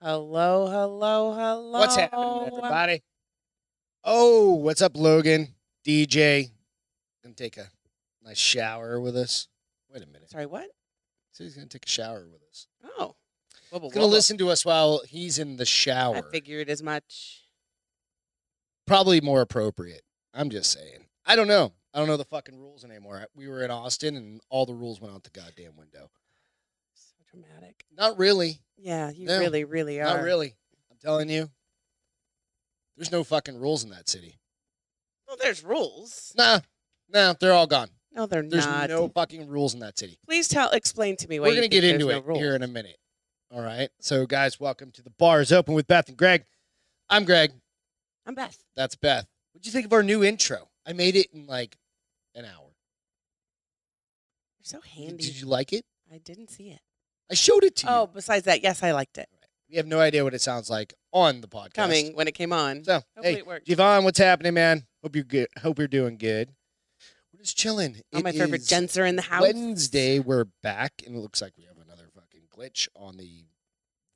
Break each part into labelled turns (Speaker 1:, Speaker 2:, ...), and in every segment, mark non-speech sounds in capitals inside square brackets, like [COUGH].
Speaker 1: Hello, hello, hello.
Speaker 2: What's happening, everybody? Oh, what's up, Logan? DJ, gonna take a nice shower with us. Wait a minute.
Speaker 1: Sorry, what?
Speaker 2: So he's gonna take a shower with us.
Speaker 1: Oh. Wubble,
Speaker 2: He's gonna
Speaker 1: wubble.
Speaker 2: listen to us while he's in the shower.
Speaker 1: I figured as much.
Speaker 2: Probably more appropriate. I'm just saying. I don't know. I don't know the fucking rules anymore. We were in Austin, and all the rules went out the goddamn window.
Speaker 1: So dramatic.
Speaker 2: Not really.
Speaker 1: Yeah, you
Speaker 2: No,
Speaker 1: really, really are.
Speaker 2: Not really. I'm telling you. There's no fucking rules in that city.
Speaker 1: Well, there's rules.
Speaker 2: Nah, nah, they're all gone.
Speaker 1: No, they're
Speaker 2: There's
Speaker 1: not.
Speaker 2: no fucking rules in that city.
Speaker 1: Please tell, explain to me why
Speaker 2: We're
Speaker 1: going to
Speaker 2: get into it here in a minute. All right. So, guys, welcome to the Bars Open with Beth and Greg. I'm Greg.
Speaker 1: I'm Beth.
Speaker 2: That's Beth. What'd you think of our new intro? I made it in like an hour.
Speaker 1: You're so handy.
Speaker 2: Did you like it?
Speaker 1: I didn't see it.
Speaker 2: I showed it to you.
Speaker 1: Oh, besides that, yes, I liked it.
Speaker 2: We have no idea what it sounds like on the podcast.
Speaker 1: Coming Oh, when it came on.
Speaker 2: So,
Speaker 1: Hopefully
Speaker 2: hey,
Speaker 1: it worked.
Speaker 2: Javon, what's happening, man? Hope you're good. Hope you're doing good. We're just chilling.
Speaker 1: All
Speaker 2: It
Speaker 1: my favorite
Speaker 2: is
Speaker 1: gents are in the house.
Speaker 2: Wednesday, we're back, and it looks like we have another fucking glitch on the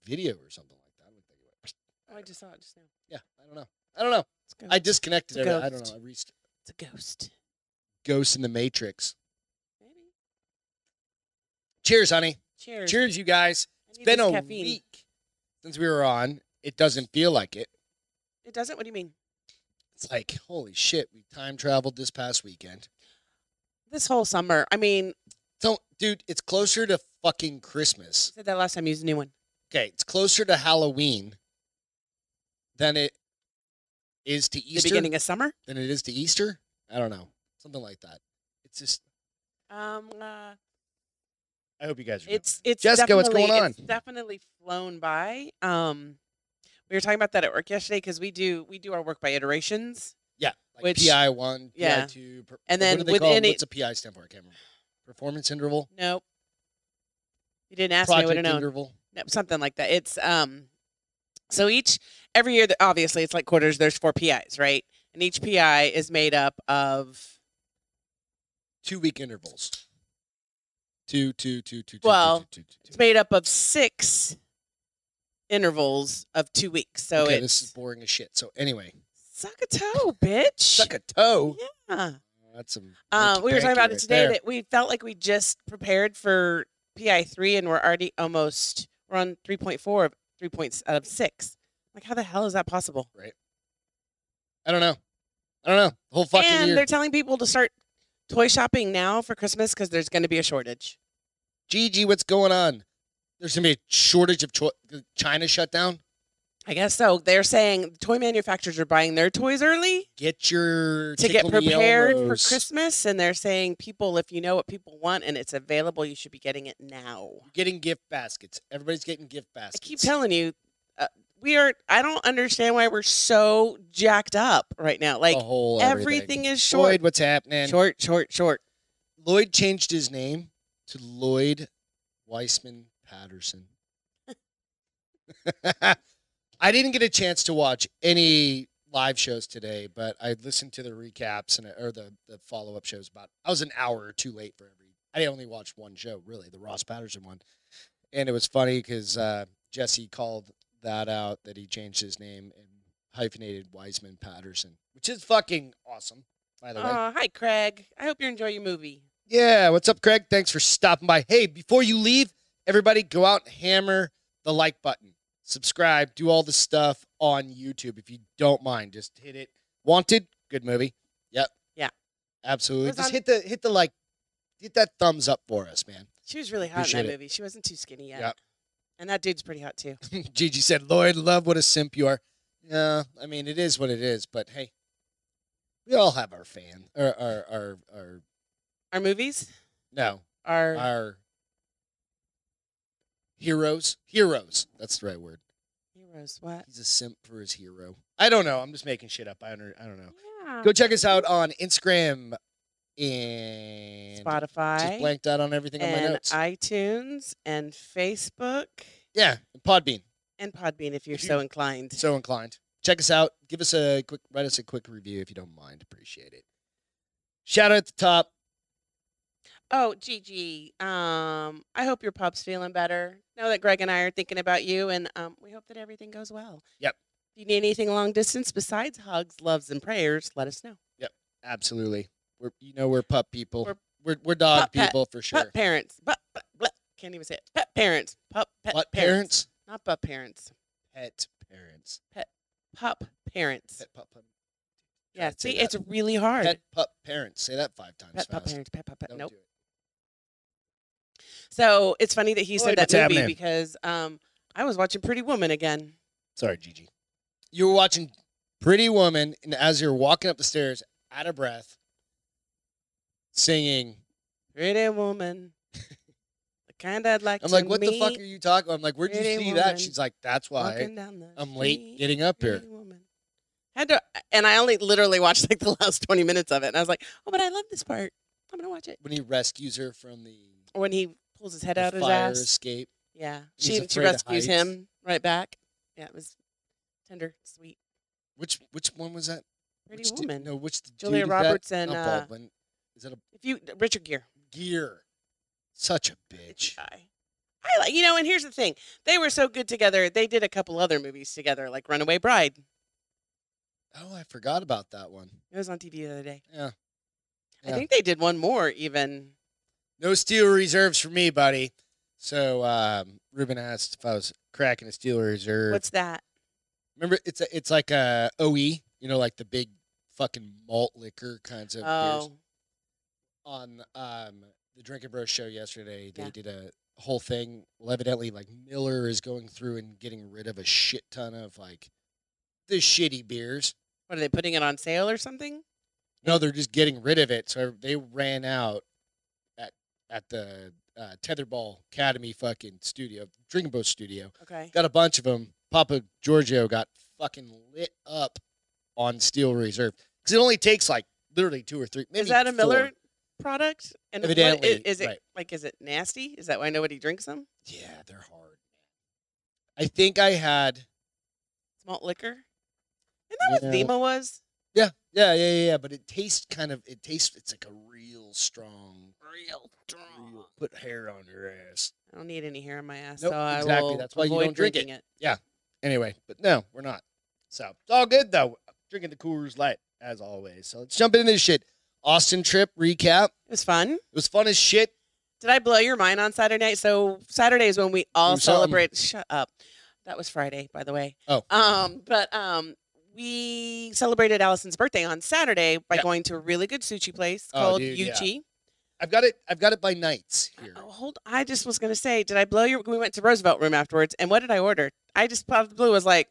Speaker 2: video or something like that. I don't think it worked.
Speaker 1: Oh, I just saw it just now.
Speaker 2: Yeah, I don't know. I don't know.
Speaker 1: It's a
Speaker 2: I
Speaker 1: ghost.
Speaker 2: disconnected.
Speaker 1: It's a
Speaker 2: it. I don't
Speaker 1: ghost.
Speaker 2: know. I reached
Speaker 1: It's a ghost.
Speaker 2: Ghost in the Matrix.
Speaker 1: Maybe.
Speaker 2: Cheers, honey.
Speaker 1: Cheers.
Speaker 2: Cheers, you guys.
Speaker 1: I
Speaker 2: It's
Speaker 1: need
Speaker 2: been
Speaker 1: this
Speaker 2: a
Speaker 1: caffeine.
Speaker 2: week since we were on. It doesn't feel like it.
Speaker 1: It doesn't. What do you mean?
Speaker 2: It's like holy shit. We time traveled this past weekend.
Speaker 1: This whole summer. I mean,
Speaker 2: Don't, dude. It's closer to fucking
Speaker 1: I
Speaker 2: Christmas.
Speaker 1: said that last time. Use a new one.
Speaker 2: Okay, it's closer to Halloween than it is to Easter.
Speaker 1: The beginning of summer.
Speaker 2: than it is to Easter. I don't know. Something like that. It's just.
Speaker 1: Um, uh,
Speaker 2: I hope you guys are. doing
Speaker 1: it's it's
Speaker 2: Jessica, what's
Speaker 1: definitely-
Speaker 2: going
Speaker 1: It's definitely flown by. Um, we were talking about that at work yesterday because we do we do our work by iterations.
Speaker 2: Yeah, like
Speaker 1: Which-
Speaker 2: PI one,
Speaker 1: yeah.
Speaker 2: PI two, per,
Speaker 1: And
Speaker 2: what
Speaker 1: then
Speaker 2: do they call
Speaker 1: within
Speaker 2: it?
Speaker 1: it-
Speaker 2: What's a PI stand for? I can't remember. Performance interval,
Speaker 1: Nope. You didn't ask me. I would
Speaker 2: project
Speaker 1: have known.
Speaker 2: interval.
Speaker 1: No, something like that. It's um, so each every year, th- obviously, it's like quarters. There's four PIs, right? And each PI is made up of
Speaker 2: Two week intervals. Two, two, two, two, two,
Speaker 1: Well,
Speaker 2: two, two, two, two,
Speaker 1: it's
Speaker 2: two.
Speaker 1: made up of six intervals of two weeks. So
Speaker 2: okay,
Speaker 1: it's
Speaker 2: this is boring as shit. So anyway,
Speaker 1: suck a toe, bitch.
Speaker 2: suck a toe.
Speaker 1: Yeah.
Speaker 2: That's some.
Speaker 1: Uh, we were talking about
Speaker 2: hanky-panky
Speaker 1: it today
Speaker 2: right there.
Speaker 1: that we felt like we just prepared for PI three, and we're already almost we're on three point four of three points out of six. Like, how the hell is that possible?
Speaker 2: I don't know. I don't know. The whole fucking
Speaker 1: and
Speaker 2: year.
Speaker 1: they're telling people to start toy shopping now for Christmas because there's going to be a shortage.
Speaker 2: Gigi, what's going on? There's gonna be a shortage of cho- China shutdown.
Speaker 1: I guess so. They're saying toy manufacturers are buying their toys early
Speaker 2: Get your
Speaker 1: to get
Speaker 2: Tickle Me
Speaker 1: prepared for
Speaker 2: Elmos.
Speaker 1: Christmas, and they're saying people, if you know what people want and it's available, you should be getting it now.
Speaker 2: Getting gift baskets. Everybody's getting gift
Speaker 1: I
Speaker 2: baskets.
Speaker 1: keep telling you, uh, we are. I don't understand why we're so jacked up right now. Like
Speaker 2: the whole
Speaker 1: everything is short,
Speaker 2: Lloyd, what's happening?
Speaker 1: short, short, short.
Speaker 2: Lloyd changed his name to Lloyd Weissman Patterson. [LAUGHS] I didn't get a chance to watch any live shows today, but I listened to the recaps and or the, the follow up shows. About I was an hour or two late for every. I only watched one show, really, the Ross Patterson one, and it was funny because uh, Jesse called that out that he changed his name and hyphenated Weisman Patterson, which is fucking awesome, by the way.
Speaker 1: Aw, hi, Craig. I hope you enjoy your movie.
Speaker 2: Yeah, what's up, Craig? Thanks for stopping by. Hey, before you leave, everybody go out and hammer the like button, subscribe, do all the stuff on YouTube if you don't mind. Just hit it. Wanted, good movie. Yep.
Speaker 1: Yeah.
Speaker 2: Absolutely.
Speaker 1: Was
Speaker 2: Just
Speaker 1: on-
Speaker 2: hit the hit the like, hit that thumbs up for us, man. [LAUGHS]
Speaker 1: She was really hot in
Speaker 2: Appreciate
Speaker 1: that
Speaker 2: it.
Speaker 1: movie. She wasn't too skinny yet.
Speaker 2: Yep.
Speaker 1: And that dude's pretty hot too.
Speaker 2: Gigi said, "Lloyd, love what a simp you are." Yeah, I mean it is what it is, but hey, we all have our fan, or our our our
Speaker 1: Our movies
Speaker 2: no,
Speaker 1: are
Speaker 2: our heroes. Heroes. That's the right word.
Speaker 1: heroes. What?
Speaker 2: He's a simp for his hero. I don't know. I'm just making shit up. I don't, I don't know.
Speaker 1: Yeah.
Speaker 2: Go check us out on Instagram and Just
Speaker 1: Spotify
Speaker 2: blanked out on everything on my
Speaker 1: and
Speaker 2: notes.
Speaker 1: iTunes and Facebook
Speaker 2: yeah, and Podbean.
Speaker 1: and Podbean if you're
Speaker 2: If you-
Speaker 1: so inclined.
Speaker 2: So inclined. Check us out. Give us a quick, write us a quick review if you don't mind. Appreciate it. Shout out at the top.
Speaker 1: Oh, Gigi. Um, I hope your pup's feeling better. Know that Greg and I are thinking about you, and um, we hope that everything goes well.
Speaker 2: Yep.
Speaker 1: If you need anything long distance besides hugs, loves, and prayers, let us know.
Speaker 2: Absolutely. We're you know we're pup people.
Speaker 1: We're-
Speaker 2: We're we're, dog
Speaker 1: Pup pet.
Speaker 2: people for sure.
Speaker 1: Pup parents. Pup, pup, bleh. Can't even say it. Pet parents. Pup pet
Speaker 2: what parents?
Speaker 1: Not pup parents.
Speaker 2: Pet parents.
Speaker 1: Pup parents.
Speaker 2: Pet pup. pup-
Speaker 1: yeah.
Speaker 2: Try to say
Speaker 1: See,
Speaker 2: that.
Speaker 1: it's really hard.
Speaker 2: pet pup parents. Say that five times
Speaker 1: Pet pup
Speaker 2: fast.
Speaker 1: parents. Pet pup. Pet.
Speaker 2: Don't
Speaker 1: Nope.
Speaker 2: do it.
Speaker 1: So it's funny that he said
Speaker 2: Lloyd,
Speaker 1: that
Speaker 2: what's
Speaker 1: movie
Speaker 2: happening?
Speaker 1: because um, I was watching Pretty Woman again.
Speaker 2: Sorry, Gigi. You were watching Pretty Woman, and as you're walking up the stairs, out of breath, singing.
Speaker 1: Pretty Woman. the kind I'd like
Speaker 2: I'm
Speaker 1: to
Speaker 2: like, what the
Speaker 1: meet.
Speaker 2: fuck are you talking? I'm like, where'd you see
Speaker 1: Pretty woman.
Speaker 2: that? She's like, that's why
Speaker 1: Walking down the
Speaker 2: I'm late
Speaker 1: street.
Speaker 2: getting up here.
Speaker 1: Pretty Woman. Had to, and I only literally watched like [LAUGHS] the last 20 minutes of it. And I was like, oh, but I love this part. I'm going to watch it.
Speaker 2: When he rescues her from the,
Speaker 1: When he pulls his head
Speaker 2: the
Speaker 1: out of his
Speaker 2: fire
Speaker 1: ass.
Speaker 2: escape,
Speaker 1: Yeah.
Speaker 2: He's
Speaker 1: She, she
Speaker 2: afraid of
Speaker 1: rescues
Speaker 2: heights.
Speaker 1: him right back. Yeah, it was tender, sweet.
Speaker 2: which which one was that?
Speaker 1: Pretty
Speaker 2: which du-
Speaker 1: Woman.
Speaker 2: no, which the
Speaker 1: Julia
Speaker 2: dude is that?
Speaker 1: Roberts and,
Speaker 2: Not
Speaker 1: uh,
Speaker 2: Baldwin. Is it a
Speaker 1: If you, Richard Gere.
Speaker 2: gear? Such a
Speaker 1: It's
Speaker 2: bitch.
Speaker 1: shy. I like, you know, and here's the thing: they were so good together. They did a couple other movies together, like Runaway Bride.
Speaker 2: Oh, I forgot about that one.
Speaker 1: It was on TV the other day.
Speaker 2: Yeah.
Speaker 1: I
Speaker 2: Yeah.
Speaker 1: think they did one more even.
Speaker 2: No steel reserves for me, buddy. So um, Ruben asked if I was cracking a steel reserve.
Speaker 1: What's that?
Speaker 2: Remember, it's a, it's like a OE, you know, like the big fucking malt liquor kinds of beers.
Speaker 1: oh,
Speaker 2: On um, the Drink and Bro show yesterday, they
Speaker 1: Yeah.
Speaker 2: did a whole thing. Well, evidently, like Miller is going through and getting rid of a shit ton of like the shitty beers.
Speaker 1: what are they putting it on sale or something?
Speaker 2: No, they're just getting rid of it. So they ran out at at the uh, Tetherball Academy fucking studio, Drinking Bro studio.
Speaker 1: Okay.
Speaker 2: got a bunch of them. Papa Giorgio got fucking lit up on Steel Reserve because it only takes like literally two or three. Maybe
Speaker 1: Is that a
Speaker 2: four.
Speaker 1: Miller product? And what i-
Speaker 2: Evidently,
Speaker 1: is it
Speaker 2: right.
Speaker 1: like is it nasty? Is that why nobody drinks them?
Speaker 2: Yeah, they're hard. I think I had.
Speaker 1: It's malt liquor. Isn't that what
Speaker 2: Yeah.
Speaker 1: Thema was?
Speaker 2: Yeah, yeah, yeah, yeah. yeah, But it tastes kind of. It tastes. It's like a real strong.
Speaker 1: Real strong.
Speaker 2: real- put hair on your ass.
Speaker 1: I don't need any hair on my ass,
Speaker 2: Nope,
Speaker 1: so I
Speaker 2: exactly.
Speaker 1: will
Speaker 2: That's why you
Speaker 1: avoid
Speaker 2: don't drink it.
Speaker 1: drinking it.
Speaker 2: Anyway, but no, we're not. So it's all good though. Drinking the Coors Light as always. So let's jump into this shit. Austin trip recap.
Speaker 1: It was fun.
Speaker 2: It was fun as shit.
Speaker 1: Did I blow your mind on Saturday night? So Saturday is when we all
Speaker 2: Do something.
Speaker 1: celebrate. Shut up. That was Friday, by the way.
Speaker 2: Oh.
Speaker 1: Um, but um, we celebrated Allison's birthday on Saturday by
Speaker 2: Yeah.
Speaker 1: going to a really good sushi place
Speaker 2: Oh,
Speaker 1: called
Speaker 2: dude, yeah.
Speaker 1: Yuchi.
Speaker 2: I've got it. I've got it by nights here.
Speaker 1: Oh, hold. I just was gonna say, did I blow your? We went to Roosevelt Room afterwards, and what did I order? I just out of the blue was like,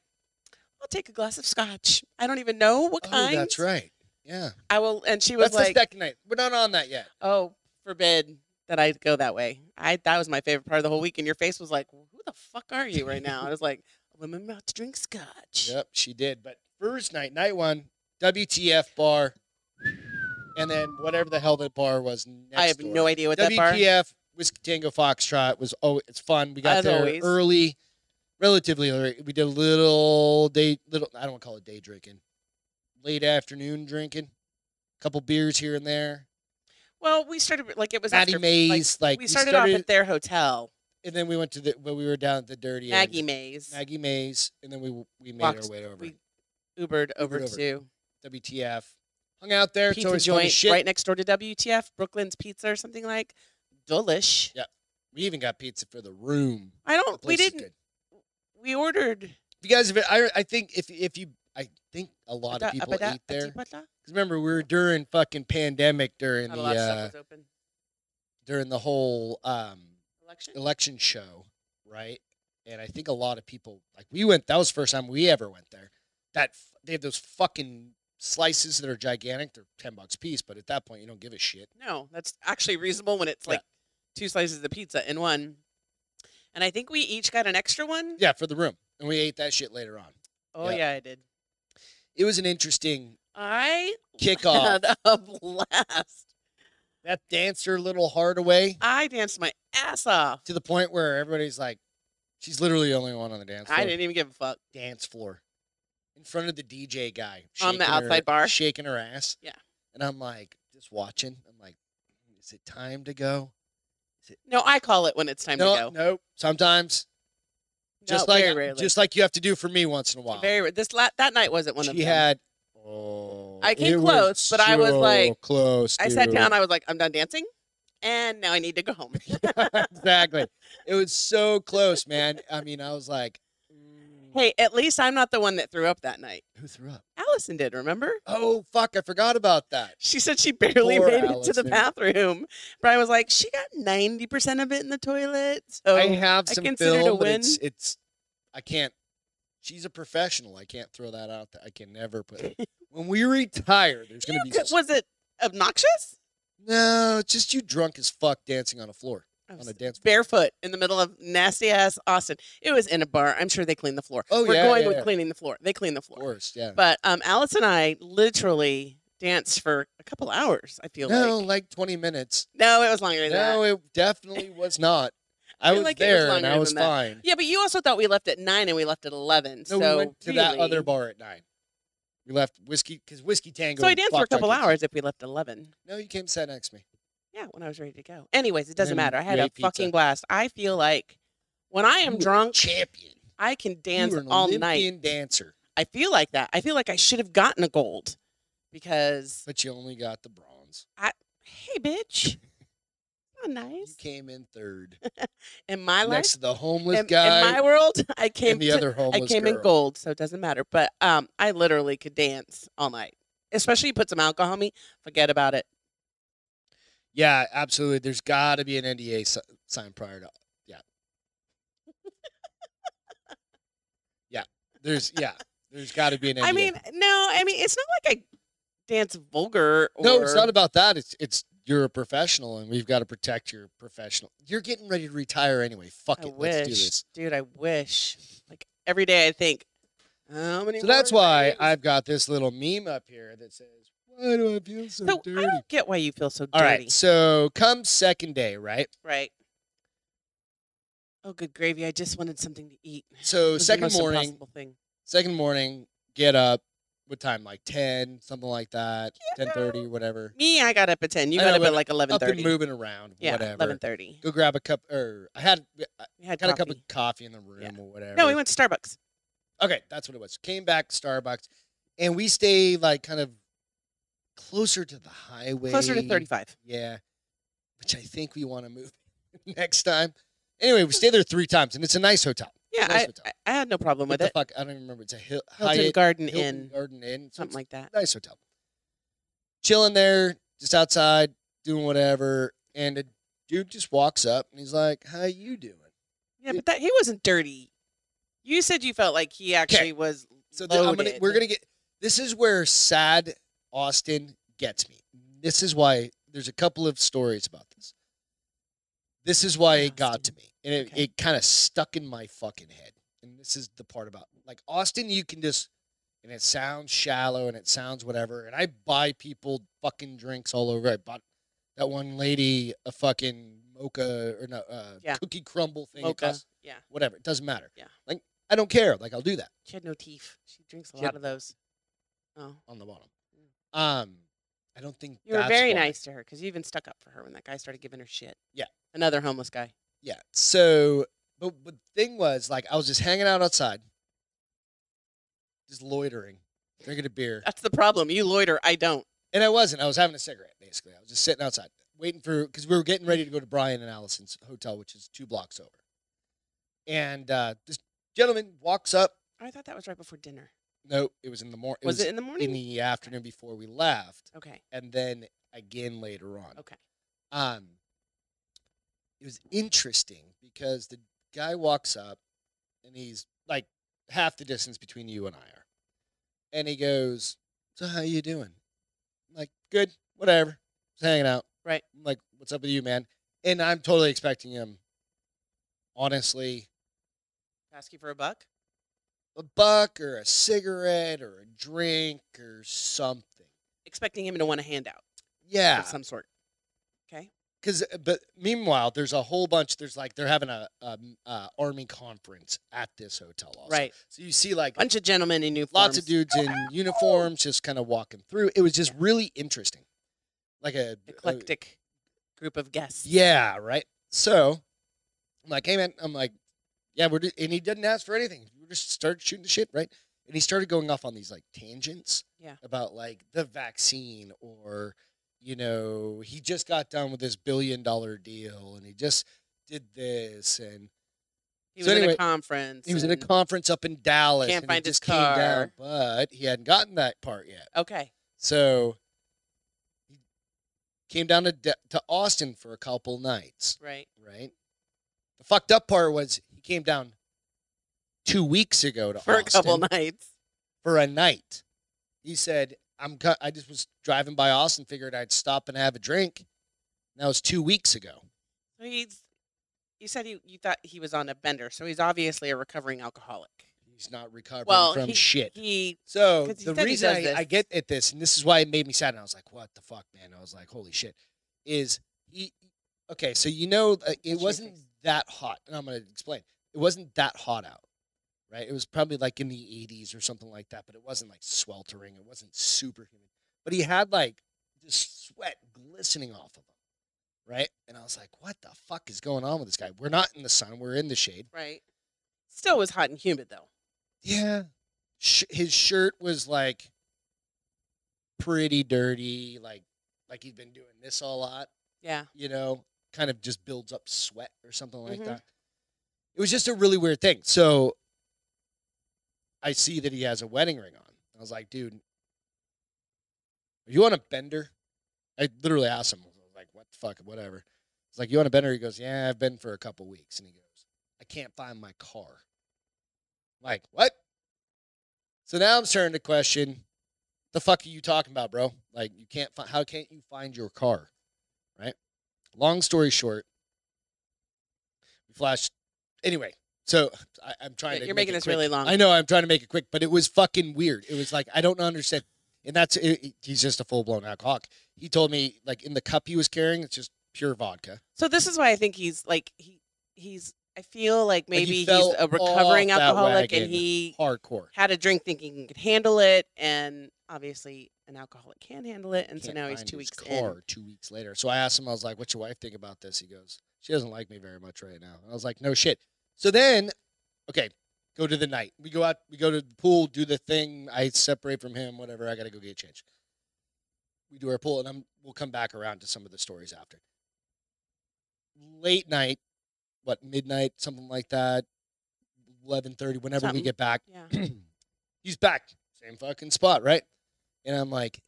Speaker 1: I'll take a glass of scotch. I don't even know what kind.
Speaker 2: Oh, that's right. Yeah,
Speaker 1: I will, and she was
Speaker 2: that's
Speaker 1: like,
Speaker 2: the second night. We're not on that yet.
Speaker 1: oh, forbid that I go that way. I that was my favorite part of the whole week, and your face was like, who the fuck are you right now? I was like, I'm about to drink scotch.
Speaker 2: Yep, she did. But first night, night one, WTF bar, and then whatever the hell that bar was. Next
Speaker 1: I have
Speaker 2: door.
Speaker 1: no idea what that bar.
Speaker 2: WTF Whiskey Tango Foxtrot was oh, it's fun. We got
Speaker 1: As
Speaker 2: there
Speaker 1: always.
Speaker 2: early, relatively early. We did a little day, little I don't wanna call it day drinking, late afternoon drinking, couple beers here and there.
Speaker 1: Well, we started like it was
Speaker 2: Maddie
Speaker 1: after,
Speaker 2: Mays, like,
Speaker 1: Like, we started, off at their hotel,
Speaker 2: and then we went to the when we were down at the dirty end.
Speaker 1: Maggie Mays.
Speaker 2: Maggie Mays, and then we we made
Speaker 1: Walked-
Speaker 2: our way over.
Speaker 1: we- Ubered over
Speaker 2: Ubered over.
Speaker 1: to
Speaker 2: WTF hung out there. It's
Speaker 1: pizza
Speaker 2: always fun as
Speaker 1: joint
Speaker 2: shit.
Speaker 1: right next door to WTF, Brooklyn's Pizza or something like. Delish.
Speaker 2: Yeah. We even got pizza for the room.
Speaker 1: I
Speaker 2: The
Speaker 1: don't. Oh, We
Speaker 2: place is
Speaker 1: didn't.
Speaker 2: good.
Speaker 1: We ordered.
Speaker 2: If you guys have, I I think if if you, I think a lot of
Speaker 1: Ada-
Speaker 2: people
Speaker 1: Abada-
Speaker 2: ate there. Because
Speaker 1: Atipata?
Speaker 2: remember, we were during fucking pandemic during
Speaker 1: Not
Speaker 2: the
Speaker 1: a lot of
Speaker 2: uh,
Speaker 1: stuff was open.
Speaker 2: during the whole um
Speaker 1: Election.
Speaker 2: election show, right? And I think a lot of people like we went. That was the first time we ever went there. That f- they have those fucking slices that are gigantic. They're ten bucks a piece, but at that point, you don't give a shit.
Speaker 1: No, that's actually reasonable when it's
Speaker 2: Yeah.
Speaker 1: like two slices of pizza in one. And I think we each got an extra one.
Speaker 2: Yeah, for the room, and we ate that shit later on.
Speaker 1: Oh
Speaker 2: yeah.
Speaker 1: yeah, I did.
Speaker 2: It was an interesting
Speaker 1: I [LAUGHS]
Speaker 2: kickoff.
Speaker 1: had a blast.
Speaker 2: that dancer, little Hardaway,
Speaker 1: I danced my ass off.
Speaker 2: to the point where everybody's like, she's literally the only one on the dance floor.
Speaker 1: I didn't even give a fuck.
Speaker 2: dance floor in front of the DJ guy
Speaker 1: On the
Speaker 2: shaking her-
Speaker 1: outside bar?
Speaker 2: shaking her ass.
Speaker 1: Yeah.
Speaker 2: and I'm like just watching. I'm like, Is it time to go?
Speaker 1: No, I call it when it's time
Speaker 2: no,
Speaker 1: to go.
Speaker 2: no. Sometimes, just
Speaker 1: No,
Speaker 2: like
Speaker 1: very rarely.
Speaker 2: just like you have to do for me once in a while.
Speaker 1: very ra- this la- that night wasn't one of
Speaker 2: she
Speaker 1: them.
Speaker 2: had. Oh,
Speaker 1: I came
Speaker 2: it
Speaker 1: close, but I was
Speaker 2: so
Speaker 1: like-
Speaker 2: close.
Speaker 1: I sat
Speaker 2: dude. [LAUGHS]
Speaker 1: down. I was like, I'm done dancing, and now I need to go home. [LAUGHS]
Speaker 2: exactly. It was so close, man. I mean, I was like, mm,
Speaker 1: [LAUGHS] hey, at least I'm not the one that threw up that night.
Speaker 2: who threw up?
Speaker 1: Allison did. Remember?
Speaker 2: Oh fuck, I forgot about that.
Speaker 1: She said she [LAUGHS] barely
Speaker 2: Poor
Speaker 1: made it to the
Speaker 2: Allison.
Speaker 1: bathroom. Brian was like, she got 90% of it in the toilet. So
Speaker 2: I have
Speaker 1: I
Speaker 2: some
Speaker 1: considered a
Speaker 2: film, but
Speaker 1: win.
Speaker 2: it's it's I can't. She's a professional. I can't throw that out. There. I can never put.
Speaker 1: [LAUGHS]
Speaker 2: when we retire, there's gonna be
Speaker 1: You-
Speaker 2: some-
Speaker 1: was it obnoxious?
Speaker 2: no. it's Just you drunk as fuck dancing on a floor
Speaker 1: I
Speaker 2: on
Speaker 1: was
Speaker 2: a dance. floor.
Speaker 1: barefoot in the middle of nasty ass Austin. It was in a bar. I'm sure they cleaned the floor.
Speaker 2: Oh,
Speaker 1: We're
Speaker 2: yeah,
Speaker 1: going
Speaker 2: yeah,
Speaker 1: with
Speaker 2: yeah.
Speaker 1: cleaning the floor. They cleaned the floor.
Speaker 2: Worst, yeah.
Speaker 1: But um, Alice and I literally danced for a couple hours. I feel
Speaker 2: No,
Speaker 1: like
Speaker 2: like twenty minutes.
Speaker 1: no, it was longer than
Speaker 2: No,
Speaker 1: that.
Speaker 2: it definitely was
Speaker 1: [LAUGHS]
Speaker 2: not. I
Speaker 1: feel
Speaker 2: was
Speaker 1: like it was
Speaker 2: there and
Speaker 1: longer
Speaker 2: I
Speaker 1: than
Speaker 2: was
Speaker 1: that.
Speaker 2: fine.
Speaker 1: Yeah, but you also thought we left at nine and we left at eleven.
Speaker 2: No,
Speaker 1: so
Speaker 2: we went to that other
Speaker 1: really-
Speaker 2: bar at nine. We left whiskey because whiskey tango.
Speaker 1: So I
Speaker 2: and
Speaker 1: danced for a
Speaker 2: Flop Jack
Speaker 1: couple
Speaker 2: Kitchen.
Speaker 1: hours if we left at eleven.
Speaker 2: No, you came and sat next to me.
Speaker 1: Yeah, when I was ready to go. Anyways, it doesn't
Speaker 2: then
Speaker 1: matter. I
Speaker 2: you
Speaker 1: had a
Speaker 2: ate pizza.
Speaker 1: fucking blast. I feel like when I
Speaker 2: You
Speaker 1: am
Speaker 2: were
Speaker 1: drunk,
Speaker 2: Champion.
Speaker 1: I can dance
Speaker 2: you were an
Speaker 1: all
Speaker 2: Olympian
Speaker 1: night.
Speaker 2: dancer,
Speaker 1: I feel like that. I feel like I should have gotten a gold because
Speaker 2: but you only got the bronze.
Speaker 1: hey, bitch, not
Speaker 2: You
Speaker 1: nice.
Speaker 2: came in third,
Speaker 1: In my
Speaker 2: next
Speaker 1: life,
Speaker 2: to the
Speaker 1: in,
Speaker 2: homeless
Speaker 1: in
Speaker 2: guy
Speaker 1: my world, [LAUGHS] I came.
Speaker 2: and the
Speaker 1: to-
Speaker 2: other
Speaker 1: I
Speaker 2: homeless
Speaker 1: came
Speaker 2: girl.
Speaker 1: in gold, so it doesn't matter. But um, I literally could dance all night. Especially you put some alcohol on me, forget about it.
Speaker 2: Yeah, absolutely. There's got to be an NDA si- signed prior to. Yeah. yeah. There's yeah. There's got to be an
Speaker 1: [LAUGHS]
Speaker 2: NDA.
Speaker 1: I mean, no, I mean it's not like I dance vulgar. Or,
Speaker 2: No, it's not about that. It's it's you're a professional, and we've got to protect your professional. You're getting ready to retire anyway. Fuck
Speaker 1: I
Speaker 2: it,
Speaker 1: wish,
Speaker 2: let's do this.
Speaker 1: dude. I wish. Like every day, I think. How many
Speaker 2: So that's
Speaker 1: more
Speaker 2: why
Speaker 1: days?
Speaker 2: I've got this little meme up here that says, "Why do I feel so,
Speaker 1: So
Speaker 2: dirty?"
Speaker 1: I don't get why you feel so dirty.
Speaker 2: All right, so come second day, right?
Speaker 1: Right. Oh, good gravy! I just wanted something to eat. It
Speaker 2: So
Speaker 1: was the
Speaker 2: second
Speaker 1: most
Speaker 2: morning,
Speaker 1: impossible Thing.
Speaker 2: second morning, get up. What time? Like ten, something like that.
Speaker 1: Yeah.
Speaker 2: Ten thirty, whatever.
Speaker 1: Me, I got up at ten. You
Speaker 2: I
Speaker 1: got
Speaker 2: know,
Speaker 1: up at
Speaker 2: but
Speaker 1: like eleven
Speaker 2: Up and
Speaker 1: thirty.
Speaker 2: moving around,
Speaker 1: Yeah,
Speaker 2: whatever.
Speaker 1: eleven thirty.
Speaker 2: Go grab a cup, or I had I
Speaker 1: We had
Speaker 2: got a
Speaker 1: coffee.
Speaker 2: cup of coffee in the room
Speaker 1: Yeah.
Speaker 2: or whatever.
Speaker 1: No, we went to Starbucks.
Speaker 2: Okay, that's what it was. Came back to Starbucks, and we stay like kind of closer to the highway,
Speaker 1: Closer to 35.
Speaker 2: Yeah, which I think we want to move [LAUGHS] next time. Anyway, we stay there three times, and it's a nice hotel.
Speaker 1: Yeah,
Speaker 2: Nice
Speaker 1: I,
Speaker 2: hotel.
Speaker 1: I, I had no problem
Speaker 2: What
Speaker 1: with
Speaker 2: the
Speaker 1: it.
Speaker 2: fuck? I don't even remember. It's a Hil-
Speaker 1: Hilton
Speaker 2: Hyatt
Speaker 1: Garden
Speaker 2: Hilton
Speaker 1: Inn,
Speaker 2: Garden Inn, so
Speaker 1: something like that.
Speaker 2: it's a nice hotel. Chilling there, just outside, doing whatever, and a dude just walks up and he's like, "How you doing?"
Speaker 1: Yeah, but that he wasn't dirty. You said you felt like he actually was.
Speaker 2: So th- I'm gonna,
Speaker 1: loaded.
Speaker 2: we're gonna get. This is where sad Austin gets me. This is why there's a couple of stories about this. This is why it got to
Speaker 1: Austin.
Speaker 2: me, and it,
Speaker 1: Okay.
Speaker 2: it kind of stuck in my fucking head. And this is the part about like Austin. You can just, and it sounds shallow, and it sounds whatever. And I buy people fucking drinks all over. I bought that one lady a fucking mocha or no uh,
Speaker 1: Yeah.
Speaker 2: cookie crumble thing. It
Speaker 1: mocha.
Speaker 2: cost-
Speaker 1: Yeah,
Speaker 2: whatever. It doesn't matter.
Speaker 1: Yeah.
Speaker 2: Like I don't care. Like I'll do that.
Speaker 1: she had no teeth. She drinks a
Speaker 2: She
Speaker 1: lot
Speaker 2: had-
Speaker 1: of those. Oh,
Speaker 2: on the bottom. Um, I don't think
Speaker 1: Mm. you were
Speaker 2: that's
Speaker 1: very
Speaker 2: why.
Speaker 1: nice to her because you even stuck up for her when that guy started giving her shit.
Speaker 2: Yeah.
Speaker 1: another homeless guy.
Speaker 2: Yeah. So, but, but the thing was, like, I was just hanging out outside, just loitering, drinking
Speaker 1: [LAUGHS]
Speaker 2: a beer,
Speaker 1: That's the problem. You loiter. I don't.
Speaker 2: and I wasn't. I was having a cigarette basically. I was just sitting outside waiting for because we were getting ready to go to Brian and Allison's hotel, which is two blocks over. And uh, this gentleman walks up.
Speaker 1: I thought that was right before dinner.
Speaker 2: No, it was in the morning.
Speaker 1: was, it in the morning?
Speaker 2: in the afternoon before we left?
Speaker 1: okay.
Speaker 2: and then again later on.
Speaker 1: Okay.
Speaker 2: Um, it was interesting because the guy walks up and he's like half the distance between you and I are, and he goes, "So how you doing?" I'm like, "Good, whatever, just hanging out."
Speaker 1: Right.
Speaker 2: I'm like, "What's up with you, man?" And I'm totally expecting him, honestly,
Speaker 1: Ask you for a buck.
Speaker 2: a buck or a cigarette or a drink or something.
Speaker 1: Expecting him to want a handout
Speaker 2: Yeah.
Speaker 1: of some sort. Okay.
Speaker 2: Because, uh, but meanwhile, there's a whole bunch. There's like they're having a, a, uh army conference at this hotel, also.
Speaker 1: Right.
Speaker 2: So you see like
Speaker 1: Bunch of gentlemen in new
Speaker 2: lots of dudes in
Speaker 1: uh,
Speaker 2: uniforms just kind of walking through. It was just really interesting, like a uh, a-
Speaker 1: Eclectic. group of guests.
Speaker 2: Yeah, right. So I'm like, hey man, I'm like, yeah, we're do-" and he didn't ask for anything. We just started shooting the shit, right? And he started going off on these like tangents,
Speaker 1: Yeah.
Speaker 2: about like the vaccine or you know he just got done with this billion dollar deal and he just did this and
Speaker 1: He
Speaker 2: So
Speaker 1: was at
Speaker 2: anyway,
Speaker 1: a conference.
Speaker 2: he was at a
Speaker 1: and-
Speaker 2: conference up in Dallas
Speaker 1: Can't
Speaker 2: and
Speaker 1: find
Speaker 2: he
Speaker 1: his
Speaker 2: just came
Speaker 1: car.
Speaker 2: down, but he hadn't gotten that part yet.
Speaker 1: Okay.
Speaker 2: So he came down to Da- to Austin for a couple nights,
Speaker 1: Right.
Speaker 2: right? The fucked up part was he came down two weeks ago to
Speaker 1: For a
Speaker 2: Austin
Speaker 1: couple nights.
Speaker 2: for a night. He said, "I'm co- I just was driving by Austin, figured I'd stop and have a drink." And that was two weeks ago.
Speaker 1: So He's. You said he, you thought he was on a bender, so he's obviously a recovering alcoholic.
Speaker 2: He's not recovering
Speaker 1: Well,
Speaker 2: from
Speaker 1: he-
Speaker 2: shit.
Speaker 1: He
Speaker 2: So
Speaker 1: 'Cause he
Speaker 2: the
Speaker 1: said he
Speaker 2: reason
Speaker 1: does
Speaker 2: I,
Speaker 1: this.
Speaker 2: I get at this, and this is why it made me sad, and I was like, "What the fuck, man?" I was like, "Holy shit!" Is he okay? So you know, uh,
Speaker 1: your
Speaker 2: it wasn't
Speaker 1: face.
Speaker 2: that hot, and I'm gonna explain. It wasn't that hot out, right? It was probably like in the 80s or something like that, but it wasn't like sweltering. It wasn't super humid, but he had like just sweat glistening off of him, right? And I was like, "What the fuck is going on with this guy? We're not in the sun. We're in the shade."
Speaker 1: right. Still was hot and humid though.
Speaker 2: Yeah. Sh- his shirt was like pretty dirty, like like he'd been doing this a lot,
Speaker 1: Yeah.
Speaker 2: you know, kind of just builds up sweat or something like
Speaker 1: Mhm.
Speaker 2: that. It was just a really weird thing. So I see that he has a wedding ring on. I was like, dude, are you on a bender? I literally asked him, I was like, what the fuck, whatever. It's like, you on a bender? He goes, yeah, I've been for a couple weeks. And he goes, I can't find my car. I'm like, what? So now I'm starting to question, the fuck are you talking about, bro? Like, you can't find, how can't you find your car? Right? Long story short, we flashed. Anyway, so I, I'm trying to.
Speaker 1: You're
Speaker 2: make
Speaker 1: making
Speaker 2: it
Speaker 1: this
Speaker 2: quick.
Speaker 1: really long.
Speaker 2: I know I'm trying to make it quick, but it was fucking weird. It was like I don't understand, and that's it, it- he's just a full blown alcoholic. He told me like in the cup he was carrying, it's just pure vodka.
Speaker 1: So this is why I think he's like he he's I feel like
Speaker 2: Like, he
Speaker 1: maybe he's
Speaker 2: fell
Speaker 1: a recovering
Speaker 2: off that
Speaker 1: alcoholic
Speaker 2: wagon
Speaker 1: and he
Speaker 2: Hardcore.
Speaker 1: had a drink thinking he could handle it and obviously an alcoholic can handle it and so
Speaker 2: Can't
Speaker 1: now he's
Speaker 2: find
Speaker 1: two
Speaker 2: his
Speaker 1: weeks
Speaker 2: car Two weeks later, so I asked him. I was like, "What's your wife think about this?" He goes, "She doesn't like me very much right now." I was like, "No shit." So then, okay, go to the night. We go out. We go to the pool. Do the thing. I separate from him. Whatever. I gotta go get changed. We do our pool, and I'm. We'll come back around to some of the stories after. Late night, what midnight, something like that, eleven thirty. Whenever we
Speaker 1: Something.
Speaker 2: get back,
Speaker 1: in. Yeah.
Speaker 2: [CLEARS THROAT] he's back, same fucking spot, right? And I'm like,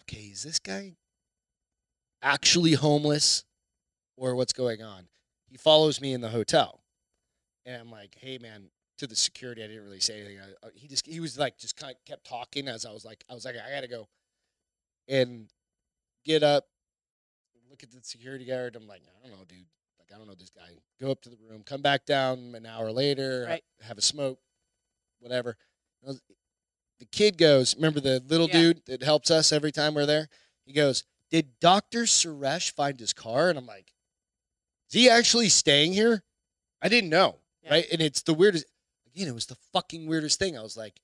Speaker 2: okay, is this guy actually homeless or what's going on? He follows me in the hotel, and I'm like, hey man, to the security, I didn't really say anything. I, I- he just he was like just kind of kept talking as I was like I was like I gotta go, and get up, look at the security guard. I'm like I don't know, dude. Like I don't know this guy. Go up to the room, come back down an hour later, ha-
Speaker 1: Right.
Speaker 2: have a smoke, whatever. I was- the kid goes, remember the little
Speaker 1: Yeah.
Speaker 2: dude that helps us every time we're there? He goes, Did Dr. Suresh find his car? And I'm like, Is he actually staying here? I didn't know.
Speaker 1: Yeah.
Speaker 2: Right. And it's the weirdest, again, it was the fucking weirdest thing. I was like,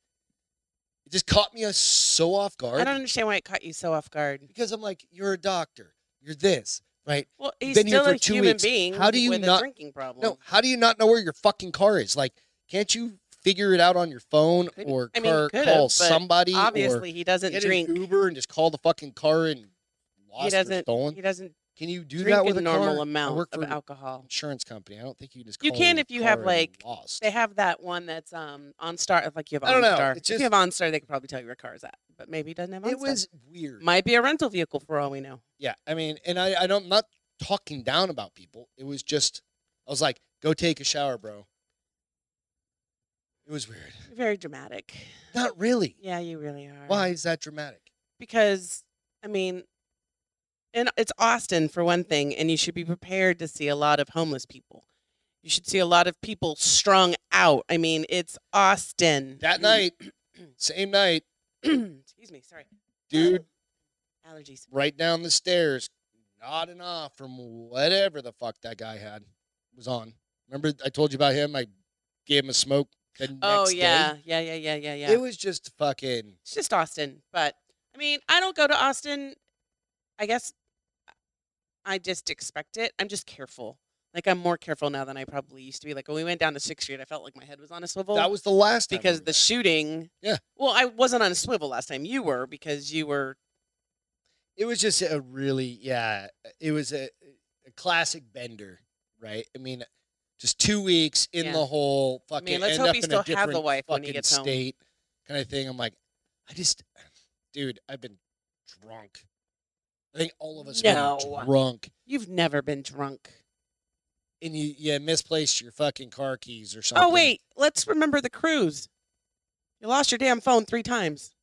Speaker 2: It just caught me uh, so off guard
Speaker 1: I don't understand why it caught you so off guard.
Speaker 2: because I'm like, You're a doctor. You're this. Right.
Speaker 1: Well, he's
Speaker 2: been here
Speaker 1: still
Speaker 2: for
Speaker 1: a
Speaker 2: two
Speaker 1: human
Speaker 2: weeks.
Speaker 1: being
Speaker 2: How do you
Speaker 1: with a
Speaker 2: not-
Speaker 1: drinking problem.
Speaker 2: No, how do you not know where your fucking car is? Like, can't you figure it out on your phone
Speaker 1: Couldn't-
Speaker 2: or
Speaker 1: I mean,
Speaker 2: car,
Speaker 1: could've,
Speaker 2: call
Speaker 1: but
Speaker 2: somebody? or-
Speaker 1: obviously he doesn't
Speaker 2: get
Speaker 1: drink.
Speaker 2: an Uber and just call the fucking car and lost
Speaker 1: He
Speaker 2: or
Speaker 1: doesn't.
Speaker 2: stolen?
Speaker 1: He doesn't
Speaker 2: can you do
Speaker 1: drink
Speaker 2: that with
Speaker 1: a
Speaker 2: a car?
Speaker 1: normal
Speaker 2: I
Speaker 1: amount
Speaker 2: work for
Speaker 1: of
Speaker 2: an
Speaker 1: alcohol.
Speaker 2: insurance company. I don't think you just.
Speaker 1: You
Speaker 2: call
Speaker 1: can
Speaker 2: your
Speaker 1: if you have,
Speaker 2: car and
Speaker 1: like,
Speaker 2: lost.
Speaker 1: They have that one that's um on star. If like you have
Speaker 2: I don't know,
Speaker 1: OnStar,
Speaker 2: it's
Speaker 1: if you have OnStar, they could probably tell you where car's at. But maybe he doesn't have OnStar.
Speaker 2: It was weird.
Speaker 1: might be a rental vehicle for all we know.
Speaker 2: yeah, I mean, and I, I don't, I'm not talking down about people. It was just, I was like, go take a shower, bro. It was [LAUGHS] weird.
Speaker 1: Very dramatic.
Speaker 2: Not really.
Speaker 1: Yeah, you really are.
Speaker 2: Why is that dramatic?
Speaker 1: Because I mean, and it's Austin for one thing, and you should be prepared to see a lot of homeless people. You should see a lot of people strung out. I mean, it's Austin.
Speaker 2: That [CLEARS THROAT] night, same night,
Speaker 1: [CLEARS THROAT] Excuse me. Sorry.
Speaker 2: dude,
Speaker 1: Allergies.
Speaker 2: right down the stairs, nodding off from whatever the fuck that guy had was on. Remember, I told you about him. I gave him a smoke. The next
Speaker 1: Oh yeah.
Speaker 2: day?
Speaker 1: yeah, yeah, yeah, yeah, yeah.
Speaker 2: It was just fucking.
Speaker 1: it's just Austin. But I mean, I don't go to Austin. I guess I just expect it. I'm just careful. Like I'm more careful now than I probably used to be. Like when we went down to Sixth Street, I felt like my head was on a swivel.
Speaker 2: That was the last time we
Speaker 1: because
Speaker 2: were
Speaker 1: the
Speaker 2: there.
Speaker 1: shooting.
Speaker 2: Yeah.
Speaker 1: Well, I wasn't on a swivel last time. You were because you were.
Speaker 2: it was just a really yeah it was a, a classic bender right i mean just two weeks in
Speaker 1: Yeah.
Speaker 2: the whole fucking
Speaker 1: let's
Speaker 2: end
Speaker 1: hope
Speaker 2: up
Speaker 1: he
Speaker 2: in
Speaker 1: still
Speaker 2: a
Speaker 1: has a
Speaker 2: different
Speaker 1: wife when
Speaker 2: fucking
Speaker 1: he gets home.
Speaker 2: state kind of thing i'm like i just dude i've been drunk i think all of us
Speaker 1: No.
Speaker 2: were drunk
Speaker 1: You've never been drunk.
Speaker 2: and you yeah misplaced your fucking car keys or something
Speaker 1: Oh wait, let's remember the cruise. You lost your damn phone three times.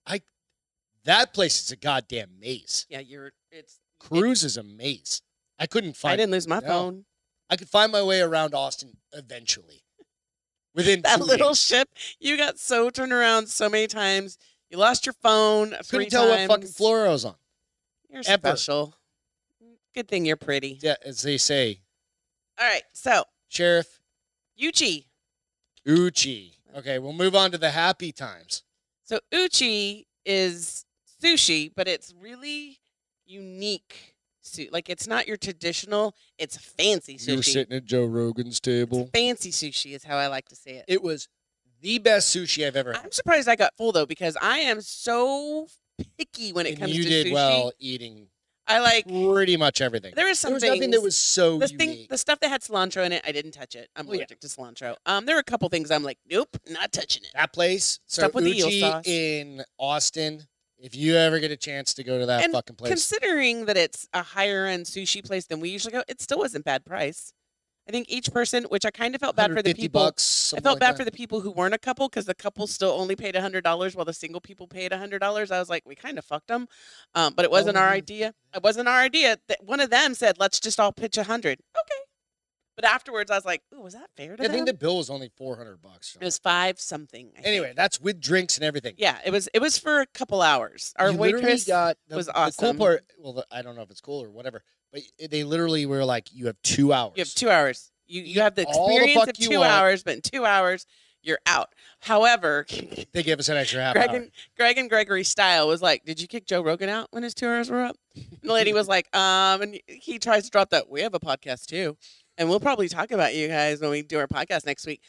Speaker 2: that place is a goddamn maze
Speaker 1: Yeah, you're. It's.
Speaker 2: cruise is a maze i couldn't find
Speaker 1: I didn't lose my
Speaker 2: No.
Speaker 1: phone.
Speaker 2: I could find my way around Austin eventually. Within
Speaker 1: [LAUGHS] That
Speaker 2: two
Speaker 1: little
Speaker 2: weeks.
Speaker 1: ship. You got so turned around so many times. You lost your phone. three
Speaker 2: couldn't tell what fucking
Speaker 1: times.
Speaker 2: floor I was on.
Speaker 1: You're
Speaker 2: ever.
Speaker 1: special. Good thing you're pretty.
Speaker 2: Yeah, as they say,
Speaker 1: All right, so
Speaker 2: Sheriff
Speaker 1: Uchi.
Speaker 2: Uchi. Okay, we'll move on to the happy times.
Speaker 1: So uchi is sushi, but it's really unique. Su- like it's not your traditional. It's fancy sushi.
Speaker 2: at Joe Rogan's table.
Speaker 1: fancy sushi is how I like to say it.
Speaker 2: It was the best sushi I've ever had.
Speaker 1: I'm surprised I got full though because I am so picky when it
Speaker 2: and
Speaker 1: comes
Speaker 2: you
Speaker 1: to
Speaker 2: did
Speaker 1: sushi.
Speaker 2: well eating
Speaker 1: I like
Speaker 2: pretty much everything.
Speaker 1: there was some
Speaker 2: There was nothing that
Speaker 1: things-
Speaker 2: was so
Speaker 1: the
Speaker 2: unique.
Speaker 1: thing the stuff that had cilantro in it. I didn't touch it. I'm
Speaker 2: Oh, yeah.
Speaker 1: allergic to cilantro. Um, there were a couple things I'm like, nope, not touching it.
Speaker 2: that place, so
Speaker 1: Stuff with the eel
Speaker 2: Uchi
Speaker 1: sauce.
Speaker 2: in Austin. If you ever get a chance to go to that
Speaker 1: And
Speaker 2: fucking place,
Speaker 1: Considering that it's a higher end sushi place than we usually go, it still wasn't bad price. I think each person, which I kind of felt bad for the
Speaker 2: 150
Speaker 1: people.
Speaker 2: Bucks,
Speaker 1: I felt bad for the people who weren't a couple because the couple still only paid hundred dollars while the single people paid hundred dollars. I was like, we kind of fucked them, um, but it wasn't our
Speaker 2: yeah.
Speaker 1: idea. It wasn't our idea. That one of them said, let's just all pitch a hundred. Okay, but afterwards I was like, ooh, was that fair to
Speaker 2: I
Speaker 1: them?
Speaker 2: think the bill was only four hundred bucks.
Speaker 1: it was five something. I think.
Speaker 2: Anyway, that's with drinks and everything.
Speaker 1: yeah, it was. It was for a couple hours. Our
Speaker 2: You literally
Speaker 1: waitress.
Speaker 2: got the,
Speaker 1: was
Speaker 2: The cool
Speaker 1: awesome.
Speaker 2: part, well, the- I don't know if it's cool or whatever, but y- they literally were like, "You have two hours."
Speaker 1: You have two hours. You you have the
Speaker 2: Eat all the
Speaker 1: experience
Speaker 2: fuck
Speaker 1: of
Speaker 2: you
Speaker 1: two
Speaker 2: want.
Speaker 1: hours, but in two hours you're out.
Speaker 2: [LAUGHS]
Speaker 1: However,
Speaker 2: They gave us an extra half
Speaker 1: Greg
Speaker 2: hour.
Speaker 1: and Greg and Gregory Style was like, "Did you kick Joe Rogan out when his two hours were up?" And the lady was like, "Um," and he tries to drop that. We have a podcast too, and we'll probably talk about you guys when we do our podcast next week.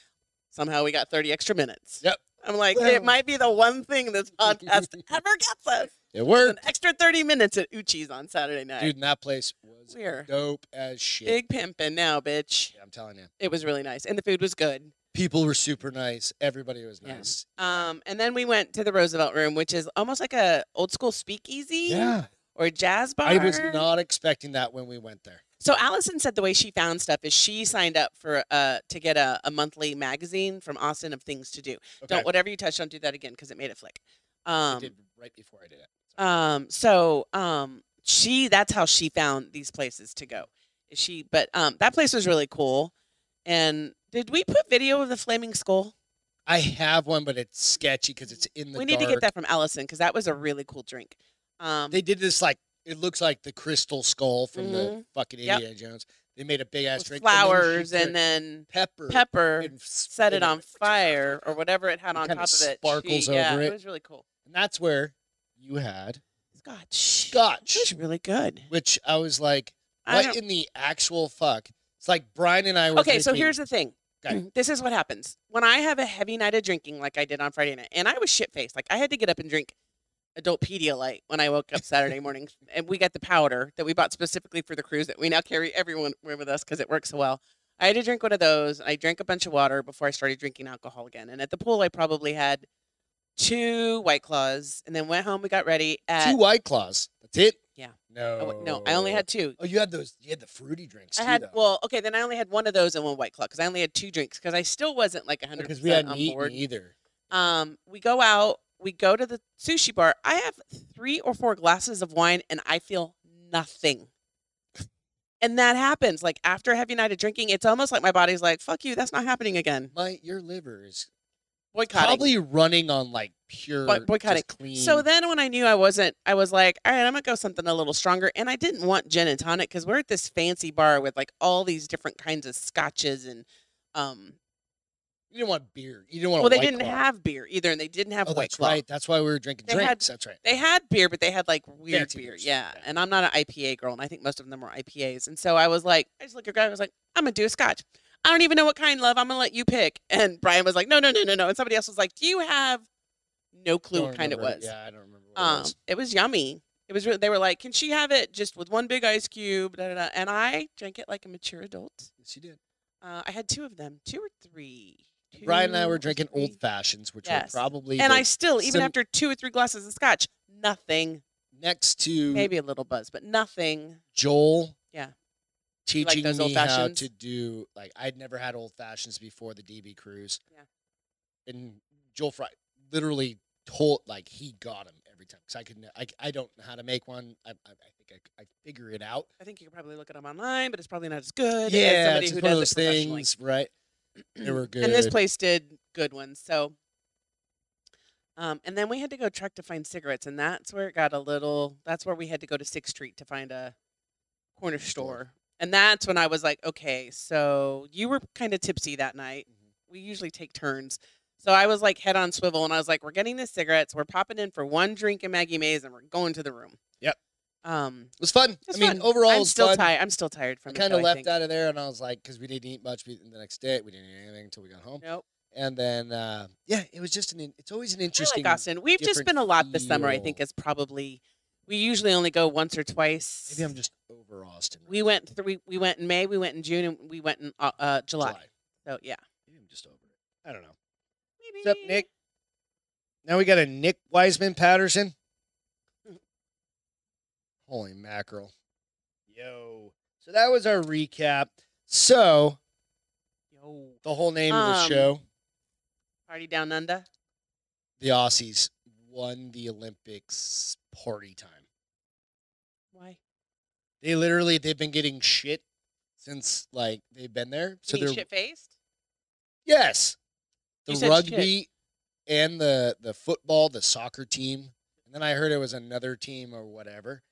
Speaker 1: Somehow we got thirty extra minutes.
Speaker 2: Yep.
Speaker 1: I'm like,
Speaker 2: Well.
Speaker 1: it might be the one thing
Speaker 2: [LAUGHS]
Speaker 1: this podcast ever gets us.
Speaker 2: It
Speaker 1: An
Speaker 2: worked,
Speaker 1: extra thirty minutes at Uchi's on Saturday night.
Speaker 2: dude. And that place was
Speaker 1: We're
Speaker 2: dope as shit.
Speaker 1: big pimping now, bitch.
Speaker 2: Yeah, I'm telling you,
Speaker 1: It was really nice, and the food was good.
Speaker 2: people were super nice. Everybody was
Speaker 1: Yeah.
Speaker 2: nice.
Speaker 1: Um, and then we went to the Roosevelt Room, which is almost like a old school speakeasy
Speaker 2: Yeah,
Speaker 1: or a jazz bar.
Speaker 2: I was not expecting that when we went there.
Speaker 1: So Allison said the way she found stuff is she signed up for uh to get a, a monthly magazine from Austin of things to do.
Speaker 2: Okay.
Speaker 1: Don't whatever you touch, don't do that again because it made it flick.
Speaker 2: I
Speaker 1: Um,
Speaker 2: did right before I did it.
Speaker 1: um, so um, she that's how she found these places to go. Is She but um that place was really cool. And did we put video of the flaming skull?
Speaker 2: I have one, but it's sketchy because it's in the.
Speaker 1: We need to get
Speaker 2: dark.
Speaker 1: that from Allison because that was a really cool drink. Um,
Speaker 2: They did this like it looks like the crystal skull from the fucking
Speaker 1: Mm-hmm. Yep.
Speaker 2: Indiana Jones. They made a big ass
Speaker 1: with
Speaker 2: drink. and then she
Speaker 1: flowers
Speaker 2: put
Speaker 1: and then
Speaker 2: pepper,
Speaker 1: pepper
Speaker 2: and s-
Speaker 1: set
Speaker 2: and
Speaker 1: it on fire or whatever it had
Speaker 2: It
Speaker 1: on top
Speaker 2: kinda
Speaker 1: of it.
Speaker 2: sparkles
Speaker 1: She- yeah,
Speaker 2: over it.
Speaker 1: It was really cool.
Speaker 2: And that's where you had
Speaker 1: Scotch. It
Speaker 2: scotch,
Speaker 1: was really good.
Speaker 2: which I was like,
Speaker 1: I
Speaker 2: what
Speaker 1: don't-
Speaker 2: in the actual fuck? It's like Brian and I were.
Speaker 1: okay, so
Speaker 2: drinking-
Speaker 1: here's the thing.
Speaker 2: Okay.
Speaker 1: This is what happens when I have a heavy night of drinking, like I did on Friday night, and I was shit faced. Like I had to get up and drink adult Pedialyte when I woke up Saturday morning, [LAUGHS] and we got the powder that we bought specifically for the cruise that we now carry everyone with us because it works so well. I had to drink one of those. I drank a bunch of water before I started drinking alcohol again. And at the pool, I probably had two White Claws, and then went home. We got ready at
Speaker 2: two white claws. That's it.
Speaker 1: Yeah.
Speaker 2: No.
Speaker 1: Oh, wait, no, I only had two.
Speaker 2: Oh, you had those. You had the fruity drinks.
Speaker 1: I
Speaker 2: too,
Speaker 1: had
Speaker 2: though.
Speaker 1: well, okay. Then I only had one of those and one white claw because I only had two drinks because I still wasn't like hundred
Speaker 2: because we
Speaker 1: percent
Speaker 2: hadn't
Speaker 1: on
Speaker 2: eaten
Speaker 1: board.
Speaker 2: either.
Speaker 1: Um, we go out, we go to the sushi bar. I have three or four glasses of wine and I feel nothing. And that happens like after a heavy night of drinking. It's almost like my body's like, "Fuck you, that's not happening again."
Speaker 2: My your liver is
Speaker 1: Boycotting.
Speaker 2: probably running on like pure
Speaker 1: Boy- boycotting.
Speaker 2: just clean.
Speaker 1: So then when I knew I wasn't, I was like, all right, I'm gonna go something a little stronger. And I didn't want gin and tonic because we're at this fancy bar with like all these different kinds of scotches and um
Speaker 2: You didn't want beer. You didn't want.
Speaker 1: Well,
Speaker 2: a
Speaker 1: they
Speaker 2: Oh, White
Speaker 1: didn't
Speaker 2: Claw.
Speaker 1: have beer either, and they didn't have
Speaker 2: Oh,
Speaker 1: White
Speaker 2: that's
Speaker 1: Claw.
Speaker 2: right. That's why we were drinking
Speaker 1: They
Speaker 2: drinks.
Speaker 1: had-
Speaker 2: that's right.
Speaker 1: They had beer, but they had like weird
Speaker 2: Fancy
Speaker 1: beer.
Speaker 2: beers,
Speaker 1: Yeah.
Speaker 2: yeah.
Speaker 1: And I'm not an IPA girl, and I think most of them were IPAs. And so I was like, I just looked at Greg. I was like, I'm gonna do a Scotch. I don't even know what kind, love. I'm gonna let you pick. And Brian was like, No, no, no, no, no. And somebody else was like, Do you have? No clue
Speaker 2: Don't
Speaker 1: what kind it
Speaker 2: remember.
Speaker 1: was.
Speaker 2: Yeah, I don't remember. What it
Speaker 1: Um,
Speaker 2: was.
Speaker 1: it was yummy. It was. Really, they were like, "Can she have it just with one big ice cube?" Da, da, da. And I drank it like a mature adult.
Speaker 2: Yes, you did.
Speaker 1: Uh, I had two of them, two or three. Two
Speaker 2: Brian and I
Speaker 1: or
Speaker 2: were drinking
Speaker 1: three.
Speaker 2: old fashions, which
Speaker 1: Yes.
Speaker 2: were probably
Speaker 1: And
Speaker 2: the-
Speaker 1: I still, even
Speaker 2: sim-
Speaker 1: after two or three glasses of scotch, nothing.
Speaker 2: next to
Speaker 1: Maybe a little buzz, but nothing.
Speaker 2: Joel.
Speaker 1: Yeah. like
Speaker 2: Teaching
Speaker 1: those
Speaker 2: me
Speaker 1: old
Speaker 2: how
Speaker 1: fashions?
Speaker 2: to do like I'd never had old fashions before the DB cruise.
Speaker 1: Yeah.
Speaker 2: And Joel Fry literally told like he got him every time because I could ne- I I don't know how to make one. I I, I think I, I figure it out.
Speaker 1: I think you can probably look at them online, but it's probably not as good. as
Speaker 2: yeah,
Speaker 1: somebody
Speaker 2: it's
Speaker 1: who
Speaker 2: just one
Speaker 1: does
Speaker 2: of those
Speaker 1: it professionally.
Speaker 2: things, right? They were
Speaker 1: [CLEARS THROAT]
Speaker 2: good.
Speaker 1: And this place did good ones. So, um, and then we had to go truck to find cigarettes, and that's where it got a little. That's where we had to go to Sixth Street to find a corner
Speaker 2: Store.
Speaker 1: store, and that's when I was like, okay, so you were kind of tipsy that night.
Speaker 2: Mhm.
Speaker 1: We usually take turns. So I was like head on swivel, and I was like, "We're getting the cigarettes. We're popping in for one drink and Maggie Mays, and we're going to the room."
Speaker 2: Yep.
Speaker 1: Um,
Speaker 2: It was fun.
Speaker 1: It's
Speaker 2: I mean,
Speaker 1: fun.
Speaker 2: overall, it
Speaker 1: I'm
Speaker 2: was
Speaker 1: still
Speaker 2: fun.
Speaker 1: tired. I'm still tired
Speaker 2: I
Speaker 1: from.
Speaker 2: kind of left
Speaker 1: out.
Speaker 2: out of there, and I was like, because we didn't eat much we- the next day. We didn't eat anything until we got home,
Speaker 1: Nope.
Speaker 2: and then uh, yeah, it was just an. in- It's always an
Speaker 1: I
Speaker 2: interesting.
Speaker 1: like Austin. We've just
Speaker 2: different
Speaker 1: been a lot this summer. I think
Speaker 2: feel.
Speaker 1: is probably we usually only go once or twice.
Speaker 2: Maybe I'm just over Austin. right
Speaker 1: We went three. We went in May. We went in June, and we went in uh, uh,
Speaker 2: now.
Speaker 1: July. So yeah.
Speaker 2: Maybe I'm just over it. I don't know.
Speaker 1: Maybe.
Speaker 2: What's up, Nick? Now we got a Nick Wiseman Patterson. Holy mackerel! Yo. So that was our recap. So
Speaker 1: Yo,
Speaker 2: the whole name of the
Speaker 1: Um,
Speaker 2: show.
Speaker 1: party down under.
Speaker 2: the Aussies won the Olympics party time.
Speaker 1: Why?
Speaker 2: They literally they've been getting shit since like they've been there. So
Speaker 1: So
Speaker 2: they're
Speaker 1: shit faced.
Speaker 2: yes, the
Speaker 1: You said
Speaker 2: rugby and the the football, the soccer team, and then I heard it was another team or whatever.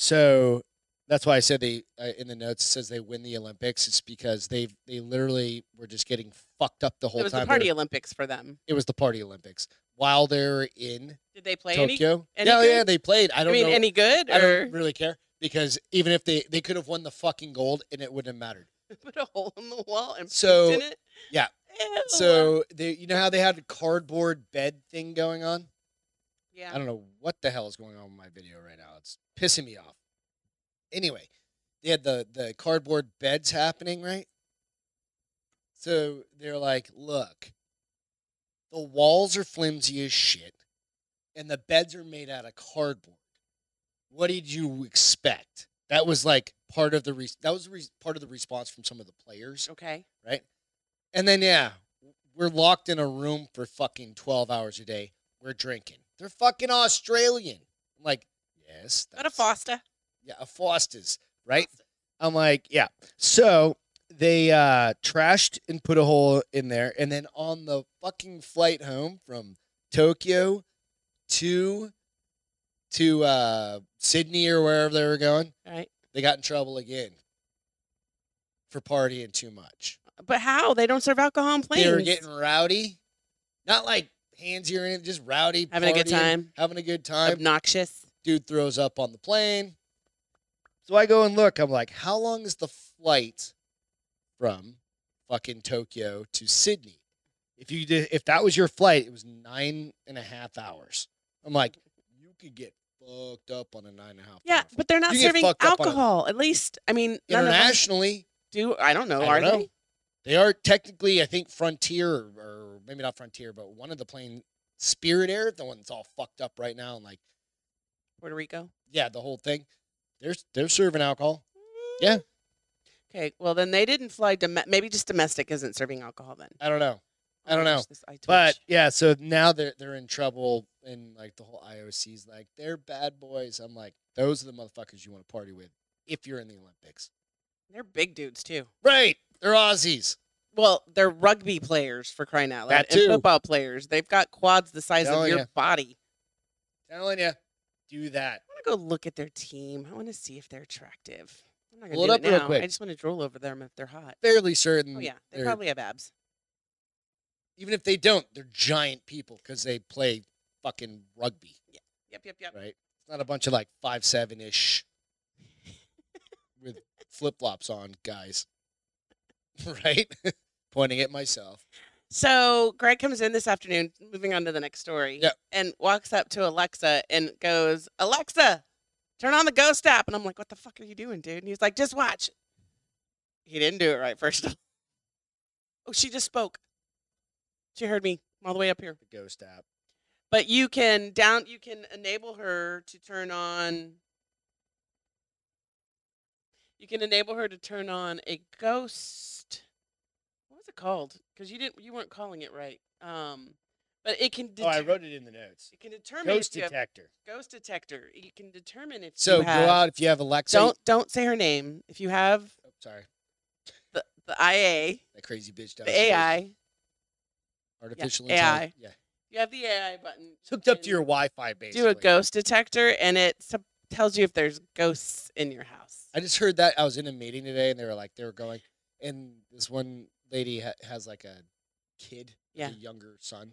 Speaker 2: So that's why I said they uh, in the notes it says they win the Olympics. It's because they have they literally were just getting fucked up the whole
Speaker 1: It was
Speaker 2: time.
Speaker 1: the
Speaker 2: they were-
Speaker 1: party Olympics for them.
Speaker 2: it was the party Olympics while they were in
Speaker 1: Did they play any?
Speaker 2: Tokyo.
Speaker 1: any
Speaker 2: yeah,
Speaker 1: good?
Speaker 2: yeah, they played. I
Speaker 1: I,
Speaker 2: don't
Speaker 1: mean,
Speaker 2: know.
Speaker 1: any good
Speaker 2: I
Speaker 1: or
Speaker 2: don't really care because even if they they could have won the fucking gold and it wouldn't have mattered.
Speaker 1: [LAUGHS] put a hole in the wall and
Speaker 2: So,
Speaker 1: pooped in it?
Speaker 2: yeah.
Speaker 1: Ew.
Speaker 2: [LAUGHS] So they, you know how they had a cardboard bed thing going on.
Speaker 1: yeah.
Speaker 2: I don't know what the hell is going on with my video right now. It's pissing me off. Anyway, they had the the cardboard beds happening, right? So they're like, look, the walls are flimsy as shit, and the beds are made out of cardboard. What did you expect? That was like part of the re- that was the re- part of the response from some of the players
Speaker 1: Okay.
Speaker 2: right? And then yeah, we're locked in a room for fucking twelve hours a day. We're drinking. They're fucking Australian. I'm like, yes,
Speaker 1: Not a Fosta.
Speaker 2: yeah, a Foster's, right? I'm like, yeah. So they uh trashed and put a hole in there, and then on the fucking flight home from Tokyo to to uh Sydney or wherever they were going,
Speaker 1: All right.
Speaker 2: they got in trouble again for partying too much.
Speaker 1: But how? They don't serve alcohol on planes.
Speaker 2: They were getting rowdy, not like handsy or anything, just rowdy,
Speaker 1: Having a good
Speaker 2: partying,
Speaker 1: time.
Speaker 2: having a good time.
Speaker 1: obnoxious.
Speaker 2: Dude throws up on the plane. So I go and look. I'm like, how long is the flight from fucking Tokyo to Sydney? If you did, if that was your flight, it was nine and a half hours. I'm like, you could get fucked up on a nine and a half.
Speaker 1: Yeah,
Speaker 2: hour flight.
Speaker 1: but they're not
Speaker 2: You get
Speaker 1: serving
Speaker 2: fucked up on a-
Speaker 1: alcohol. At least, I mean, none of us
Speaker 2: internationally,
Speaker 1: do. I don't know.
Speaker 2: I
Speaker 1: are
Speaker 2: don't know.
Speaker 1: they?
Speaker 2: They are technically, I think, Frontier or, or maybe not Frontier, but one of the plane Spirit Air, the one that's all fucked up right now, and like
Speaker 1: Puerto Rico.
Speaker 2: yeah, the whole thing. They're they're serving alcohol. Yeah.
Speaker 1: Okay. Well, then they didn't fly. Dom- maybe just domestic isn't serving alcohol then.
Speaker 2: I don't know,
Speaker 1: Oh
Speaker 2: I
Speaker 1: my
Speaker 2: don't
Speaker 1: gosh,
Speaker 2: know.
Speaker 1: this- I twitch.
Speaker 2: but yeah, so now they're they're in trouble, and like the whole IOC's like they're bad boys. I'm like, those are the motherfuckers you want to party with if you're in the Olympics,
Speaker 1: they're big dudes too.
Speaker 2: right? They're Aussies.
Speaker 1: Well, they're rugby players for crying out loud,
Speaker 2: That too. Oh,
Speaker 1: and football players. They've got quads the size of
Speaker 2: Telling
Speaker 1: your
Speaker 2: ya.
Speaker 1: body.
Speaker 2: Telling you, do that.
Speaker 1: I want to go look at their team. I want to see if they're attractive. I'm not gonna
Speaker 2: Pull it
Speaker 1: do
Speaker 2: up real
Speaker 1: now.
Speaker 2: quick. Mm,
Speaker 1: I just want to drool over them if they're hot.
Speaker 2: Fairly certain.
Speaker 1: Oh yeah, they
Speaker 2: they're-
Speaker 1: probably have abs.
Speaker 2: Even if they don't, they're giant people because they play fucking rugby,
Speaker 1: Yep, yep, yep.
Speaker 2: right? It's not a bunch of like five seven ish with flip flops on guys, [LAUGHS] right? Pointing at myself.
Speaker 1: So Greg comes in this afternoon, moving on to the next story,
Speaker 2: Yeah.
Speaker 1: and walks up to Alexa and goes, Alexa, turn on the ghost app. And I'm like, what the fuck are you doing, dude? And he's like, just watch. He didn't do it right, first of all. Oh, she just spoke. She heard me I'm all the way up here.
Speaker 2: The ghost app.
Speaker 1: But you can down you can enable her to turn on you can enable her to turn on a ghost what was it called? Because you didn't you weren't calling it right. Um but it can
Speaker 2: oh, I
Speaker 1: deter-
Speaker 2: wrote it in the notes.
Speaker 1: it can determine
Speaker 2: Ghost
Speaker 1: if you have
Speaker 2: detector.
Speaker 1: ghost detector. You can determine if
Speaker 2: So
Speaker 1: you
Speaker 2: go
Speaker 1: have,
Speaker 2: out if you have Alexa.
Speaker 1: don't don't say her name. If you have
Speaker 2: Oh, sorry,
Speaker 1: the, the IA,
Speaker 2: that crazy bitch. down
Speaker 1: the
Speaker 2: there.
Speaker 1: AI,
Speaker 2: Artificial
Speaker 1: AI.
Speaker 2: intelligence. Yeah.
Speaker 1: you have the AI button.
Speaker 2: It's hooked up
Speaker 1: and-
Speaker 2: to your Wi-Fi, basically.
Speaker 1: do a ghost detector and it sup- tells you if there's ghosts in your house.
Speaker 2: I just heard that I was in a meeting today, and they were like, they were going, and this one lady ha- has like a kid,
Speaker 1: Yeah.
Speaker 2: like a younger son,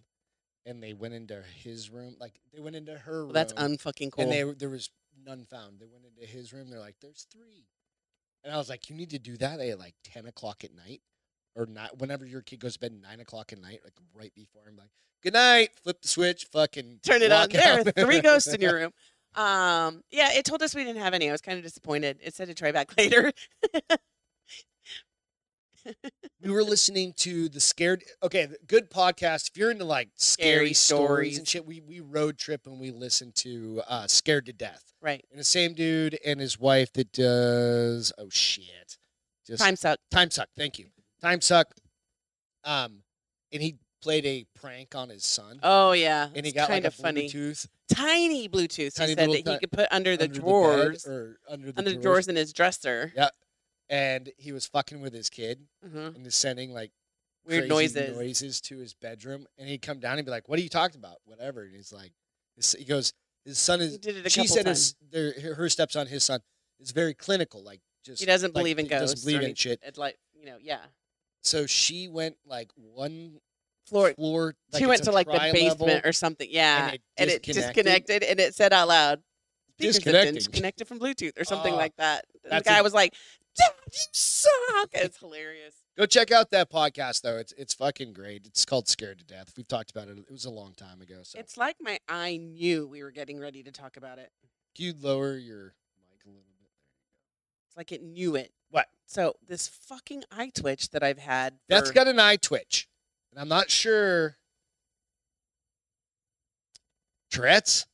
Speaker 2: and they went into his room, like they went into her room.
Speaker 1: Well, Oh, that's unfucking cool.
Speaker 2: And they, there was none found. They went into his room. They're like, there's three, and I was like, you need to do that at like ten o'clock at night, or not whenever your kid goes to bed nine o'clock at night, like right before. I'm like, good night. Flip the switch. Fucking
Speaker 1: Turn it on.
Speaker 2: walk
Speaker 1: There
Speaker 2: out.
Speaker 1: are three
Speaker 2: [LAUGHS]
Speaker 1: ghosts in your room. Um, yeah, it told us we didn't have any. I was kind of disappointed. It said to try back [LAUGHS] later.
Speaker 2: we were listening to the scared okay th- good podcast if you're into like
Speaker 1: Scary
Speaker 2: scary, stories.
Speaker 1: stories.
Speaker 2: and shit we we road trip and we listened to uh scared to death
Speaker 1: Right.
Speaker 2: and the same dude and his wife that does oh shit just
Speaker 1: Time suck.
Speaker 2: time suck thank you time suck um and he played a prank on his son
Speaker 1: Oh yeah.
Speaker 2: and he
Speaker 1: it's
Speaker 2: got
Speaker 1: kind
Speaker 2: like a
Speaker 1: of funny.
Speaker 2: Bluetooth
Speaker 1: Tiny Bluetooth.
Speaker 2: Tiny
Speaker 1: he said
Speaker 2: little
Speaker 1: that he
Speaker 2: ti-
Speaker 1: could put under the
Speaker 2: under bed
Speaker 1: drawers,
Speaker 2: or under the
Speaker 1: under the
Speaker 2: drawers,
Speaker 1: drawers in his dresser.
Speaker 2: Yeah. and he was fucking with his kid
Speaker 1: Mhm.
Speaker 2: and is sending like
Speaker 1: Weird
Speaker 2: crazy
Speaker 1: noises.
Speaker 2: noises to his bedroom, and he'd come down and be like, "What are you talking about?" Whatever. And he's like, his- he goes, "His son
Speaker 1: He
Speaker 2: is."
Speaker 1: did it a
Speaker 2: She
Speaker 1: couple
Speaker 2: said
Speaker 1: times.
Speaker 2: his their, her- her stepson, his son, is very clinical. Like just
Speaker 1: He doesn't
Speaker 2: like,
Speaker 1: believe in
Speaker 2: he
Speaker 1: ghosts.
Speaker 2: Doesn't believe
Speaker 1: or
Speaker 2: in shit.
Speaker 1: anything. It's like you know, yeah.
Speaker 2: So she went like one
Speaker 1: Floor
Speaker 2: floor. Like,
Speaker 1: she
Speaker 2: it's
Speaker 1: went
Speaker 2: a
Speaker 1: to like the basement
Speaker 2: tri-level.
Speaker 1: or something. Yeah.
Speaker 2: it
Speaker 1: And it
Speaker 2: disconnected.
Speaker 1: disconnected and it said out loud, speakers have been
Speaker 2: Disconnecting.
Speaker 1: disconnected from Bluetooth or something
Speaker 2: Oh,
Speaker 1: like that. And the
Speaker 2: that's
Speaker 1: guy
Speaker 2: a-
Speaker 1: was like, Dad, you suck. It's hilarious.
Speaker 2: Go check out that podcast though. It's it's fucking great. It's called Scared to Death. We've talked about it. It was a long time ago. So
Speaker 1: It's like my I knew we were getting ready to talk about it.
Speaker 2: can you lower your mic a little bit?
Speaker 1: It's like it knew it.
Speaker 2: What?
Speaker 1: So this fucking eye twitch that I've had.
Speaker 2: That's
Speaker 1: for-
Speaker 2: got an eye twitch, and I'm not sure. Tourette's.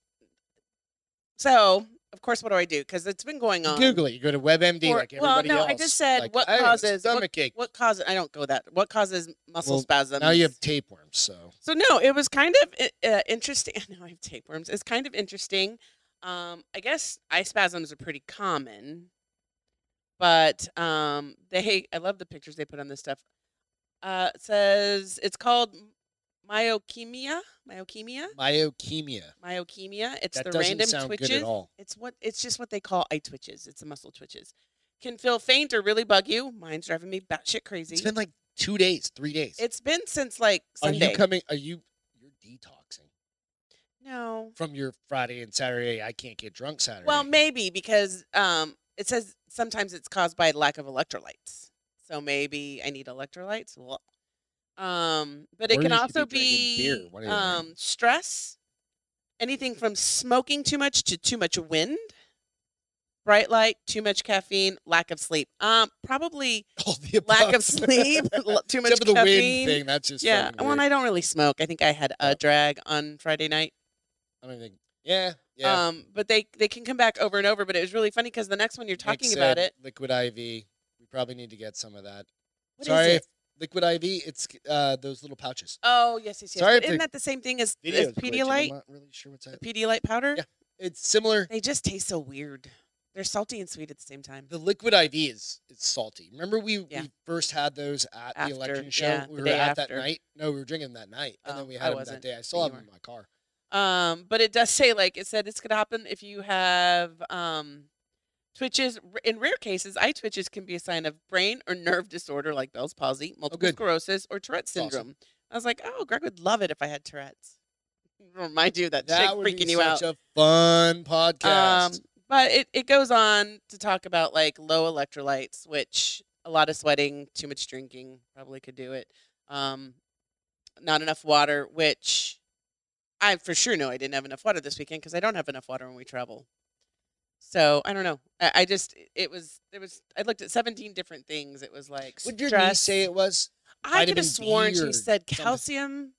Speaker 1: So, of course, what do I do? Because it's been going
Speaker 2: You
Speaker 1: on.
Speaker 2: Google it. You go to WebMD
Speaker 1: Um, Or-
Speaker 2: like
Speaker 1: well,
Speaker 2: everybody
Speaker 1: no,
Speaker 2: else.
Speaker 1: I just said
Speaker 2: Like,
Speaker 1: what
Speaker 2: I have a
Speaker 1: causes- what-
Speaker 2: stomach ache.
Speaker 1: What causes, I don't go that. What causes muscle
Speaker 2: Well,
Speaker 1: spasms?
Speaker 2: Now you have tapeworms. So
Speaker 1: So no, it was kind of i- uh, interesting. [LAUGHS] Now I have tapeworms. It's kind of interesting. Um, I guess eye spasms are pretty common, but um, they. I love the pictures they put on this stuff. Uh, it says it's called m- myochemia. Myochemia.
Speaker 2: myochemia.
Speaker 1: Myochemia. It's
Speaker 2: that
Speaker 1: the
Speaker 2: doesn't
Speaker 1: random
Speaker 2: sound
Speaker 1: twitches.
Speaker 2: good at all.
Speaker 1: It's what it's just what they call eye twitches. It's the muscle twitches. Can feel faint or really bug you. Mine's driving me batshit crazy.
Speaker 2: It's been like two days, three days.
Speaker 1: It's been since like
Speaker 2: are
Speaker 1: Sunday.
Speaker 2: you coming? Are you? You're detoxing
Speaker 1: no.
Speaker 2: from your Friday and Saturday. I can't get drunk Saturday. [LAUGHS]
Speaker 1: Well, maybe because um, it says sometimes it's caused by lack of electrolytes. So maybe I need electrolytes. Well, um, but it
Speaker 2: Or
Speaker 1: can
Speaker 2: you could be
Speaker 1: also
Speaker 2: drinking beer,
Speaker 1: be,
Speaker 2: one or the other.
Speaker 1: um, stress, anything from smoking too much to too much wind, bright light, too much caffeine, lack of sleep. Um,
Speaker 2: [LAUGHS]
Speaker 1: probably
Speaker 2: all the above.
Speaker 1: lack of
Speaker 2: [LAUGHS]
Speaker 1: sleep, [LAUGHS] l- too much
Speaker 2: Except for the
Speaker 1: caffeine.
Speaker 2: wind thing. That's just
Speaker 1: Yeah,
Speaker 2: fucking
Speaker 1: well, and
Speaker 2: weird.
Speaker 1: I don't really smoke. I think I had a
Speaker 2: Yep.
Speaker 1: drag on Friday night.
Speaker 2: I don't think. Yeah, yeah.
Speaker 1: Um, but they they can come back over and over. But it was really funny because the next one you're
Speaker 2: Nick
Speaker 1: talking about
Speaker 2: said
Speaker 1: it.
Speaker 2: Liquid IV. We probably need to get some of that.
Speaker 1: What is
Speaker 2: Sorry,
Speaker 1: it?
Speaker 2: Liquid IV. It's uh, those little pouches.
Speaker 1: Oh yes, yes, yes.
Speaker 2: Sorry
Speaker 1: But
Speaker 2: if
Speaker 1: Isn't
Speaker 2: the
Speaker 1: that the same thing as, as
Speaker 2: Video's glitching. I'm
Speaker 1: Pedialyte?
Speaker 2: not really sure what's
Speaker 1: The
Speaker 2: happening.
Speaker 1: Pedialyte powder.
Speaker 2: Yeah. It's similar.
Speaker 1: They just taste so weird. They're salty and sweet at the same time.
Speaker 2: The Liquid IV is it's salty. Remember we,
Speaker 1: Yeah.
Speaker 2: we first had those at
Speaker 1: After,
Speaker 2: the election show.
Speaker 1: yeah,
Speaker 2: we
Speaker 1: the
Speaker 2: were
Speaker 1: day
Speaker 2: at that
Speaker 1: after.
Speaker 2: night. No, we were drinking them that night, and
Speaker 1: Oh,
Speaker 2: then we
Speaker 1: I
Speaker 2: had them
Speaker 1: wasn't,
Speaker 2: that day. I
Speaker 1: but
Speaker 2: still have
Speaker 1: you
Speaker 2: them in my car.
Speaker 1: Um, but it does say like it said it's gonna happen if you have um twitches. R- In rare cases, eye twitches can be a sign of brain or nerve disorder like Bell's palsy, multiple
Speaker 2: Oh, good.
Speaker 1: sclerosis, or Tourette
Speaker 2: awesome.
Speaker 1: syndrome. I was like, oh, Greg would love it if I had Tourette's. [LAUGHS] Remind you of that,
Speaker 2: That
Speaker 1: chick
Speaker 2: would
Speaker 1: freaking
Speaker 2: be
Speaker 1: you out.
Speaker 2: such a fun podcast.
Speaker 1: Um, but it, it goes on to talk about like low electrolytes, which a lot of sweating, too much drinking probably could do it. Um, not enough water, which I for sure know I didn't have enough water this weekend because I don't have enough water when we travel. So I don't know. I, I just it was it was I looked at seventeen different things. It was like
Speaker 2: Would your niece
Speaker 1: stress.
Speaker 2: say it was
Speaker 1: I could
Speaker 2: vitamin
Speaker 1: have
Speaker 2: D
Speaker 1: sworn
Speaker 2: or
Speaker 1: she said
Speaker 2: something?
Speaker 1: calcium,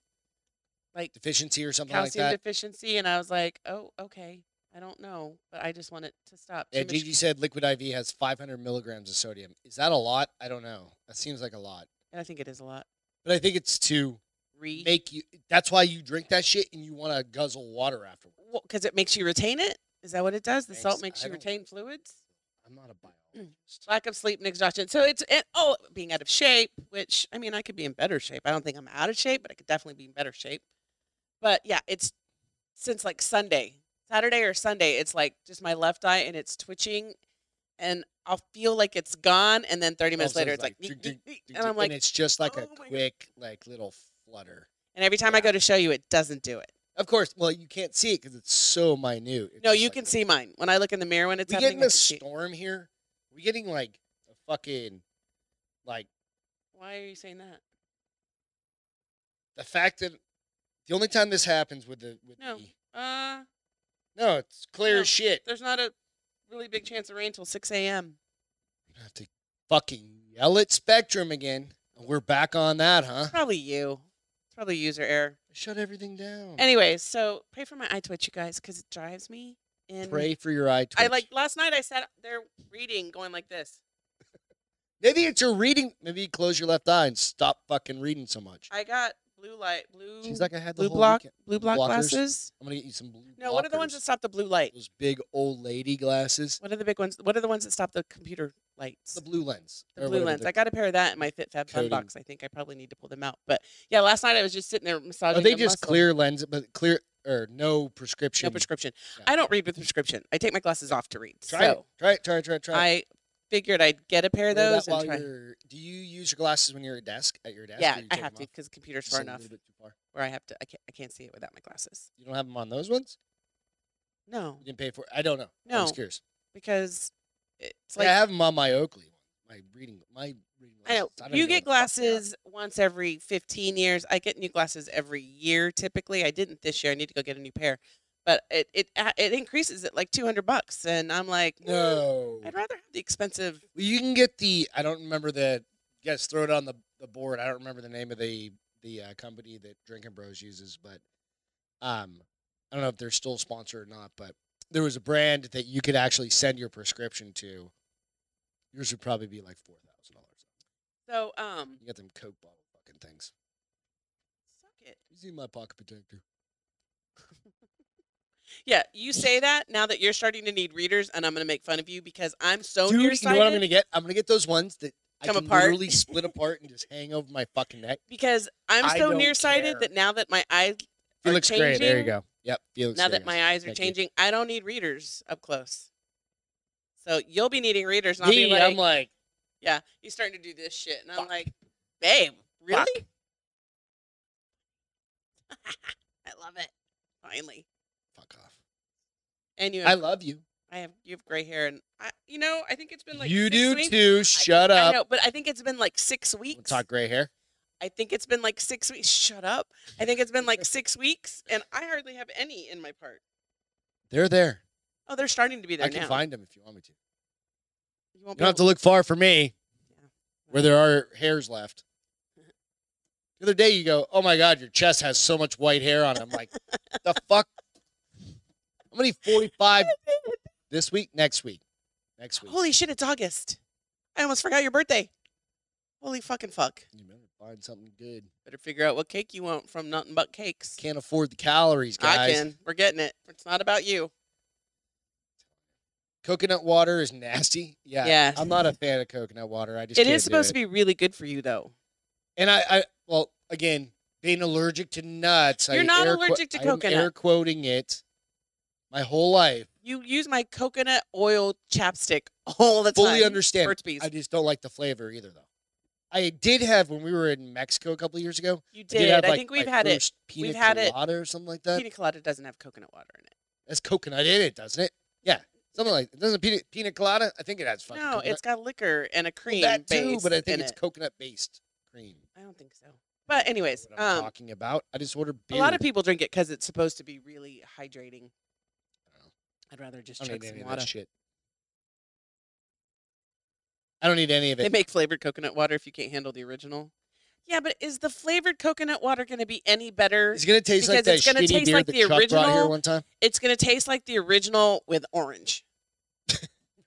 Speaker 1: like
Speaker 2: deficiency or something
Speaker 1: calcium
Speaker 2: like that?
Speaker 1: deficiency, and I was like, oh, okay, I don't know, but I just want it to stop. Too
Speaker 2: Yeah,
Speaker 1: much-
Speaker 2: Gigi said liquid IV has 500 milligrams of sodium. Is that a lot? I don't know. That seems like a lot,
Speaker 1: and I think it is a lot.
Speaker 2: but I think it's to
Speaker 1: Re,
Speaker 2: make you. That's why you drink that shit and you want to guzzle water afterward.
Speaker 1: because it makes you retain it. Is that what it does? The
Speaker 2: Thanks.
Speaker 1: salt makes
Speaker 2: I
Speaker 1: you
Speaker 2: don't-
Speaker 1: retain fluids.
Speaker 2: I'm not a
Speaker 1: Mm.
Speaker 2: biologist.
Speaker 1: Lack of sleep and exhaustion. So it's and, oh, being out of shape, which I mean, I could be in better shape. I don't think I'm out of shape, but I could definitely be in better shape. But yeah, it's since like Sunday, Saturday or Sunday, it's like just my left eye and it's twitching, and I'll feel like it's gone, and then 30 minutes
Speaker 2: Also,
Speaker 1: later,
Speaker 2: Oh, it's
Speaker 1: it's like,
Speaker 2: like, "Ding,
Speaker 1: "Eek,
Speaker 2: ding,
Speaker 1: eek, eek,"
Speaker 2: Dude,
Speaker 1: and I'm
Speaker 2: and
Speaker 1: like,
Speaker 2: it's just like
Speaker 1: "Oh
Speaker 2: a
Speaker 1: my God."
Speaker 2: quick, like little flutter.
Speaker 1: and every time I
Speaker 2: yeah.
Speaker 1: go to show you, it doesn't do it.
Speaker 2: Of course, well, you can't see it because it's so minute. It's
Speaker 1: No,
Speaker 2: just
Speaker 1: you
Speaker 2: like
Speaker 1: can
Speaker 2: a-
Speaker 1: see mine when I look in the mirror when it's
Speaker 2: we
Speaker 1: happening.
Speaker 2: getting
Speaker 1: I can
Speaker 2: a
Speaker 1: see it.
Speaker 2: storm here. We getting like a fucking, like
Speaker 1: Why are you saying that?
Speaker 2: the fact that the only time this happens with the with
Speaker 1: No.
Speaker 2: the
Speaker 1: Uh,
Speaker 2: no, it's clear
Speaker 1: No.
Speaker 2: as shit.
Speaker 1: there's not a really big chance of rain till 6 a.m.
Speaker 2: I have to fucking yell at Spectrum again. We're back on that, huh?
Speaker 1: Probably you. It's probably user error.
Speaker 2: Shut everything
Speaker 1: Oh.
Speaker 2: down.
Speaker 1: Anyways, so pray for my eye twitch, you guys, because it drives me in.
Speaker 2: Pray for your eye twitch.
Speaker 1: I like last night. I sat there reading, going like this.
Speaker 2: Maybe it's your reading. Maybe close your left eye and stop fucking reading so much.
Speaker 1: I got blue light, blue,
Speaker 2: She's like, I had the
Speaker 1: blue
Speaker 2: whole
Speaker 1: block,
Speaker 2: weekend.
Speaker 1: blue block
Speaker 2: blockers.
Speaker 1: glasses.
Speaker 2: I'm gonna get you some blue.
Speaker 1: No, what are the ones
Speaker 2: blockers.
Speaker 1: that stop the blue light?
Speaker 2: Those big old lady glasses.
Speaker 1: What are the big ones? What are the ones that stop the computer lights?
Speaker 2: The blue lens.
Speaker 1: The
Speaker 2: or
Speaker 1: blue
Speaker 2: whatever
Speaker 1: lens.
Speaker 2: they're-
Speaker 1: I got a pair of that in my FitFab Fun
Speaker 2: coating.
Speaker 1: box. I think I probably need to pull them out. But yeah, last night I was just sitting there massaging.
Speaker 2: Are Oh, they
Speaker 1: the
Speaker 2: just
Speaker 1: muscle.
Speaker 2: clear lens, but clear or no prescription?
Speaker 1: No prescription.
Speaker 2: Yeah.
Speaker 1: I don't read with prescription. I take my glasses off to read.
Speaker 2: Try
Speaker 1: so
Speaker 2: it. Try it. Try it. Try it. Try it.
Speaker 1: I figured I'd get a pair of
Speaker 2: Wear
Speaker 1: those
Speaker 2: that while
Speaker 1: and try.
Speaker 2: you're- Do you use your glasses when you're at desk? At your desk? or
Speaker 1: Yeah,
Speaker 2: you
Speaker 1: I
Speaker 2: take
Speaker 1: have to
Speaker 2: them off?
Speaker 1: because the computer's
Speaker 2: Just
Speaker 1: far
Speaker 2: a little
Speaker 1: enough
Speaker 2: bit too far.
Speaker 1: where I have to. I can't, I can't see it without my glasses.
Speaker 2: You don't have them on those ones?
Speaker 1: No,
Speaker 2: You didn't pay for. I don't know. I was
Speaker 1: No.
Speaker 2: curious.
Speaker 1: because it's
Speaker 2: Yeah,
Speaker 1: like
Speaker 2: I have them on my Oakley one. My reading. My reading.
Speaker 1: I know
Speaker 2: Glasses. don't
Speaker 1: you
Speaker 2: even
Speaker 1: get
Speaker 2: know what the fuck they are.
Speaker 1: glasses once every 15 years. I get new glasses every year typically. I didn't this year. I need to go get a new pair. But it it a- it increases at like 200 bucks and I'm like, "Mm,
Speaker 2: No.
Speaker 1: I'd rather have the expensive.
Speaker 2: Well, you can get the. I don't remember the. You guys throw it on the, the board. I don't remember the name of the the uh, company that Drinking Bros uses, but um, I don't know if they're still a sponsor or not. But there was a brand that you could actually send your prescription to. Yours would probably be like four thousand dollars.
Speaker 1: So um
Speaker 2: You got them Coke bottle fucking things.
Speaker 1: suck it.
Speaker 2: You see my pocket protector?
Speaker 1: Yeah, you say that now that you're starting to need readers and I'm going to make fun of you because I'm so
Speaker 2: Dude, you
Speaker 1: nearsighted
Speaker 2: know what I'm gonna get? I'm gonna get those ones that
Speaker 1: Come
Speaker 2: I can
Speaker 1: apart. [LAUGHS]
Speaker 2: literally split apart and just hang over my fucking neck.
Speaker 1: because I'm
Speaker 2: I
Speaker 1: so
Speaker 2: don't
Speaker 1: nearsighted
Speaker 2: care.
Speaker 1: that now that my eyes are
Speaker 2: Felix Gray, there you
Speaker 1: changing,
Speaker 2: go. Yep, Felix.
Speaker 1: now
Speaker 2: Gray
Speaker 1: that
Speaker 2: is-
Speaker 1: my eyes are
Speaker 2: Thank you.
Speaker 1: changing, I don't need readers up close. So you'll be needing readers, and I'll be
Speaker 2: Me,
Speaker 1: like,
Speaker 2: I'm like.
Speaker 1: "Yeah, he's starting to do this shit," and I'm
Speaker 2: Fuck.
Speaker 1: like, "Babe, really?
Speaker 2: Fuck.
Speaker 1: [LAUGHS] I love it. Finally."
Speaker 2: Fuck off.
Speaker 1: And you,
Speaker 2: I
Speaker 1: have,
Speaker 2: love you.
Speaker 1: I, have you have gray hair, and I, you know, I think it's been like
Speaker 2: you
Speaker 1: six
Speaker 2: do
Speaker 1: weeks.
Speaker 2: too. Shut
Speaker 1: I
Speaker 2: up.
Speaker 1: know, but I think it's been like six weeks.
Speaker 2: We'll talk gray hair.
Speaker 1: I think it's been like six weeks. Shut up. I think it's been like six weeks, and I hardly have any in my part.
Speaker 2: They're there.
Speaker 1: Oh, they're starting to be there
Speaker 2: I can
Speaker 1: now.
Speaker 2: find them if you want me to. You
Speaker 1: you won't
Speaker 2: don't have
Speaker 1: able-
Speaker 2: to look far for me
Speaker 1: Yeah.
Speaker 2: where there are
Speaker 1: [LAUGHS]
Speaker 2: hairs left. The other day you go, oh my God, your chest has so much white hair on it. I'm like, the
Speaker 1: [LAUGHS]
Speaker 2: fuck? I'm going to be 45 this week, next week. Next week.
Speaker 1: Holy shit, it's August. I almost forgot your birthday. Holy fucking fuck.
Speaker 2: You better find something good.
Speaker 1: Better figure out what cake you want from Nothing But Cakes.
Speaker 2: Can't afford the calories, guys.
Speaker 1: I can. We're getting it. It's not about you.
Speaker 2: Coconut water is nasty. Yeah.
Speaker 1: Yeah.
Speaker 2: I'm not a fan of coconut water. I just
Speaker 1: It
Speaker 2: can't
Speaker 1: is
Speaker 2: do
Speaker 1: supposed
Speaker 2: it.
Speaker 1: to be really good for you, though.
Speaker 2: And I, I well, again, being allergic to nuts. I
Speaker 1: You're not
Speaker 2: air quo-
Speaker 1: allergic to
Speaker 2: I am
Speaker 1: coconut.
Speaker 2: Air quoting it, my whole life.
Speaker 1: You use my coconut oil chapstick [LAUGHS] all the time.
Speaker 2: Fully understand.
Speaker 1: Burt's Bees.
Speaker 2: I just don't like the flavor either, though. I did have when we were in Mexico a couple years ago.
Speaker 1: You
Speaker 2: I
Speaker 1: did.
Speaker 2: have,
Speaker 1: I
Speaker 2: like,
Speaker 1: think we've
Speaker 2: my
Speaker 1: had it.
Speaker 2: first Pina
Speaker 1: We've had it-
Speaker 2: colada or something like that.
Speaker 1: Pina colada doesn't have coconut water in it.
Speaker 2: That's coconut in it, doesn't it? Yeah, something like doesn't pina, pina colada. I think it has fucking
Speaker 1: No,
Speaker 2: coconut.
Speaker 1: it's got liquor and a cream
Speaker 2: Well, that too,
Speaker 1: base
Speaker 2: but I think
Speaker 1: in
Speaker 2: it's
Speaker 1: it.
Speaker 2: coconut based cream.
Speaker 1: I don't think so. But anyways,
Speaker 2: what I'm
Speaker 1: um,
Speaker 2: talking about. I just ordered
Speaker 1: a
Speaker 2: beer.
Speaker 1: lot of people drink it because it's supposed to be really hydrating.
Speaker 2: Oh.
Speaker 1: I'd rather just
Speaker 2: I don't
Speaker 1: drink
Speaker 2: need any
Speaker 1: some
Speaker 2: of that
Speaker 1: water.
Speaker 2: shit. I don't need any of
Speaker 1: They
Speaker 2: it.
Speaker 1: make flavored coconut water if you can't handle the original. Yeah, but is the flavored coconut water going to be any better?
Speaker 2: It's gonna taste like that
Speaker 1: because it's gonna
Speaker 2: shitty
Speaker 1: taste
Speaker 2: beer
Speaker 1: like
Speaker 2: that
Speaker 1: the
Speaker 2: Chuck brought here
Speaker 1: original.
Speaker 2: one time,
Speaker 1: It's going to taste like the original with orange.
Speaker 2: [LAUGHS]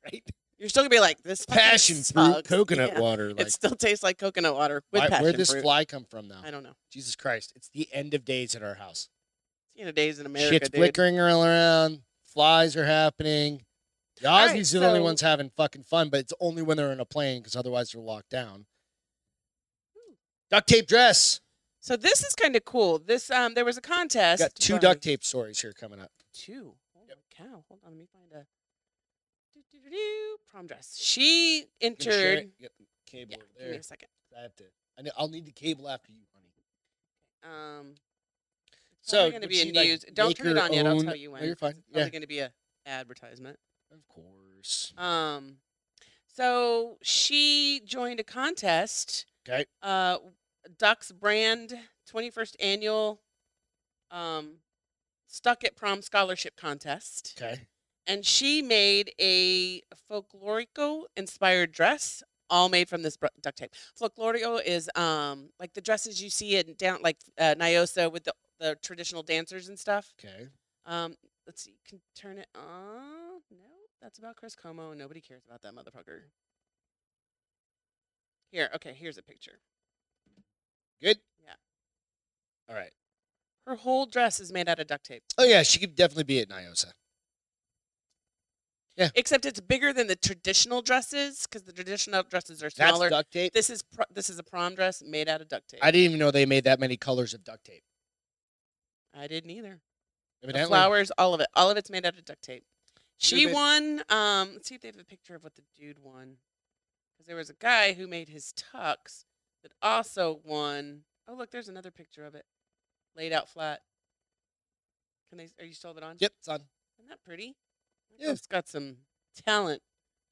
Speaker 2: right?
Speaker 1: You're still going to be like this fucking
Speaker 2: Passion fruit
Speaker 1: sucks.
Speaker 2: coconut
Speaker 1: Yeah.
Speaker 2: water. Like,
Speaker 1: It still tastes like coconut water with
Speaker 2: why,
Speaker 1: passion
Speaker 2: where'd this
Speaker 1: fruit.
Speaker 2: fly come from now?
Speaker 1: I don't know.
Speaker 2: Jesus Christ! It's the end of days at our house.
Speaker 1: You know, days in America,
Speaker 2: Shit's
Speaker 1: dude.
Speaker 2: flickering all around. Flies are happening. The Aussies
Speaker 1: right,
Speaker 2: are the only
Speaker 1: so-
Speaker 2: ones having fucking fun, but it's only when they're in a plane because otherwise they're locked down. Duct tape dress.
Speaker 1: So this is kind of cool. This um, there was a contest.
Speaker 2: Got two
Speaker 1: by-
Speaker 2: duct tape stories here coming up.
Speaker 1: Two. Holy cow! Hold on, let me find a. Do-do-do-do. Prom dress. She
Speaker 2: Gonna share
Speaker 1: entered.
Speaker 2: it. Get the cable
Speaker 1: Yeah,
Speaker 2: over
Speaker 1: give me
Speaker 2: there.
Speaker 1: a second.
Speaker 2: I have to. I know, I'll need the cable after you, honey.
Speaker 1: Um, it's
Speaker 2: So
Speaker 1: probably gonna
Speaker 2: would
Speaker 1: be a
Speaker 2: she, like,
Speaker 1: news. Don't
Speaker 2: make
Speaker 1: turn it
Speaker 2: her
Speaker 1: on yet. I'll
Speaker 2: own-
Speaker 1: tell you when.
Speaker 2: No, you're fine.
Speaker 1: It's probably
Speaker 2: Yeah,
Speaker 1: going to be a advertisement.
Speaker 2: of course.
Speaker 1: Um, so she joined a contest.
Speaker 2: Okay.
Speaker 1: Uh, Ducks Brand 21st Annual um, Stuck at Prom Scholarship Contest.
Speaker 2: Okay.
Speaker 1: and she made a folklorico inspired dress all made from this br- duct tape folklorico is um like the dresses you see in down like uh, niosa with the, the traditional dancers and stuff
Speaker 2: Okay.
Speaker 1: um let's see can turn it on no that's about chris como and nobody cares about that motherfucker here okay here's a picture
Speaker 2: Good.
Speaker 1: Yeah.
Speaker 2: All right.
Speaker 1: her whole dress is made out of duct tape
Speaker 2: Oh yeah, she could definitely be at Niosa.
Speaker 1: except it's bigger than the traditional dresses because the traditional dresses are
Speaker 2: That's
Speaker 1: smaller
Speaker 2: duct tape.
Speaker 1: This is pr- this is a prom dress made out of duct tape.
Speaker 2: I didn't even know they made that many colors of duct tape.
Speaker 1: I didn't either. The
Speaker 2: Evidently,
Speaker 1: flowers, all of it, all of it's made out of duct tape. She
Speaker 2: Stupid.
Speaker 1: won. Um, let's see if they have a picture of what the dude won, because there was a guy who made his tux that also won. Oh look, there's another picture of it, laid out flat. Can they? Are you still have it on?
Speaker 2: Yep, son.
Speaker 1: Isn't that pretty? That
Speaker 2: Yeah.
Speaker 1: girl's got some talent.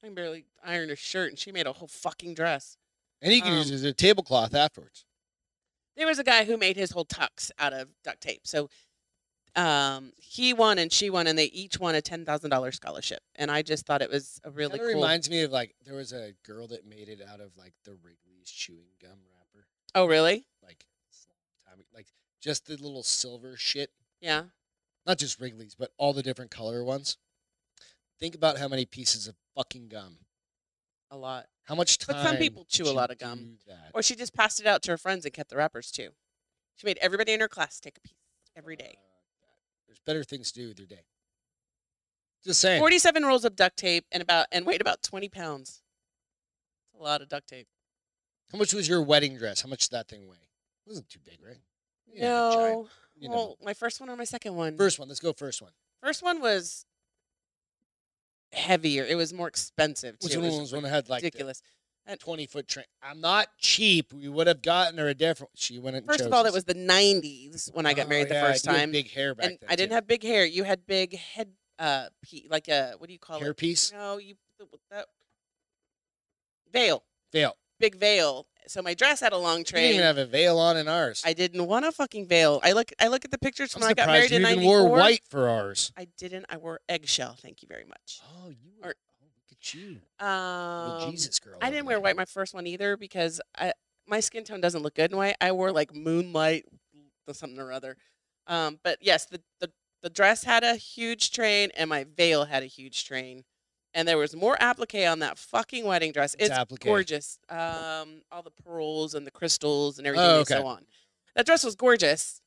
Speaker 1: I can barely iron her shirt, and she made a whole fucking dress.
Speaker 2: And you can use
Speaker 1: Um,
Speaker 2: it as a tablecloth afterwards.
Speaker 1: there was a guy who made his whole tux out of duct tape. So um, he won and she won, and they each won a ten thousand dollars scholarship. And I just thought it was a really
Speaker 2: Kind of
Speaker 1: cool.
Speaker 2: reminds me of like there was a girl that made it out of like the Wrigley's chewing gum wrapper,
Speaker 1: oh, really?
Speaker 2: like it's a long time- like just the little silver shit.
Speaker 1: Yeah.
Speaker 2: Not just Wrigley's, but all the different color ones. Think about how many pieces of fucking gum.
Speaker 1: A lot.
Speaker 2: How much time?
Speaker 1: But some people chew a
Speaker 2: to
Speaker 1: lot of gum.
Speaker 2: do that?
Speaker 1: Or she just passed it out to her friends and kept the wrappers too. She made everybody in her class take a piece every day.
Speaker 2: Uh, There's better things to do with your day. Just saying.
Speaker 1: Forty-seven rolls of duct tape and about and weighed about twenty pounds. That's a lot of duct tape.
Speaker 2: How much was your wedding dress? How much did that thing weigh? It wasn't too big, right? You didn't have a giant-
Speaker 1: no.
Speaker 2: you know,
Speaker 1: well, my first one or my second one?
Speaker 2: First one. Let's go first one.
Speaker 1: First one was heavier. It was more expensive. Too.
Speaker 2: Which
Speaker 1: It
Speaker 2: one
Speaker 1: was
Speaker 2: was one that had like the
Speaker 1: ridiculous.
Speaker 2: twenty foot train? I'm not cheap. We would have gotten her a different. She went and
Speaker 1: First
Speaker 2: chose
Speaker 1: of all, it
Speaker 2: this.
Speaker 1: was the '90s when I got
Speaker 2: Oh,
Speaker 1: married the
Speaker 2: yeah,
Speaker 1: first
Speaker 2: you had
Speaker 1: time,
Speaker 2: Big hair back
Speaker 1: and
Speaker 2: then.
Speaker 1: I didn't have big hair. You had big head, uh, pe- like a what do you call
Speaker 2: hair
Speaker 1: it?
Speaker 2: piece.
Speaker 1: No, you that veil,
Speaker 2: Veil.
Speaker 1: big veil. So my dress had a long
Speaker 2: You didn't
Speaker 1: train.
Speaker 2: even have a veil on in ours.
Speaker 1: I didn't want a fucking veil. I look, I look at the pictures
Speaker 2: I'm
Speaker 1: when I got married
Speaker 2: surprised you
Speaker 1: in
Speaker 2: even
Speaker 1: '94.
Speaker 2: wore white for ours.
Speaker 1: I didn't. I wore eggshell. Thank you very much.
Speaker 2: Oh, you were.
Speaker 1: Or-
Speaker 2: oh, look at you,
Speaker 1: Um,
Speaker 2: Little Jesus girl.
Speaker 1: I
Speaker 2: over
Speaker 1: didn't
Speaker 2: there.
Speaker 1: wear white my first one either because I my skin tone doesn't look good in white. I wore like moonlight or something or other. Um, but yes, the, the the dress had a huge train and my veil had a huge train, and there was more applique on that fucking wedding dress. It's,
Speaker 2: It's applique.
Speaker 1: gorgeous. Um, all the pearls and the crystals and everything
Speaker 2: Oh,
Speaker 1: they
Speaker 2: okay.
Speaker 1: sew on. That dress was gorgeous.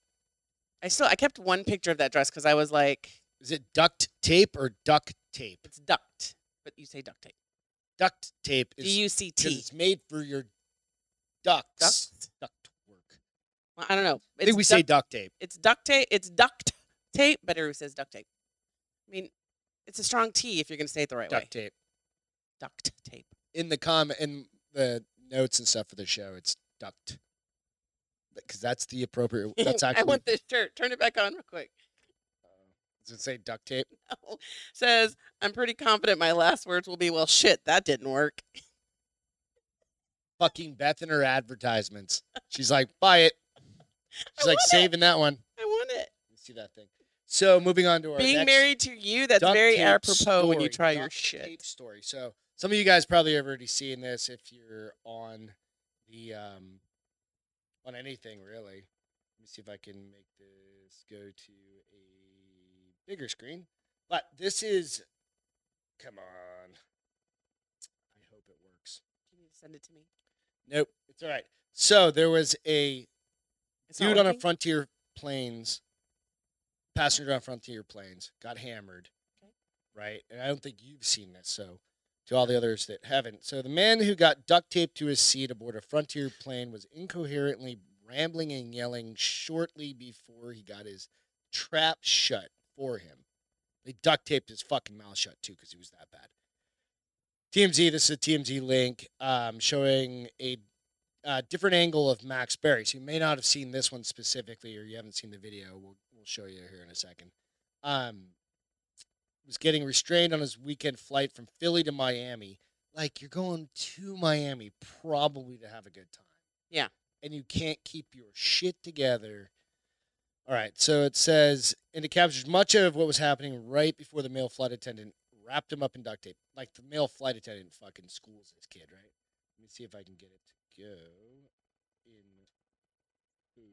Speaker 1: I still I kept one picture of that dress because I was like,
Speaker 2: Is it duct tape or duct tape?
Speaker 1: it's duct, but you say duct tape.
Speaker 2: Duct tape is
Speaker 1: D U C
Speaker 2: 'cause
Speaker 1: T.
Speaker 2: it's made for your ducts.
Speaker 1: Duct.
Speaker 2: Duct work.
Speaker 1: Well, I don't know.
Speaker 2: I think
Speaker 1: It's
Speaker 2: we
Speaker 1: duct-
Speaker 2: say duct tape.
Speaker 1: It's duct tape. It's duct tape, but everyone says duct tape. I mean, it's a strong T if you're going to say it the right way.
Speaker 2: Duct tape.
Speaker 1: Duct tape.
Speaker 2: In the com in the notes and stuff for the show, it's ducked. Because that's the
Speaker 1: [LAUGHS]
Speaker 2: appropriate. That's actually. uh,
Speaker 1: I want this shirt. Turn it back on real quick.
Speaker 2: does it say duct tape?
Speaker 1: Says, I'm pretty confident my last words will be, well, shit, that didn't work.
Speaker 2: Fucking Beth and her advertisements. She's like, buy
Speaker 1: [LAUGHS]
Speaker 2: it. She's like
Speaker 1: want it.
Speaker 2: saving that one.
Speaker 1: I want it.
Speaker 2: Let's see that thing. So moving on to our
Speaker 1: Being
Speaker 2: next
Speaker 1: married to you, that's
Speaker 2: duct
Speaker 1: very
Speaker 2: tape
Speaker 1: apropos when you
Speaker 2: story,
Speaker 1: try your
Speaker 2: duct
Speaker 1: shit.
Speaker 2: tape story. So some of you guys probably have already seen this if you're on the um on anything really. Let me see if I can make this go to a bigger screen. But this is come on. I hope it works.
Speaker 1: Can you send it to me?
Speaker 2: Nope, it's all right. So there was a
Speaker 1: It's not
Speaker 2: dude on a
Speaker 1: working?
Speaker 2: Frontier Planes, passenger on Frontier Planes, got hammered.
Speaker 1: Okay.
Speaker 2: Right? And I don't think you've seen this, so to all the others that haven't. So the man who got duct taped to his seat aboard a Frontier plane was incoherently rambling and yelling shortly before he got his trap shut for him. They duct taped his fucking mouth shut too because he was that bad. TMZ, this is a TMZ link um, showing a uh, different angle of Max Berry. So you may not have seen this one specifically, or you haven't seen the video. We'll we'll show you here in a second. Um, was getting restrained on his weekend flight from Philly to Miami. Like you're going to Miami probably to have a good time.
Speaker 1: Yeah.
Speaker 2: And you can't keep your shit together. All right. So it says, and it captures much of what was happening right before the male flight attendant wrapped him up in duct tape. Like the male flight attendant fucking schools this kid, right? Let me see if I can get it to go in to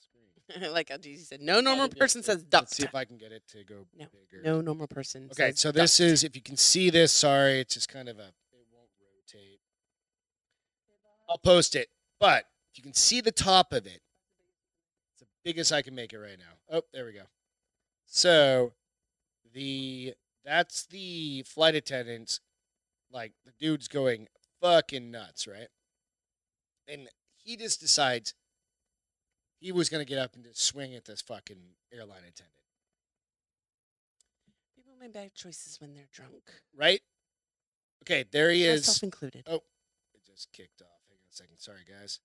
Speaker 2: screen.
Speaker 1: [LAUGHS] I like how Jeezy said, no normal
Speaker 2: Probably
Speaker 1: person
Speaker 2: different.
Speaker 1: says
Speaker 2: Let's
Speaker 1: duct.
Speaker 2: see if I can get it to go
Speaker 1: No,
Speaker 2: bigger.
Speaker 1: No normal person.
Speaker 2: Okay,
Speaker 1: says
Speaker 2: so this
Speaker 1: duct.
Speaker 2: is if you can see this. Sorry, it's just kind of a. It won't rotate. I'll post it, but if you can see the top of it, it's the biggest I can make it right now. Oh, there we go. So, the that's the flight attendants. Like the dude's going fucking nuts, right? And he just decides he was gonna get up and just swing at this fucking airline attendant.
Speaker 1: People make bad choices when they're drunk.
Speaker 2: right? Okay, there he is.
Speaker 1: Myself included.
Speaker 2: Oh, it just kicked off. Hang on a second. Sorry, guys.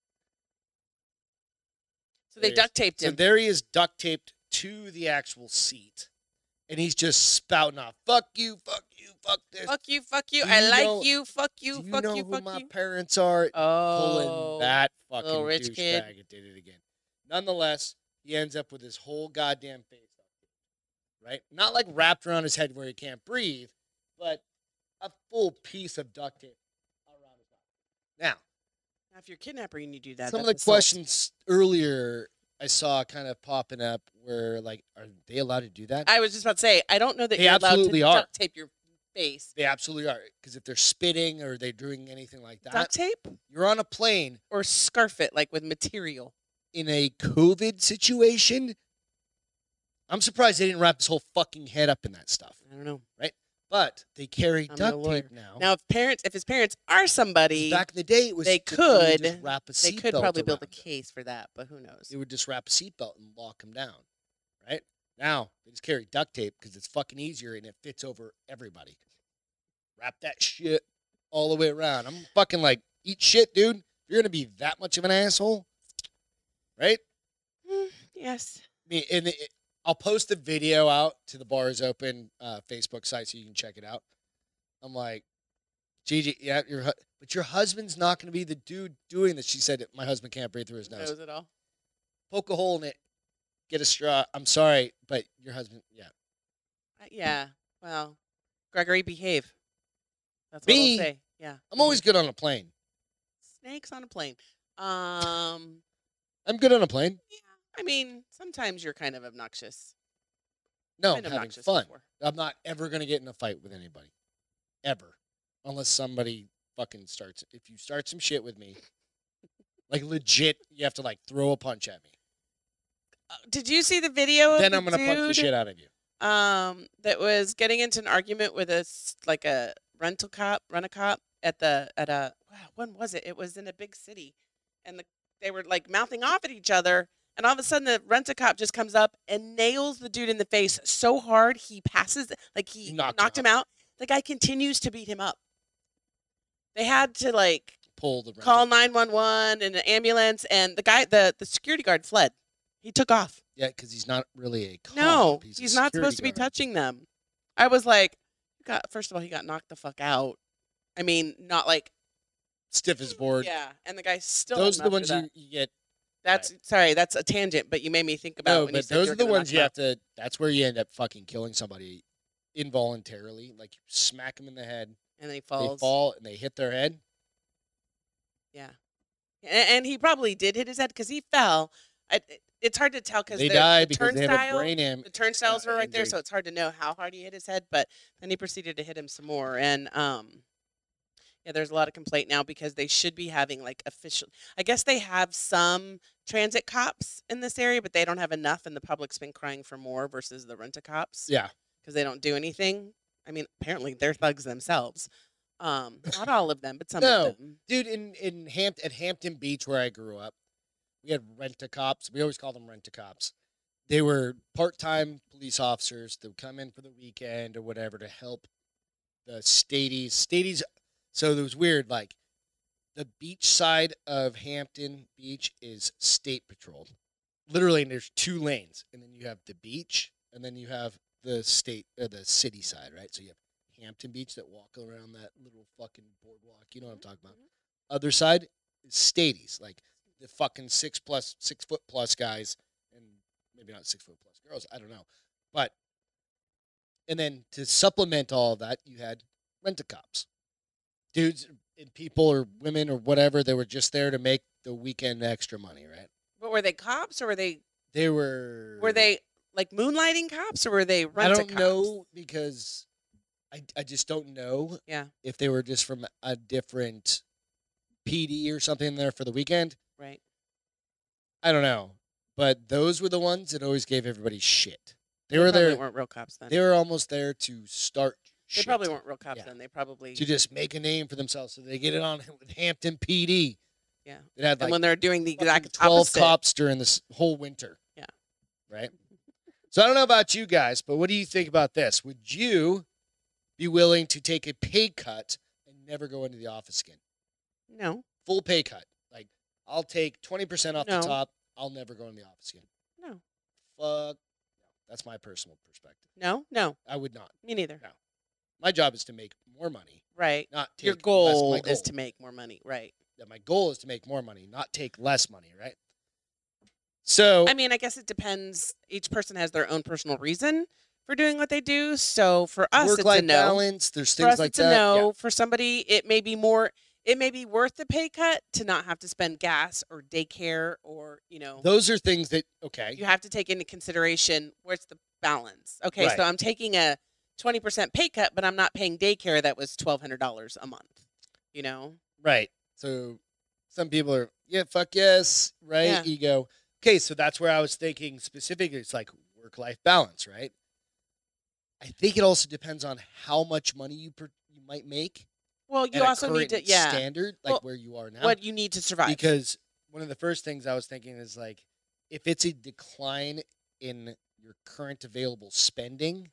Speaker 1: so they
Speaker 2: there he is.
Speaker 1: duct taped
Speaker 2: So
Speaker 1: him.
Speaker 2: there he is, duct taped to the actual seat, and he's just spouting off, "Fuck you, fuck you, fuck this."
Speaker 1: fuck you, fuck you.
Speaker 2: Do
Speaker 1: I
Speaker 2: you
Speaker 1: like
Speaker 2: know-
Speaker 1: you. Fuck
Speaker 2: Do
Speaker 1: you,
Speaker 2: you
Speaker 1: fuck
Speaker 2: know
Speaker 1: you,
Speaker 2: who
Speaker 1: fuck
Speaker 2: my
Speaker 1: you.
Speaker 2: parents are?
Speaker 1: Oh,
Speaker 2: Pulling that fucking
Speaker 1: little rich kid.
Speaker 2: douchebag that did it again. Nonetheless, he ends up with his whole goddamn face, up, right? Not like wrapped around his head where he can't breathe, but a full piece of duct tape around his mouth. Now.
Speaker 1: Now, if you're kidnapping and you do that,
Speaker 2: some of the
Speaker 1: that's assault.
Speaker 2: questions earlier I saw kind of popping up were like, are they allowed to do that?
Speaker 1: I was just about to say, I don't know that
Speaker 2: They
Speaker 1: you're allowed to
Speaker 2: absolutely are.
Speaker 1: duct tape your face.
Speaker 2: they absolutely are. Because if they're spitting or they're doing anything like that,
Speaker 1: Duct tape
Speaker 2: you're on a plane
Speaker 1: or scarf it like with material.
Speaker 2: in a COVID situation. I'm surprised they didn't wrap his whole fucking head up in that stuff.
Speaker 1: I don't know.
Speaker 2: But they carry
Speaker 1: I'm no
Speaker 2: duct
Speaker 1: lawyer.
Speaker 2: tape now.
Speaker 1: Now, if parents, if his parents are
Speaker 2: 'Cause
Speaker 1: somebody,
Speaker 2: back in the day, it was
Speaker 1: they
Speaker 2: that you would
Speaker 1: could-
Speaker 2: just wrap
Speaker 1: they
Speaker 2: a seat
Speaker 1: could
Speaker 2: belt
Speaker 1: probably build a
Speaker 2: around them.
Speaker 1: case for that, but who knows?
Speaker 2: They would just wrap a seatbelt and lock them down, right? Now they just carry duct tape because it's fucking easier and it fits over everybody. Wrap that shit all the way around. I'm fucking like, eat shit, dude. If You're gonna be that much of an asshole, right?
Speaker 1: Mm, yes.
Speaker 2: I mean, and it, I'll post the video out to the bars open uh, Facebook site so you can check it out. I'm like, Gigi, yeah, your hu- but your husband's not gonna be the dude doing this. She said, my husband can't breathe through his nose
Speaker 1: Knows it all.
Speaker 2: poke a hole in it, get a straw. I'm sorry, but your husband, yeah.
Speaker 1: Uh, Yeah. Well, Gregory, behave. That's what
Speaker 2: Me?
Speaker 1: I'll say. Yeah.
Speaker 2: I'm always good on a plane.
Speaker 1: snakes on a plane. Um,
Speaker 2: I'm good on a plane.
Speaker 1: I mean, sometimes you're kind of obnoxious.
Speaker 2: No, I'm
Speaker 1: Been
Speaker 2: Oh, having
Speaker 1: obnoxious
Speaker 2: fun.
Speaker 1: before.
Speaker 2: I'm not ever gonna get in a fight with anybody, ever, unless somebody fucking starts. If you start some shit
Speaker 1: [LAUGHS]
Speaker 2: with me, like legit, you have to like throw a punch at me.
Speaker 1: Uh, Did you see the video? of
Speaker 2: Then
Speaker 1: the
Speaker 2: I'm gonna punch the
Speaker 1: Oh, dude,
Speaker 2: shit out of you.
Speaker 1: Um, that was getting into an argument with a s- like a rental cop, run a cop at the at a wow, when was it? It was in a big city, and the, they were like mouthing off at each other. And all of a sudden, the rent a cop just comes up and nails the dude in the face so hard he passes, like he
Speaker 2: He
Speaker 1: knocked,
Speaker 2: knocked him
Speaker 1: him out. The guy continues to beat him up. They had to like
Speaker 2: full the rental.
Speaker 1: call 911 and an ambulance and the guy the, the security guard fled he took off
Speaker 2: Yeah, because he's not really a cop.
Speaker 1: no
Speaker 2: a
Speaker 1: he's, not supposed to be
Speaker 2: security guard.
Speaker 1: touching them i was like you got first of all he got knocked the fuck out i mean not like
Speaker 2: Stiff as board.
Speaker 1: yeah and the guy still
Speaker 2: Those are the
Speaker 1: after
Speaker 2: ones
Speaker 1: that.
Speaker 2: you, you get.
Speaker 1: that's sorry that's a tangent but you made me think about
Speaker 2: no,
Speaker 1: when you
Speaker 2: but
Speaker 1: said you
Speaker 2: those
Speaker 1: were
Speaker 2: are the
Speaker 1: gonna knock
Speaker 2: ones you
Speaker 1: him
Speaker 2: have to. That's where you end up fucking killing somebody involuntarily. Like you smack them in the head,
Speaker 1: out. and then he falls
Speaker 2: they fall, and they hit their head.
Speaker 1: yeah A- and, he probably did hit his head because he fell I, it- it's hard to tell because
Speaker 2: They die
Speaker 1: the
Speaker 2: because they have a
Speaker 1: turnstile-
Speaker 2: brain am-
Speaker 1: the turnstiles
Speaker 2: uh,
Speaker 1: were right there,
Speaker 2: injury.
Speaker 1: so it's hard to know how hard he hit his head. But then he proceeded to hit him some more, and um, yeah, there's a lot of complaint now because they should be having like official. I guess they have some transit cops in this area, but they don't have enough, and the public's been crying for more versus the rent a cops
Speaker 2: Yeah,
Speaker 1: because they don't do anything. I mean, apparently they're thugs themselves. Um, not all of them, but some
Speaker 2: No.
Speaker 1: of them.
Speaker 2: Um, dude. In in Hamp- at Hampton Beach where I grew up, we had rent a cops. We always call them rent a cops. They were part time police officers that would come in for the weekend or whatever to help the stadies. Stadies. So it was weird. Like the beach side of Hampton Beach is state patrol. Literally, and there's two lanes, and then you have the beach, and then you have the state or the city side, right? So you have Hampton Beach that walk around that little fucking boardwalk. You know what I'm talking about? Other side, is stadies, like the fucking six plus, six foot plus guys, and maybe not six foot plus girls. I don't know, but and then to supplement all of that, you had rent a cops, dudes and people or women or whatever. They were just there to make the weekend extra money, right?
Speaker 1: But were they cops or were they
Speaker 2: They were
Speaker 1: were they like moonlighting cops or were they
Speaker 2: Er. I
Speaker 1: rent a
Speaker 2: don't
Speaker 1: cops?
Speaker 2: know because I, I just don't know
Speaker 1: Yeah.
Speaker 2: if they were just from a different PD or something there for the weekend.
Speaker 1: Right.
Speaker 2: I don't know. But those were the ones that always gave everybody shit. They,
Speaker 1: They
Speaker 2: were
Speaker 1: probably
Speaker 2: there.
Speaker 1: weren't real cops then.
Speaker 2: They were almost there to start.
Speaker 1: They
Speaker 2: shit,
Speaker 1: probably weren't real cops
Speaker 2: Yeah.
Speaker 1: then. They probably
Speaker 2: to just make a name for themselves. So they get it on [LAUGHS] with Hampton PD.
Speaker 1: Yeah.
Speaker 2: It had
Speaker 1: and
Speaker 2: like
Speaker 1: when they're doing the
Speaker 2: fucking
Speaker 1: exact
Speaker 2: 12
Speaker 1: opposite.
Speaker 2: cops during this whole winter.
Speaker 1: Yeah.
Speaker 2: Right? So I don't know about you guys, but what do you think about this? Would you be willing to take a pay cut and never go into the office again?
Speaker 1: No,
Speaker 2: Full pay cut. Like, I'll take 20% off
Speaker 1: No.
Speaker 2: the top. I'll never go in the office again.
Speaker 1: no,
Speaker 2: Fuck. That's my personal perspective.
Speaker 1: no, no.
Speaker 2: I would not.
Speaker 1: Me neither.
Speaker 2: No. My job is to make more money,
Speaker 1: Right.
Speaker 2: not take
Speaker 1: Your
Speaker 2: less. oh My
Speaker 1: goal, is
Speaker 2: goal-
Speaker 1: to make more money. Right.
Speaker 2: yeah, my goal is to make more money, not take less money, right? So Oh.
Speaker 1: I mean, I guess it depends. Each person has their own personal reason for doing what they do. So for us,
Speaker 2: work
Speaker 1: it's a
Speaker 2: life
Speaker 1: no.
Speaker 2: balance. There's
Speaker 1: for
Speaker 2: things
Speaker 1: us,
Speaker 2: like
Speaker 1: it's
Speaker 2: that.
Speaker 1: a
Speaker 2: Yeah.
Speaker 1: no. For somebody, it may be more. It may be worth the pay cut to not have to spend gas or daycare or you know.
Speaker 2: Those are things that okay.
Speaker 1: you have to take into consideration where's the balance. Okay,
Speaker 2: Right.
Speaker 1: so I'm taking a 20% pay cut, but I'm not paying daycare that was $1,200 a month. You know,
Speaker 2: Right. So some people are yeah, fuck yes, right?
Speaker 1: Yeah.
Speaker 2: Ego. Okay, so that's where I was thinking specifically. It's like work life balance, right? I think it also depends on how much money you per, you might make.
Speaker 1: well, you
Speaker 2: at a
Speaker 1: also need to,
Speaker 2: current
Speaker 1: yeah,
Speaker 2: standard like
Speaker 1: Well,
Speaker 2: where you are now.
Speaker 1: what you need to survive.
Speaker 2: because one of the first things I was thinking is like if it's a decline in your current available spending,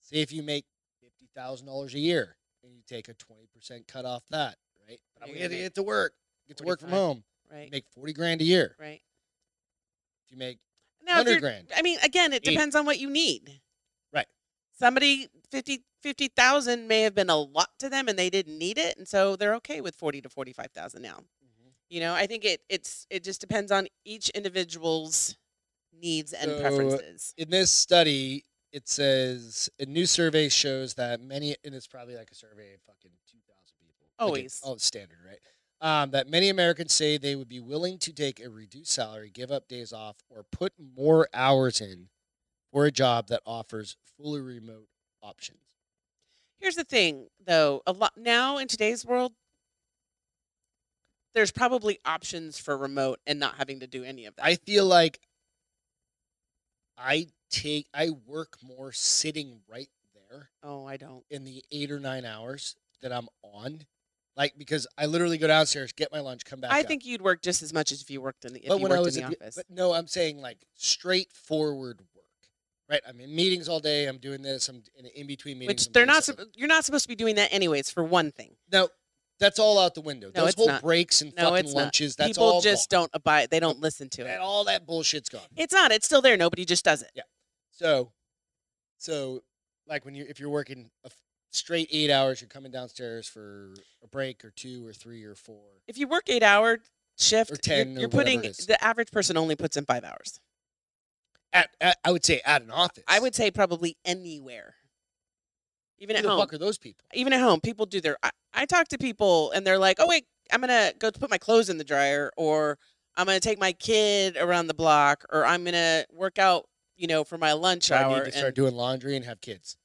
Speaker 2: say if you make fifty thousand dollars a year and you take a twenty percent cut off that, right? But I'm
Speaker 1: You're
Speaker 2: gonna
Speaker 1: gonna make
Speaker 2: get to work, get to work from
Speaker 1: 45.
Speaker 2: home, you
Speaker 1: right,
Speaker 2: make forty grand a year.
Speaker 1: right.
Speaker 2: If you make
Speaker 1: Now, if
Speaker 2: hundred
Speaker 1: you're-
Speaker 2: grand,
Speaker 1: I mean, again, it
Speaker 2: Eight.
Speaker 1: depends on what you need.
Speaker 2: Right.
Speaker 1: Somebody 50 50,000 may have been a lot to them and they didn't need it, and so they're okay with 40 to 45,000 now.
Speaker 2: Mm-hmm.
Speaker 1: You know, I think it it's it just depends on each individual's needs and
Speaker 2: So,
Speaker 1: preferences.
Speaker 2: in this study, it says a new survey shows that many, and it's probably like a survey of fucking 2,000 people. Like
Speaker 1: Always.
Speaker 2: it's all standard, right? Um, that many Americans say they would be willing to take a reduced salary, give up days off, or put more hours in for a job that offers fully remote options.
Speaker 1: Here's the thing, though. A lot now in today's world, there's probably options for remote and not having to do any of that.
Speaker 2: I feel like I take, I work more sitting right there
Speaker 1: oh, I don't.
Speaker 2: in the eight or nine hours that I'm on. Like because I literally go downstairs, get my lunch, come back.
Speaker 1: I
Speaker 2: up.
Speaker 1: think you'd work just as much as if you worked in the if
Speaker 2: but
Speaker 1: you
Speaker 2: when
Speaker 1: worked
Speaker 2: I was
Speaker 1: in the
Speaker 2: at
Speaker 1: office.
Speaker 2: but no, I'm saying like straightforward work. Right, I'm in meetings all day. I'm doing this. I'm in, in between
Speaker 1: which
Speaker 2: meetings. I'm
Speaker 1: they're
Speaker 2: doing
Speaker 1: not.
Speaker 2: something.
Speaker 1: sup- You're not supposed to be doing that anyways. For one thing,
Speaker 2: no, That's all out the window.
Speaker 1: No,
Speaker 2: Those
Speaker 1: it's
Speaker 2: whole
Speaker 1: not.
Speaker 2: breaks and
Speaker 1: No,
Speaker 2: fucking
Speaker 1: it's not.
Speaker 2: lunches. That's
Speaker 1: People
Speaker 2: all.
Speaker 1: just don't abide. They don't listen to
Speaker 2: gone.
Speaker 1: it.
Speaker 2: That, all that bullshit's gone.
Speaker 1: It's not. It's still there. Nobody just does it.
Speaker 2: So, so like when you if you're working a f- straight eight hours, you're coming downstairs for a break or two or three or four.
Speaker 1: If you work eight hour shift,
Speaker 2: Or 10
Speaker 1: you're,
Speaker 2: or
Speaker 1: you're
Speaker 2: whatever
Speaker 1: putting
Speaker 2: it is.
Speaker 1: the average person only puts in five hours.
Speaker 2: At, at I would say at an office.
Speaker 1: I would say probably anywhere, even
Speaker 2: Who
Speaker 1: at
Speaker 2: the
Speaker 1: home.
Speaker 2: fuck are those people?
Speaker 1: Even at home, people do their. I, I talk to people and they're like, "Oh wait, I'm gonna go put my clothes in the dryer, or I'm gonna take my kid around the block, or I'm gonna work out, you know, for my lunch
Speaker 2: So I
Speaker 1: hour."
Speaker 2: need to start
Speaker 1: and-
Speaker 2: doing laundry and have kids.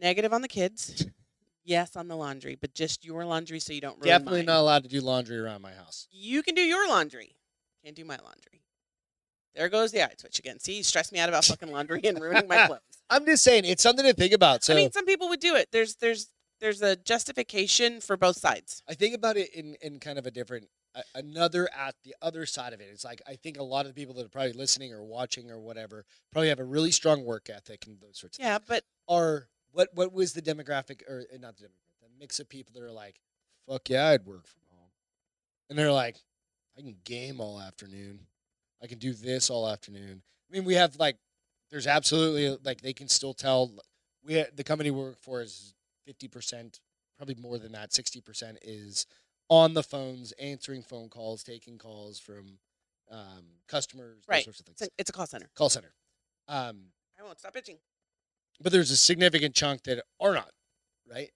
Speaker 1: Negative on the kids. yes, on the laundry, but just your laundry, so you don't ruin
Speaker 2: Definitely
Speaker 1: mine.
Speaker 2: not allowed to do laundry around my house.
Speaker 1: you can do your laundry. Can't do my laundry. There goes the eye switch again. See, you stress me out about fucking laundry and ruining
Speaker 2: [LAUGHS]
Speaker 1: my clothes.
Speaker 2: I'm just saying it's something to think about. So
Speaker 1: I mean, some people would do it. There's there's there's a justification for both sides.
Speaker 2: I think about it in, in kind of a different, a, another at the other side of it. It's like I think a lot of the people that are probably listening or watching or whatever probably have a really strong work ethic and those sorts of
Speaker 1: Yeah, but
Speaker 2: Are what what was the demographic or uh, not the demographic, the mix of people that are like, fuck yeah, I'd work from home, and they're like, I can game all afternoon, I can do this all afternoon. I mean, we have like, there's absolutely like they can still tell. We the company we work for is fifty percent probably more than that, 60% is on the phones, answering phone calls, taking calls from um, customers,
Speaker 1: Right.
Speaker 2: those sorts of things.
Speaker 1: it's a, it's a call center.
Speaker 2: Call center. Um,
Speaker 1: I won't stop itching.
Speaker 2: but there's a significant chunk that are not, right?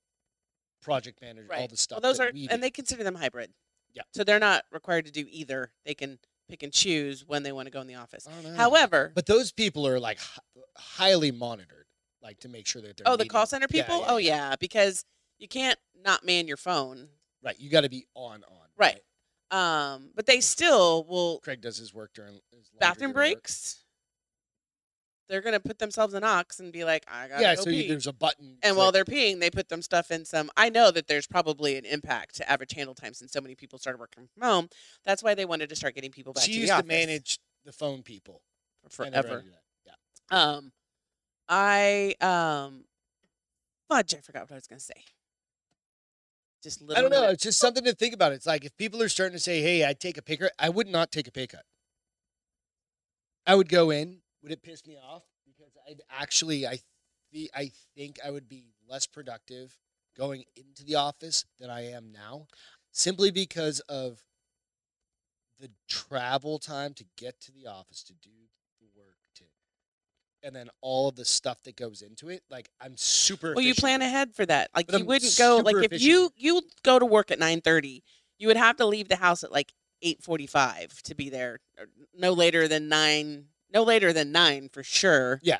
Speaker 2: Project manager, all
Speaker 1: Right.
Speaker 2: the stuff.
Speaker 1: well, those
Speaker 2: that
Speaker 1: are
Speaker 2: we
Speaker 1: and
Speaker 2: do.
Speaker 1: they consider them hybrid.
Speaker 2: Yeah.
Speaker 1: So they're not required to do either. They can pick and choose when they want to go in the office.
Speaker 2: I don't know.
Speaker 1: However,
Speaker 2: Ah, but those people are like hi- highly monitored, like to make sure that they're.
Speaker 1: oh, the call
Speaker 2: meeting-
Speaker 1: center
Speaker 2: Yeah,
Speaker 1: people. oh yeah, because you can't not man your phone.
Speaker 2: Right. You got to be on, on.
Speaker 1: Right. Um, but they still will
Speaker 2: Craig does his work during his laundry
Speaker 1: bathroom
Speaker 2: during work.
Speaker 1: breaks, they're gonna put themselves in ox and be like, I gotta
Speaker 2: Yeah,
Speaker 1: go
Speaker 2: so
Speaker 1: pee.
Speaker 2: you, there's a button.
Speaker 1: and while
Speaker 2: click.
Speaker 1: they're peeing, they put them stuff in some. I know that there's probably an impact to average handle time since so many people started working from home. That's why they wanted to start getting people back
Speaker 2: she
Speaker 1: to the
Speaker 2: used to
Speaker 1: office
Speaker 2: manage the phone people
Speaker 1: for
Speaker 2: I never
Speaker 1: forever.
Speaker 2: did that. Yeah.
Speaker 1: Um, I um, fudge, I forgot what I was gonna say. Just
Speaker 2: I
Speaker 1: literally,
Speaker 2: don't know. It's just something to think about. It's like if people are starting to say, "Hey, I'd take a pay cut," I would not take a pay cut. I would go in. Would it piss me off? Because I'd actually, I, th- I think I would be less productive going into the office than I am now, simply because of the travel time to get to the office to do the work to, and then all of the stuff that goes into it. Like I'm super.
Speaker 1: Well, you
Speaker 2: efficient.
Speaker 1: plan ahead for that. Like
Speaker 2: But
Speaker 1: you
Speaker 2: I'm
Speaker 1: wouldn't go. Like
Speaker 2: super
Speaker 1: if you you go to work at nine thirty, you would have to leave the house at like eight forty five to be there. or No later than nine. No later than nine for sure
Speaker 2: Yeah.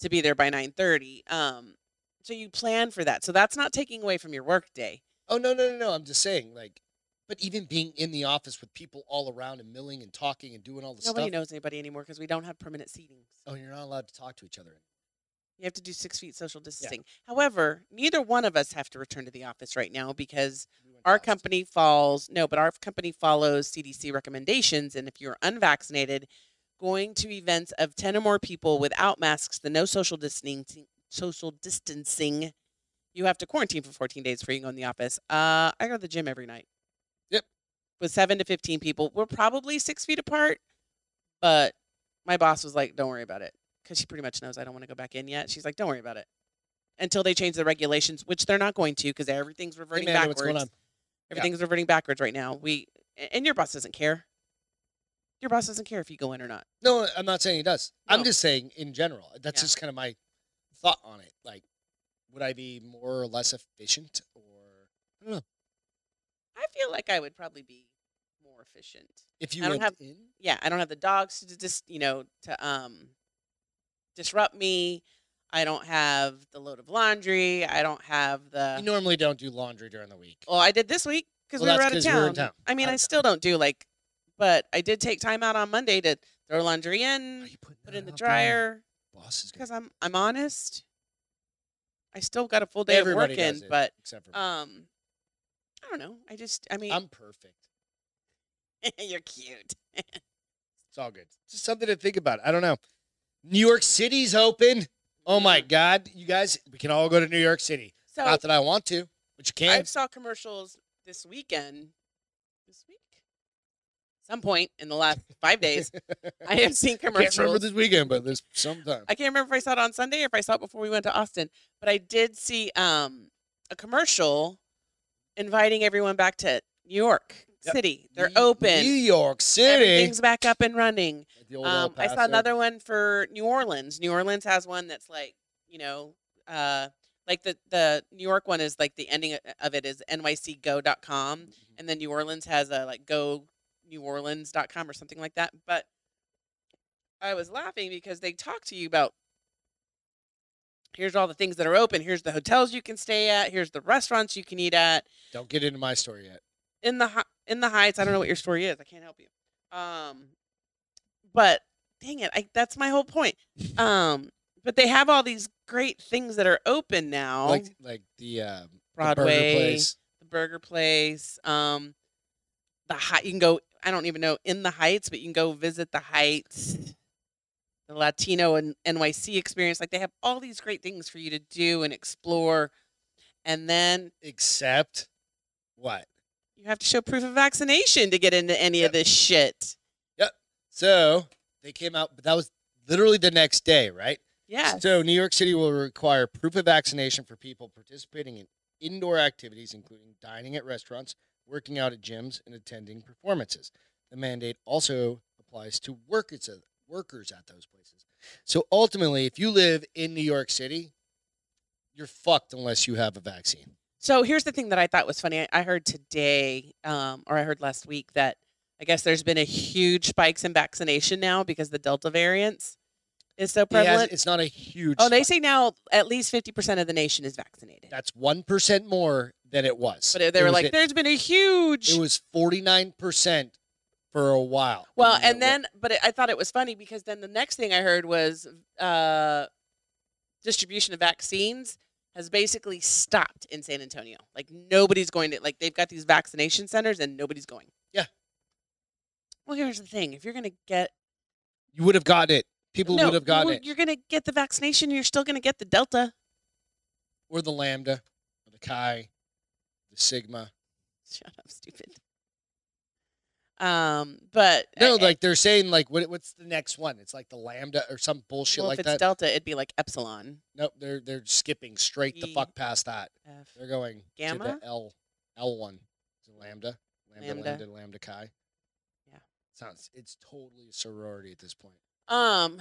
Speaker 1: to be there by nine thirty. Um, so you plan for that. So that's not taking away from your work day.
Speaker 2: Oh no no no no! I'm just saying like, but even being in the office with people all around and milling and talking and doing all the
Speaker 1: Nobody
Speaker 2: stuff.
Speaker 1: knows anybody anymore because we don't have permanent seatings.
Speaker 2: Oh, you're not allowed to talk to each other.
Speaker 1: You have to do six feet social distancing. However, neither one of us have to return to the office right now because
Speaker 2: We went
Speaker 1: our
Speaker 2: past.
Speaker 1: company falls no but our company follows cdc recommendations and if you're unvaccinated going to events of 10 or more people without masks the no social distancing social distancing you have to quarantine for 14 days before you can go in the office uh, i go to the gym every night
Speaker 2: Yep.
Speaker 1: with 7 to 15 people we're probably six feet apart but my boss was like don't worry about it because she pretty much knows i don't want to go back in yet she's like don't worry about it until they change the regulations which they're not going to because everything's
Speaker 2: Hey,
Speaker 1: reverting
Speaker 2: man,
Speaker 1: backwards
Speaker 2: what's going on? Yeah.
Speaker 1: Everything's reverting backwards right now. We a- and your boss doesn't care. Your boss doesn't care if you go in or not.
Speaker 2: No, I'm not saying he does. I'm
Speaker 1: No.
Speaker 2: just saying in general. That's
Speaker 1: Yeah.
Speaker 2: just kind of my thought on it. Like, would I be more or less efficient? Or I don't know.
Speaker 1: I feel like I would probably be more efficient.
Speaker 2: If you
Speaker 1: I don't
Speaker 2: went
Speaker 1: have-
Speaker 2: in,
Speaker 1: Yeah, I don't have the dogs to just you know to um disrupt me. I don't have the load of laundry. I don't have the.
Speaker 2: you normally don't do laundry during the week.
Speaker 1: well, I did this week because
Speaker 2: Well,
Speaker 1: we were
Speaker 2: that's
Speaker 1: out of
Speaker 2: 'cause we were in town.
Speaker 1: I mean,
Speaker 2: Out
Speaker 1: I
Speaker 2: of town.
Speaker 1: still don't do like, but I did take time out on Monday to throw laundry in,
Speaker 2: Why you putting
Speaker 1: put
Speaker 2: that
Speaker 1: in the
Speaker 2: out there?
Speaker 1: dryer.
Speaker 2: Boss is gonna-
Speaker 1: because I'm I'm honest. I still got a full day
Speaker 2: Everybody
Speaker 1: of
Speaker 2: does
Speaker 1: work in,
Speaker 2: it,
Speaker 1: but
Speaker 2: except for me.
Speaker 1: um, I don't know. I just I mean,
Speaker 2: I'm perfect.
Speaker 1: [LAUGHS] you're cute.
Speaker 2: It's all good. Just something to think about. I don't know. New York City's open. Oh my God, you guys, we can all go to New York City.
Speaker 1: Mm. So
Speaker 2: Not that I want to, but you can.
Speaker 1: I saw commercials this weekend, this week, some point in the
Speaker 2: [LAUGHS]
Speaker 1: last five days, I have seen
Speaker 2: can't
Speaker 1: commercials.
Speaker 2: remember this weekend, but this sometime.
Speaker 1: I can't remember if I saw it on Sunday or if I saw it before we went to Austin, but I did see um, a commercial inviting everyone back to New York
Speaker 2: Yep.
Speaker 1: City. They're
Speaker 2: New-
Speaker 1: open.
Speaker 2: New York City.
Speaker 1: Everything's back up and running.
Speaker 2: The old El
Speaker 1: Um, I saw
Speaker 2: Paso.
Speaker 1: another one for New Orleans. New Orleans has one that's like, you know, uh, like the, the New York one is like the ending uh, of it is nycgo.com.
Speaker 2: Mm-hmm.
Speaker 1: And then New Orleans has a like go neworleans.com or something like that. But I was laughing because they talk to you about here's all the things that are open. Here's the hotels you can stay at. Here's the restaurants you can eat at
Speaker 2: Don't get into my story yet.
Speaker 1: in the hi- in the heights. I don't know what your story is. I can't help you. Um, but dang it, I, that's my whole point. Um, but they have all these great things that are open now.
Speaker 2: Like like the um, the burger
Speaker 1: Oh. Broadway.
Speaker 2: place.
Speaker 1: the burger place. Um, the high you can go. I don't even know in the Heights, but you can go visit the Heights, the Latino and NYC experience. Like they have all these great things for you to do and explore, and then
Speaker 2: Except what?
Speaker 1: you have to show proof of vaccination to get into any
Speaker 2: Yep.
Speaker 1: of this shit.
Speaker 2: So they came out, but that was literally the next day, right?
Speaker 1: Yeah.
Speaker 2: So New York City will require proof of vaccination for people participating in indoor activities, including dining at restaurants, working out at gyms, and attending performances. The mandate also applies to workers at, workers at those places. So ultimately, if you live in New York City, you're fucked unless you have a vaccine.
Speaker 1: So here's the thing that I thought was funny. I, I heard today, um, or I heard last week, that I guess there's been a huge spikes in vaccination now because the Delta variants is so
Speaker 2: It has-
Speaker 1: prevalent.
Speaker 2: it's not a huge.
Speaker 1: oh, they
Speaker 2: spike.
Speaker 1: say now at least 50% of the nation is vaccinated.
Speaker 2: that's one percent more than it was.
Speaker 1: But they
Speaker 2: It
Speaker 1: were
Speaker 2: was
Speaker 1: like,
Speaker 2: at-
Speaker 1: there's been a huge.
Speaker 2: It was 49% for a while.
Speaker 1: well,
Speaker 2: It
Speaker 1: and
Speaker 2: wa-
Speaker 1: then, but it, I thought it was funny because then the next thing I heard was uh, distribution of vaccines has basically stopped in San Antonio. Like nobody's going to, like, they've got these vaccination centers and nobody's going.
Speaker 2: Yeah.
Speaker 1: Well, here's the thing if you're going to get
Speaker 2: you would have gotten it. People
Speaker 1: No,
Speaker 2: would have gotten
Speaker 1: well,
Speaker 2: it.
Speaker 1: You're gonna get the vaccination. You're still gonna get the Delta. [LAUGHS]
Speaker 2: Or the Lambda, or the Chi, the Sigma.
Speaker 1: Shut up, stupid. Um, but
Speaker 2: No,
Speaker 1: uh, uh,
Speaker 2: like they're saying, like, what, what's the next one? It's like the Lambda or some bullshit
Speaker 1: well,
Speaker 2: like
Speaker 1: if it's
Speaker 2: that.
Speaker 1: Delta, it'd be like Epsilon.
Speaker 2: nope, they're they're skipping straight the
Speaker 1: E.
Speaker 2: fuck past that.
Speaker 1: F.
Speaker 2: They're going to
Speaker 1: Gamma?
Speaker 2: the L L one, Lambda, Lambda, Lambda,
Speaker 1: Lambda.
Speaker 2: Lambda, Chi.
Speaker 1: Yeah.
Speaker 2: sounds it's totally a sorority at this point.
Speaker 1: Um,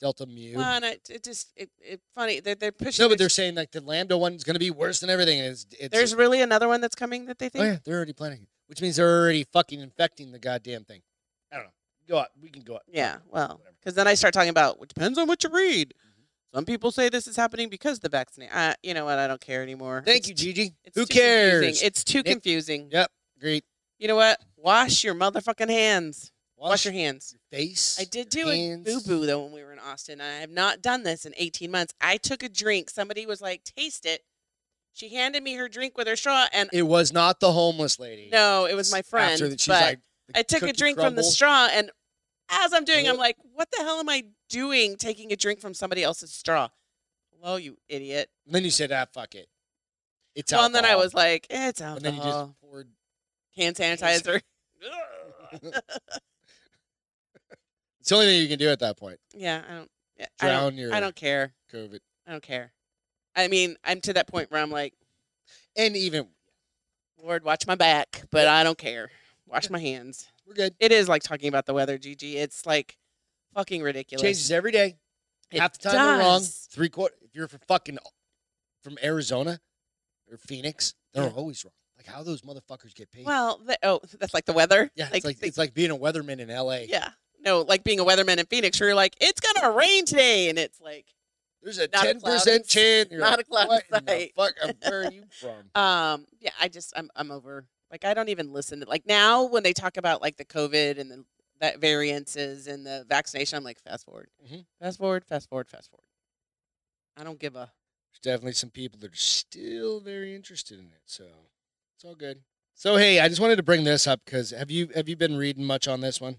Speaker 2: Delta mu.
Speaker 1: well, and it, it just it, it funny they're, they're pushing.
Speaker 2: no,
Speaker 1: this-
Speaker 2: but they're saying like the Lambda one's gonna be worse than everything. It's, it's
Speaker 1: there's really another one that's coming that they think.
Speaker 2: Oh yeah, they're already planning it, which means they're already fucking infecting the goddamn thing. I don't know. Go up. We can go up.
Speaker 1: Yeah, well,
Speaker 2: whatever.
Speaker 1: because then I start talking about it depends on what you read.
Speaker 2: Mhm.
Speaker 1: Some people say this is happening because the vaccine. Uh, you know what? I don't care anymore.
Speaker 2: Thank
Speaker 1: It's-
Speaker 2: you, Gigi.
Speaker 1: it's
Speaker 2: Who
Speaker 1: too confusing.
Speaker 2: cares?
Speaker 1: It's too
Speaker 2: Nick-
Speaker 1: confusing.
Speaker 2: Yeah. Great.
Speaker 1: You know what? Wash your motherfucking hands. Wash your hands.
Speaker 2: your face.
Speaker 1: I did
Speaker 2: your
Speaker 1: do a
Speaker 2: hands.
Speaker 1: boo boo though when we were in Austin. I have not done this in 18 months. I took a drink. Somebody was like, "Taste it." She handed me her drink with her straw, and
Speaker 2: It was not the homeless lady.
Speaker 1: no, it was my friend.
Speaker 2: After that, she's
Speaker 1: but
Speaker 2: like, the
Speaker 1: I took a
Speaker 2: cookie
Speaker 1: drink from the
Speaker 2: crumble.
Speaker 1: straw, and as I'm doing,
Speaker 2: Ugh.
Speaker 1: I'm like, "What the hell am I doing? Taking a drink from somebody else's straw?" Hello, you idiot.
Speaker 2: And then you said, ah, fuck it. It's
Speaker 1: well, and then I
Speaker 2: alcohol."
Speaker 1: was like, eh, "It's
Speaker 2: and then you just
Speaker 1: alcohol,
Speaker 2: poured.
Speaker 1: [LAUGHS]
Speaker 2: [LAUGHS]
Speaker 1: hand sanitizer."
Speaker 2: It's the only thing you can do at that point.
Speaker 1: yeah, I don't. yeah, I
Speaker 2: Drown
Speaker 1: don't.
Speaker 2: your
Speaker 1: I don't care.
Speaker 2: COVID.
Speaker 1: I don't care. I mean, I'm to that point where I'm like.
Speaker 2: And even
Speaker 1: Lord, watch my back, but I don't care. Wash my hands.
Speaker 2: we're good.
Speaker 1: It is like talking about the weather, Gigi. It's like fucking ridiculous.
Speaker 2: Changes every day.
Speaker 1: It
Speaker 2: Half the time they're wrong.
Speaker 1: does.
Speaker 2: Three quarter. If you're from fucking from Arizona or Phoenix, they're
Speaker 1: Yeah.
Speaker 2: always wrong. Like how those motherfuckers get paid.
Speaker 1: Well, the, oh, that's like the weather.
Speaker 2: yeah, it's like
Speaker 1: they-
Speaker 2: it's like being a weatherman in L.A.
Speaker 1: yeah, no, like being a weatherman in Phoenix, where you're like, it's gonna rain today, and it's like,
Speaker 2: There's a
Speaker 1: Not a
Speaker 2: ten
Speaker 1: cloud
Speaker 2: percent
Speaker 1: in-
Speaker 2: chance. You're
Speaker 1: not
Speaker 2: like,
Speaker 1: a cloud in
Speaker 2: what in the
Speaker 1: sight."
Speaker 2: fuck? I'm- Where
Speaker 1: [LAUGHS]
Speaker 2: are you from?
Speaker 1: um, yeah, I just, I'm, I'm over. Like, I don't even listen to like now when they talk about like the COVID and the that variances and the vaccination. I'm like, fast forward,
Speaker 2: Mhm.
Speaker 1: fast forward, fast forward, fast forward. I don't give a.
Speaker 2: There's definitely some people that are still very interested in it. So it's all good. So hey, I just wanted to bring this up because have you have you been reading much on this one?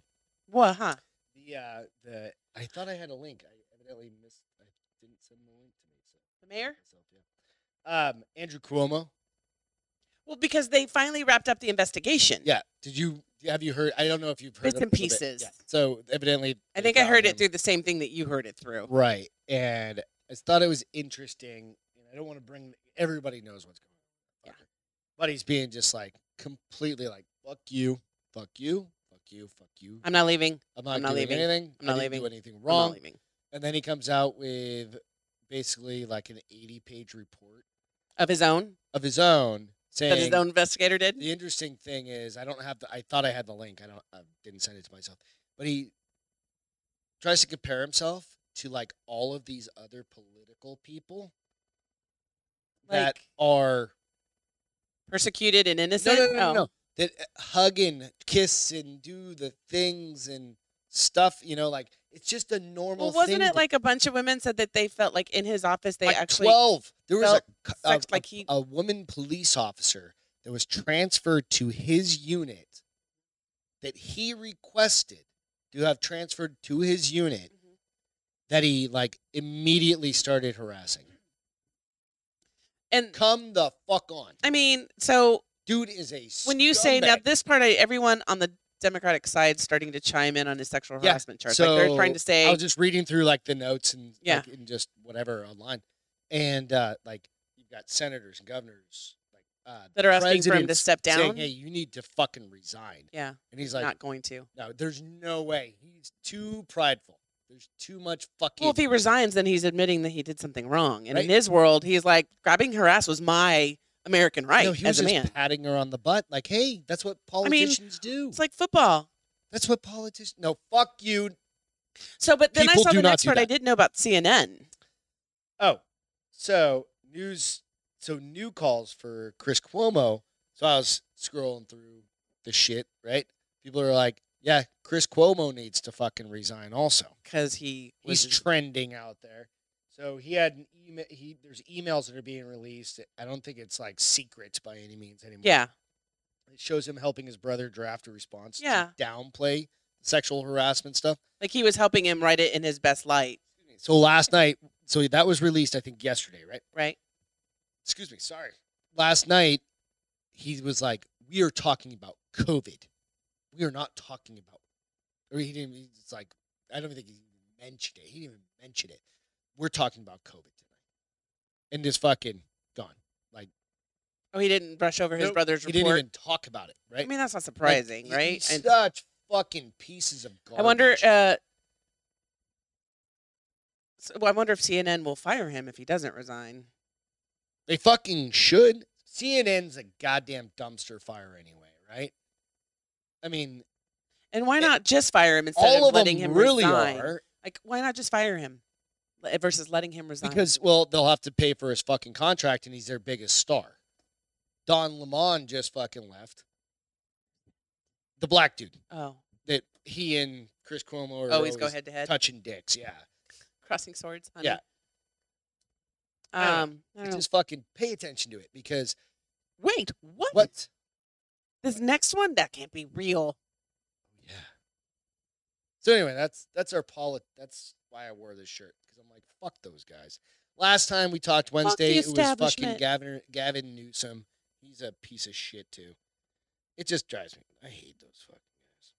Speaker 1: What, huh?
Speaker 2: The uh, the I thought I had a link. I evidently missed. I didn't send the link to me. So
Speaker 1: The mayor?
Speaker 2: myself, yeah. Um, Andrew Cuomo.
Speaker 1: Well, because they finally wrapped up the investigation.
Speaker 2: Yeah. Did you have you heard? I don't know if you've heard
Speaker 1: Bits
Speaker 2: up
Speaker 1: and
Speaker 2: a little bit.
Speaker 1: pieces.
Speaker 2: Yeah. So evidently,
Speaker 1: I
Speaker 2: they
Speaker 1: think I
Speaker 2: got
Speaker 1: heard
Speaker 2: him.
Speaker 1: it through the same thing that you heard it through.
Speaker 2: Right, and I thought it was interesting. And I don't want to bring everybody knows what's going on. Yeah. But he's being just like completely like fuck you, fuck you, fuck you, fuck you.
Speaker 1: I'm not leaving.
Speaker 2: I'm not,
Speaker 1: I'm not
Speaker 2: doing
Speaker 1: leaving.
Speaker 2: anything.
Speaker 1: I'm not
Speaker 2: I didn't
Speaker 1: leaving.
Speaker 2: do anything
Speaker 1: I'm
Speaker 2: wrong.
Speaker 1: not leaving.
Speaker 2: And then he comes out with basically like an 80 page report
Speaker 1: Of his own?
Speaker 2: of his own saying
Speaker 1: That his own investigator did?
Speaker 2: the interesting thing is I don't have the I thought I had the link. I don't I didn't send it to myself. But he tries to compare himself to like all of these other political people that
Speaker 1: Like-
Speaker 2: are
Speaker 1: Persecuted and
Speaker 2: no,
Speaker 1: innocent?
Speaker 2: no, no, no,
Speaker 1: Oh.
Speaker 2: no. That uh, hug and kiss and do the things and stuff, you know, like it's just a normal
Speaker 1: Well, wasn't
Speaker 2: thing
Speaker 1: it
Speaker 2: to
Speaker 1: like a bunch of women said that they felt like in his office they
Speaker 2: like
Speaker 1: actually
Speaker 2: 12 there was a,
Speaker 1: felt
Speaker 2: co- a,
Speaker 1: sex-
Speaker 2: a-
Speaker 1: like he-
Speaker 2: a woman police officer that was transferred to his unit that he requested to have transferred to his unit
Speaker 1: Mhm.
Speaker 2: that he like immediately started harassing
Speaker 1: Hmm. and
Speaker 2: come the fuck on
Speaker 1: I mean, so
Speaker 2: dude is a
Speaker 1: when you say now
Speaker 2: scumbag.
Speaker 1: this part, I, everyone on the Democratic side starting to chime in on his sexual
Speaker 2: Yeah,
Speaker 1: harassment charge. like they're trying to
Speaker 2: I
Speaker 1: say,
Speaker 2: was just reading through like the notes and
Speaker 1: Yeah.
Speaker 2: like, and just whatever online, and uh, like you've got senators and governors like uh,
Speaker 1: That are asking for him to
Speaker 2: presidents
Speaker 1: step
Speaker 2: saying,
Speaker 1: down?
Speaker 2: hey, you need to fucking resign.
Speaker 1: yeah,
Speaker 2: And he's like,
Speaker 1: not going to.
Speaker 2: no, there's no way. He's too prideful. There's too much fucking.
Speaker 1: Well, if he resigns, then he's admitting that he did something wrong. And
Speaker 2: Right.
Speaker 1: in his world, he's like, grabbing harass was my American right
Speaker 2: no, he
Speaker 1: as
Speaker 2: was
Speaker 1: a
Speaker 2: just
Speaker 1: man.
Speaker 2: patting her on the butt, like, hey, that's what
Speaker 1: mean,
Speaker 2: politicians do.
Speaker 1: It's like football.
Speaker 2: that's what politicians. No, fuck you.
Speaker 1: So, but then
Speaker 2: People
Speaker 1: I saw
Speaker 2: do
Speaker 1: the
Speaker 2: not
Speaker 1: next
Speaker 2: do
Speaker 1: part. I
Speaker 2: that.
Speaker 1: did know about CNN.
Speaker 2: Oh, so news. So new calls for Chris Cuomo. So I was scrolling through the shit, right? People are like, yeah, Chris Cuomo needs to fucking resign also.
Speaker 1: because he was
Speaker 2: He's trending out there. So he had an email. He there's emails that are being released. I don't think it's like secrets by any means anymore.
Speaker 1: yeah
Speaker 2: It shows him helping his brother draft a response
Speaker 1: Yeah.
Speaker 2: to downplay sexual harassment stuff.
Speaker 1: like he was helping him write it in his best light
Speaker 2: So last night, so that was released, I think, yesterday, right?
Speaker 1: right
Speaker 2: Excuse me, sorry. Last night, he was like, We are talking about COVID. We are not talking about, or he didn't, it's like, I don't think he even mentioned it. He didn't even mention it. We're talking about COVID tonight. And just fucking gone.
Speaker 1: oh he didn't brush over his
Speaker 2: Nope,
Speaker 1: brother's
Speaker 2: He
Speaker 1: report
Speaker 2: didn't even talk about it, right?
Speaker 1: i mean that's not
Speaker 2: Like,
Speaker 1: surprising
Speaker 2: he-
Speaker 1: right
Speaker 2: he's
Speaker 1: And
Speaker 2: such fucking pieces of garbage.
Speaker 1: i wonder uh so, well, i wonder if cnn will fire him if he doesn't resign
Speaker 2: They fucking should. CNN's a goddamn dumpster fire anyway, right? I mean,
Speaker 1: and why
Speaker 2: It-
Speaker 1: not just fire him instead
Speaker 2: all of
Speaker 1: letting
Speaker 2: them
Speaker 1: him
Speaker 2: really
Speaker 1: resign
Speaker 2: are
Speaker 1: like why not just fire him Le- versus letting him resign
Speaker 2: because well, they'll have to pay for his fucking contract, and he's their biggest star. Don Lemon just fucking left. The black dude
Speaker 1: oh
Speaker 2: that he and Chris Cuomo are
Speaker 1: always Oh, go
Speaker 2: always
Speaker 1: head to head
Speaker 2: touching dicks. Yeah,
Speaker 1: crossing swords honey.
Speaker 2: Yeah. I don't
Speaker 1: um I don't know.
Speaker 2: just fucking pay attention to it because
Speaker 1: wait what?
Speaker 2: what?
Speaker 1: this next one that can't be real
Speaker 2: Yeah. So anyway, that's that's our polit. That's why I wore this shirt because I'm like, fuck those guys. Last time we talked Wednesday, it was fucking
Speaker 1: establishment.
Speaker 2: Gavin Gavin Newsom. He's a piece of shit too. It just drives me. I hate those fucking guys.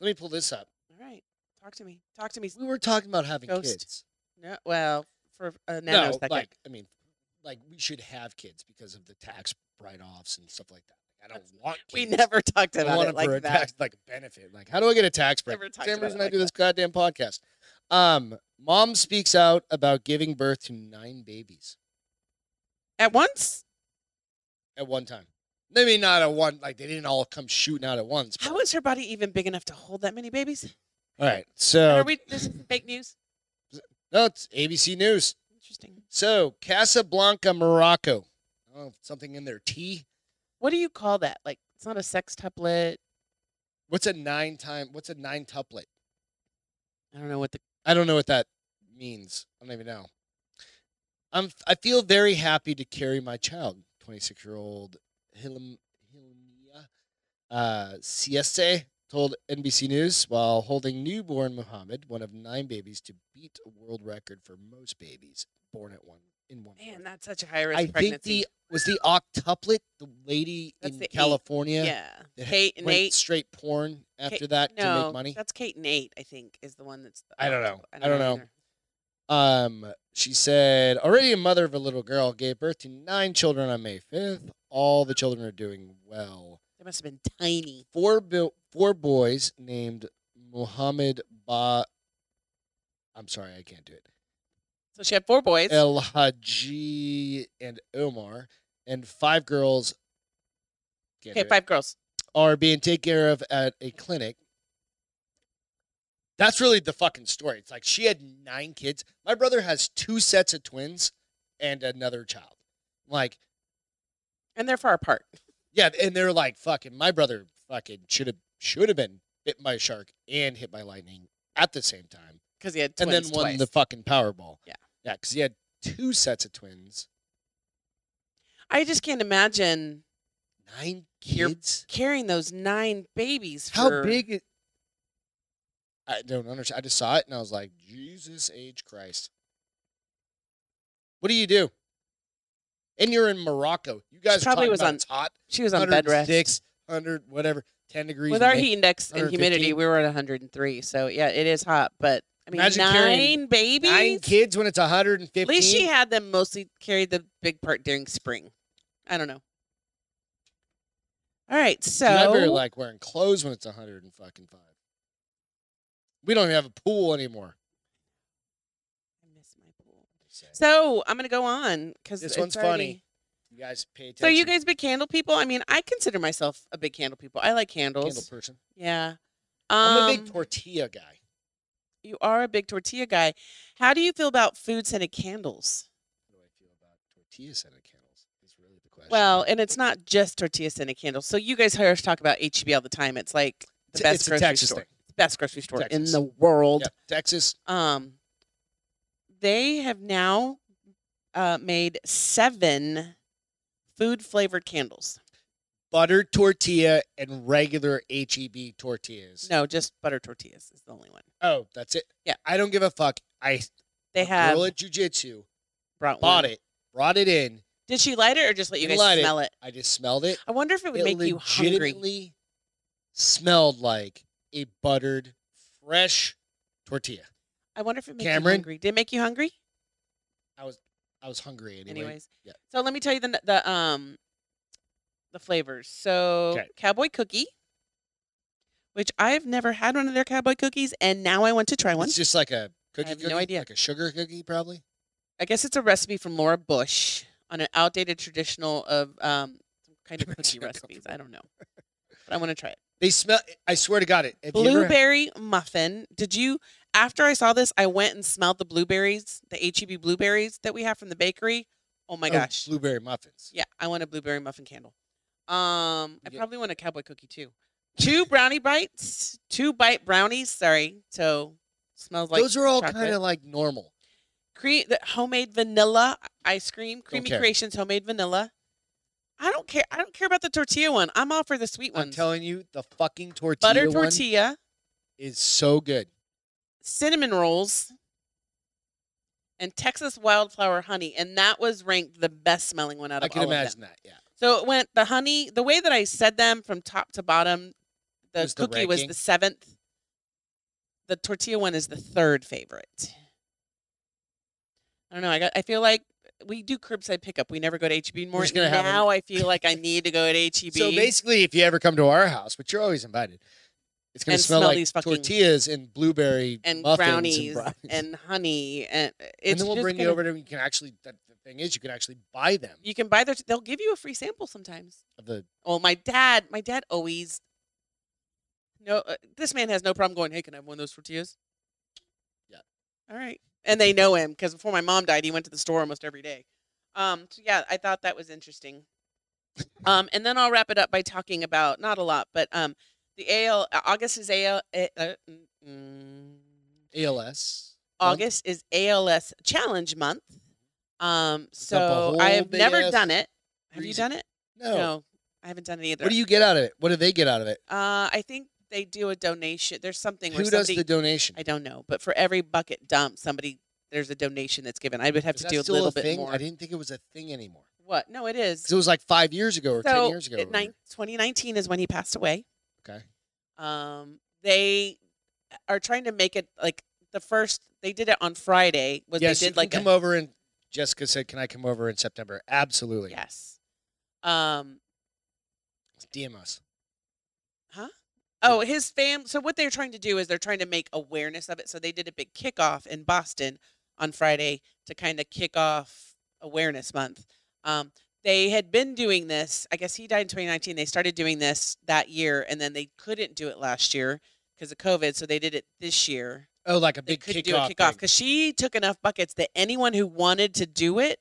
Speaker 2: Let me pull this up.
Speaker 1: all right talk to me talk to me
Speaker 2: We were talking about having
Speaker 1: Ghost.
Speaker 2: kids.
Speaker 1: No, well, for a
Speaker 2: No,
Speaker 1: nanosecond.
Speaker 2: like I mean, like we should have kids because of the tax write-offs and stuff like that. I don't want. Kids.
Speaker 1: we never talked
Speaker 2: I
Speaker 1: about
Speaker 2: want
Speaker 1: it
Speaker 2: it for a
Speaker 1: like that.
Speaker 2: tax, like a benefit. Like, how do I get a tax break?
Speaker 1: Never talked
Speaker 2: Same
Speaker 1: about
Speaker 2: reason
Speaker 1: it
Speaker 2: I
Speaker 1: like
Speaker 2: do this goddamn podcast. Um, mom speaks out about giving birth to nine babies
Speaker 1: At once?
Speaker 2: at one time. Maybe not at one. Like they didn't all come shooting out at once.
Speaker 1: How
Speaker 2: but-
Speaker 1: is her body even big enough to hold that many babies?
Speaker 2: all right. So
Speaker 1: Are we?
Speaker 2: [LAUGHS]
Speaker 1: This is fake news.
Speaker 2: no, it's ABC News.
Speaker 1: Interesting.
Speaker 2: So Casablanca, Morocco. Oh, something in their tea.
Speaker 1: What do you call that? Like, it's not a sextuplet.
Speaker 2: What's a nine time? What's a nine tuplet?
Speaker 1: I don't know what the.
Speaker 2: I don't know what that means. I don't even know. I'm I feel very happy to carry my child, 26 year old Hilm Hilmia uh, Siese told NBC News while holding newborn Muhammad, one of nine babies, to beat a world record for most babies born at one in one.
Speaker 1: Man,
Speaker 2: birth.
Speaker 1: that's such a high risk
Speaker 2: I
Speaker 1: pregnancy.
Speaker 2: think the was the octuplet the lady
Speaker 1: That's
Speaker 2: in
Speaker 1: the eight.
Speaker 2: California [LAUGHS]
Speaker 1: yeah,
Speaker 2: that
Speaker 1: Kate and
Speaker 2: went
Speaker 1: Nate.
Speaker 2: straight porn after
Speaker 1: Kate-
Speaker 2: that
Speaker 1: no,
Speaker 2: to make money.
Speaker 1: that's Kate and Nate. I think is the one that's. oh, The
Speaker 2: I don't know.
Speaker 1: octopus.
Speaker 2: I don't know.
Speaker 1: either.
Speaker 2: Um, she said, already a mother of a little girl, gave birth to nine children on May 5th. All the children are doing well.
Speaker 1: They must have been tiny.
Speaker 2: Four bo- four boys named Muhammad Ba. I'm sorry, I can't do it.
Speaker 1: So she had four boys.
Speaker 2: El Haji and Omar, and five girls. can't
Speaker 1: okay,
Speaker 2: do it,
Speaker 1: five girls.
Speaker 2: Are being taken care of at a clinic. That's really the fucking story. It's like she had nine kids. My brother has two sets of twins and another child. Like,
Speaker 1: and they're far apart.
Speaker 2: yeah, and they're like fucking. My brother fucking should have should have been bit by a shark and hit by lightning at the same time.
Speaker 1: Because he had
Speaker 2: and
Speaker 1: twins
Speaker 2: then won
Speaker 1: twice.
Speaker 2: the fucking Powerball.
Speaker 1: Yeah.
Speaker 2: yeah, because he had two sets of twins,
Speaker 1: I just can't imagine
Speaker 2: nine
Speaker 1: Your
Speaker 2: kids.
Speaker 1: carrying those nine babies.
Speaker 2: How
Speaker 1: for-
Speaker 2: big? It, I don't understand. I just saw it and I was like, Jesus H Christ. What do you do? And you're in Morocco. You guys are
Speaker 1: probably
Speaker 2: talking
Speaker 1: was
Speaker 2: about
Speaker 1: on-
Speaker 2: it's hot.
Speaker 1: She was on bed rest.
Speaker 2: 106, 100, whatever, ten degrees.
Speaker 1: With our
Speaker 2: May-
Speaker 1: heat index and humidity,
Speaker 2: 115.
Speaker 1: we were at 103. So yeah, it is hot. But I mean,
Speaker 2: Imagine carrying
Speaker 1: nine babies.
Speaker 2: nine kids when it's 115.
Speaker 1: At least she had them mostly carried the big part during spring. I don't know. All right, so
Speaker 2: Dude, I very like wearing clothes when it's 105. We don't even have a pool anymore.
Speaker 1: I miss my pool.
Speaker 2: Sad.
Speaker 1: So I'm gonna go on because
Speaker 2: This one's funny. You guys pay attention.
Speaker 1: So you guys big candle people? I mean, I consider myself a big candle people. I like candles.
Speaker 2: candle person.
Speaker 1: Yeah. Um,
Speaker 2: I'm a big tortilla guy.
Speaker 1: You are a big tortilla guy. How do you feel about food scented candles?
Speaker 2: How do I feel about tortilla scented candles? Is really the question.
Speaker 1: Well, and it's not just tortilla scented candles. So you guys hear us talk about HEB all the time. It's like the
Speaker 2: It's-
Speaker 1: best
Speaker 2: it's a
Speaker 1: grocery
Speaker 2: Texas
Speaker 1: store.
Speaker 2: thing.
Speaker 1: Best grocery store in
Speaker 2: Texas.
Speaker 1: the world.
Speaker 2: Yeah, Texas.
Speaker 1: Um, they have now uh, made seven food flavored candles.
Speaker 2: Buttered tortilla and regular HEB tortillas.
Speaker 1: No, just butter tortillas is the only one.
Speaker 2: Oh, that's it.
Speaker 1: Yeah.
Speaker 2: I don't give a fuck. I
Speaker 1: They
Speaker 2: a
Speaker 1: have
Speaker 2: girl at jujitsu
Speaker 1: brought
Speaker 2: bought
Speaker 1: one.
Speaker 2: it, brought it in.
Speaker 1: Did she light it or just let you
Speaker 2: Didn't
Speaker 1: guys
Speaker 2: light it.
Speaker 1: smell it?
Speaker 2: I just smelled it.
Speaker 1: I wonder if it would
Speaker 2: it
Speaker 1: make you hungry.
Speaker 2: legitimately smelled like a buttered, fresh tortilla.
Speaker 1: I wonder if it made you
Speaker 2: Cameron?
Speaker 1: hungry. Did it make you hungry?
Speaker 2: I was I was hungry anyway.
Speaker 1: Anyways,
Speaker 2: yeah.
Speaker 1: so let me tell you the n- the um the flavors. So
Speaker 2: Okay.
Speaker 1: cowboy cookie, which I've never had one of their cowboy cookies, and now I want to try one.
Speaker 2: It's just like a cookie.
Speaker 1: have no
Speaker 2: cookie,
Speaker 1: idea.
Speaker 2: Like a sugar cookie, probably.
Speaker 1: I guess it's a recipe from Laura Bush on an outdated traditional of um some kind
Speaker 2: [LAUGHS]
Speaker 1: of
Speaker 2: Makes
Speaker 1: cookie
Speaker 2: you
Speaker 1: recipes. I don't know, but I want to try it.
Speaker 2: They smell. I swear to God, it. Have you ever-
Speaker 1: Blueberry muffin. Did you? After I saw this, I went and smelled the blueberries, the HEB blueberries that we have from the bakery. Oh my
Speaker 2: Oh,
Speaker 1: gosh!
Speaker 2: blueberry muffins.
Speaker 1: Yeah, I want a blueberry muffin candle. Um, I
Speaker 2: Yeah.
Speaker 1: probably want a cowboy cookie too. Two brownie bites, two bite brownies. Sorry, so smells like
Speaker 2: Those are all
Speaker 1: chocolate.
Speaker 2: kind of like normal.
Speaker 1: cre- the homemade vanilla ice cream, creamy
Speaker 2: care.
Speaker 1: creations, homemade vanilla. I don't care. I don't care about the tortilla one. I'm all for the sweet
Speaker 2: I'm
Speaker 1: ones.
Speaker 2: telling you, the fucking tortilla
Speaker 1: Butter
Speaker 2: one
Speaker 1: tortilla,
Speaker 2: is so good.
Speaker 1: cinnamon rolls, and Texas wildflower honey, and that was ranked the best smelling one out of
Speaker 2: I can
Speaker 1: all of them.
Speaker 2: imagine that. Yeah.
Speaker 1: So it went the honey, the way that I said them from top to bottom, the
Speaker 2: Was the
Speaker 1: cookie was
Speaker 2: ranking?
Speaker 1: the seventh. The tortilla one is the third favorite. I don't know. I got I feel like we do curbside pickup. We never go to HEB anymore.
Speaker 2: just gonna have 'em.
Speaker 1: Now I feel like I need to go
Speaker 2: [LAUGHS]
Speaker 1: to E HEB.
Speaker 2: So basically, if you ever come to our house, which you're always invited, it's gonna
Speaker 1: And
Speaker 2: smell,
Speaker 1: smell
Speaker 2: like
Speaker 1: these fucking-
Speaker 2: tortillas and blueberry
Speaker 1: and
Speaker 2: muffins
Speaker 1: brownies,
Speaker 2: [LAUGHS] and brownies.
Speaker 1: honey and it's
Speaker 2: and then we'll
Speaker 1: just
Speaker 2: bring
Speaker 1: gonna,
Speaker 2: you over to and you can actually. The, the thing is, you can actually buy them
Speaker 1: You can buy their they'll give you a free sample sometimes.
Speaker 2: of the
Speaker 1: Well, Oh, my dad, my dad always. No, uh, this man has no problem going. Hey, can I have one of those tortillas?
Speaker 2: Yeah.
Speaker 1: All right. And they know him because before my mom died, he went to the store almost every day. Um. So yeah, I thought that was interesting. um. And then I'll wrap it up by talking about not a lot, but um, the AL uh, August is AL. Uh, uh, mm, mm.
Speaker 2: ALS. month.
Speaker 1: August is ALS Challenge Month. Um,
Speaker 2: up a
Speaker 1: so
Speaker 2: whole
Speaker 1: I have
Speaker 2: big
Speaker 1: never
Speaker 2: ass
Speaker 1: done it. Have you
Speaker 2: reason.
Speaker 1: done it?
Speaker 2: No.
Speaker 1: I haven't done it either.
Speaker 2: What do you get out of it? What do they get out of it?
Speaker 1: Uh, I think they do a donation. There's something. where
Speaker 2: Who does
Speaker 1: somebody-
Speaker 2: the donation?
Speaker 1: I don't know, but for every bucket dump, somebody there's a donation that's given. I would have
Speaker 2: Is
Speaker 1: to
Speaker 2: that
Speaker 1: do a
Speaker 2: still
Speaker 1: little
Speaker 2: thing?
Speaker 1: bit more.
Speaker 2: I didn't think it was a thing anymore.
Speaker 1: What? No, it is.
Speaker 2: Because it was like five years ago or ten
Speaker 1: so
Speaker 2: years ago.
Speaker 1: in
Speaker 2: or
Speaker 1: nine- 2019 is when he passed away.
Speaker 2: whatever. Okay.
Speaker 1: Um, they are trying to make it like the first. They did it on Friday. Was
Speaker 2: yes,
Speaker 1: they
Speaker 2: you
Speaker 1: did
Speaker 2: can
Speaker 1: like a-
Speaker 2: come over and Jessica said, "Can I come over in September?" Absolutely.
Speaker 1: yes. Um,
Speaker 2: DM us.
Speaker 1: Oh, his fam. So what they're trying to do is they're trying to make awareness of it. So they did a big kickoff in Boston on Friday to kind of kick off Awareness Month. Um, they had been doing this. I guess he died in 2019. They started doing this that year, and then they couldn't do it last year because of COVID. So they did it this year.
Speaker 2: Oh, like a
Speaker 1: They
Speaker 2: big
Speaker 1: could
Speaker 2: kickoff.
Speaker 1: do a kickoff
Speaker 2: thing.
Speaker 1: because she took enough buckets that anyone who wanted to do it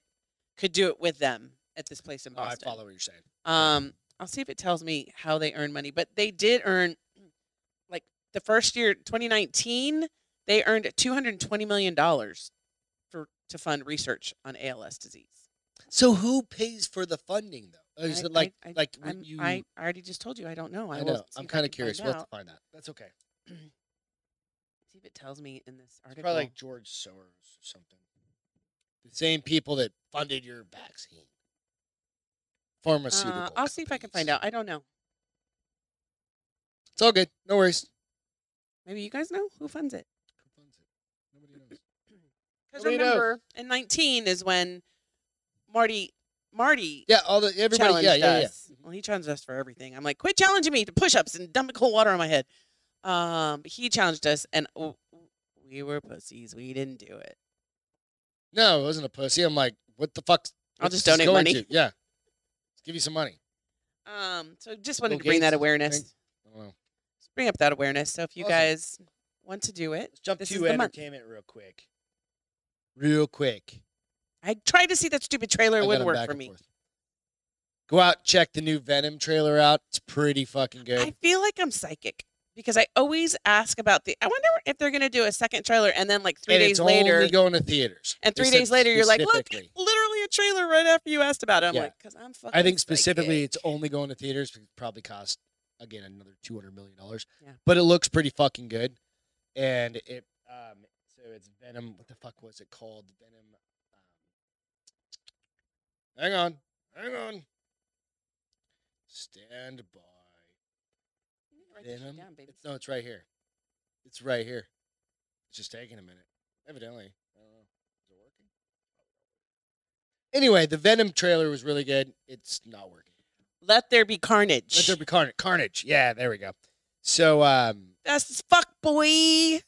Speaker 1: could do it with them at this place in
Speaker 2: Oh, I
Speaker 1: Boston.
Speaker 2: follow what you're saying.
Speaker 1: Um, I'll see if it tells me how they earn money, but they did earn like the first year, 2019, they earned 220 million dollars for to fund research on ALS disease.
Speaker 2: So who pays for the funding though? Oh, Is
Speaker 1: I-
Speaker 2: it like
Speaker 1: I- I-
Speaker 2: like when
Speaker 1: I'm,
Speaker 2: you?
Speaker 1: I I already just told you I don't know. I,
Speaker 2: I
Speaker 1: will
Speaker 2: know.
Speaker 1: see
Speaker 2: I'm
Speaker 1: if I
Speaker 2: kind of
Speaker 1: can
Speaker 2: curious.
Speaker 1: Find
Speaker 2: We'll have to
Speaker 1: out.
Speaker 2: find out. That's okay.
Speaker 1: See if it tells me in this
Speaker 2: It's
Speaker 1: article.
Speaker 2: probably like George Soros or something. The same people that funded your vaccine. Pharmaceutical.
Speaker 1: Uh, I'll see if I can
Speaker 2: companies.
Speaker 1: find out. I don't know.
Speaker 2: It's all good. No worries.
Speaker 1: Maybe you guys know who funds it.
Speaker 2: Who funds it? Nobody knows.
Speaker 1: Because
Speaker 2: Nobody knows.
Speaker 1: remember, in 19 is when Marty Marty
Speaker 2: Yeah, all the everybody.
Speaker 1: challenged
Speaker 2: Yeah, yeah, Mm-hmm. yeah.
Speaker 1: us. Well, he challenged us for everything. I'm like, quit challenging me to push-ups and dumping cold water on my head. Um, but he challenged us, and w- w- we were pussies. We didn't do it.
Speaker 2: No, it wasn't a pussy. I'm like, what the fuck?
Speaker 1: I'll just donate money.
Speaker 2: To? Yeah, Let's give you some money.
Speaker 1: Um, so just wanted
Speaker 2: Bill
Speaker 1: to bring that
Speaker 2: Gates'
Speaker 1: awareness.
Speaker 2: thing? I don't know.
Speaker 1: Just Bring up that awareness. So if you
Speaker 2: Awesome.
Speaker 1: guys want to do it,
Speaker 2: Let's jump
Speaker 1: This is
Speaker 2: to
Speaker 1: the month.
Speaker 2: entertainment real quick. Real quick.
Speaker 1: I tried to see that stupid trailer. It
Speaker 2: I got
Speaker 1: wouldn't
Speaker 2: 'em
Speaker 1: work
Speaker 2: back
Speaker 1: for
Speaker 2: and
Speaker 1: me.
Speaker 2: forth. Go out check the new Venom trailer out. It's pretty fucking good.
Speaker 1: I feel like I'm psychic because I always ask about the. I wonder if they're gonna do a second trailer, and then like three
Speaker 2: and
Speaker 1: days
Speaker 2: it's
Speaker 1: later,
Speaker 2: only going to theaters.
Speaker 1: and
Speaker 2: They
Speaker 1: three
Speaker 2: said
Speaker 1: days later, you're like, look,
Speaker 2: specifically.
Speaker 1: literally a trailer right after you asked about it. I'm
Speaker 2: Yeah.
Speaker 1: like, because I'm fucking.
Speaker 2: I think specifically
Speaker 1: psychic.
Speaker 2: it's only going to theaters because it probably cost again another two hundred million dollars.
Speaker 1: Yeah.
Speaker 2: But it looks pretty fucking good, and it um so it's Venom. What the fuck was it called? Venom. Um, hang on, hang on. Stand by.
Speaker 1: You need to write this shit
Speaker 2: Venom.
Speaker 1: down, baby.
Speaker 2: It's, no, it's right here. It's right here. It's just taking a minute. Evidently, I don't know. Is it working? Anyway, the Venom trailer was really good. It's not working.
Speaker 1: Let there be carnage.
Speaker 2: Let there be carnage. Carnage. Yeah, there we go. So, um,
Speaker 1: fast as fuck, boy. That's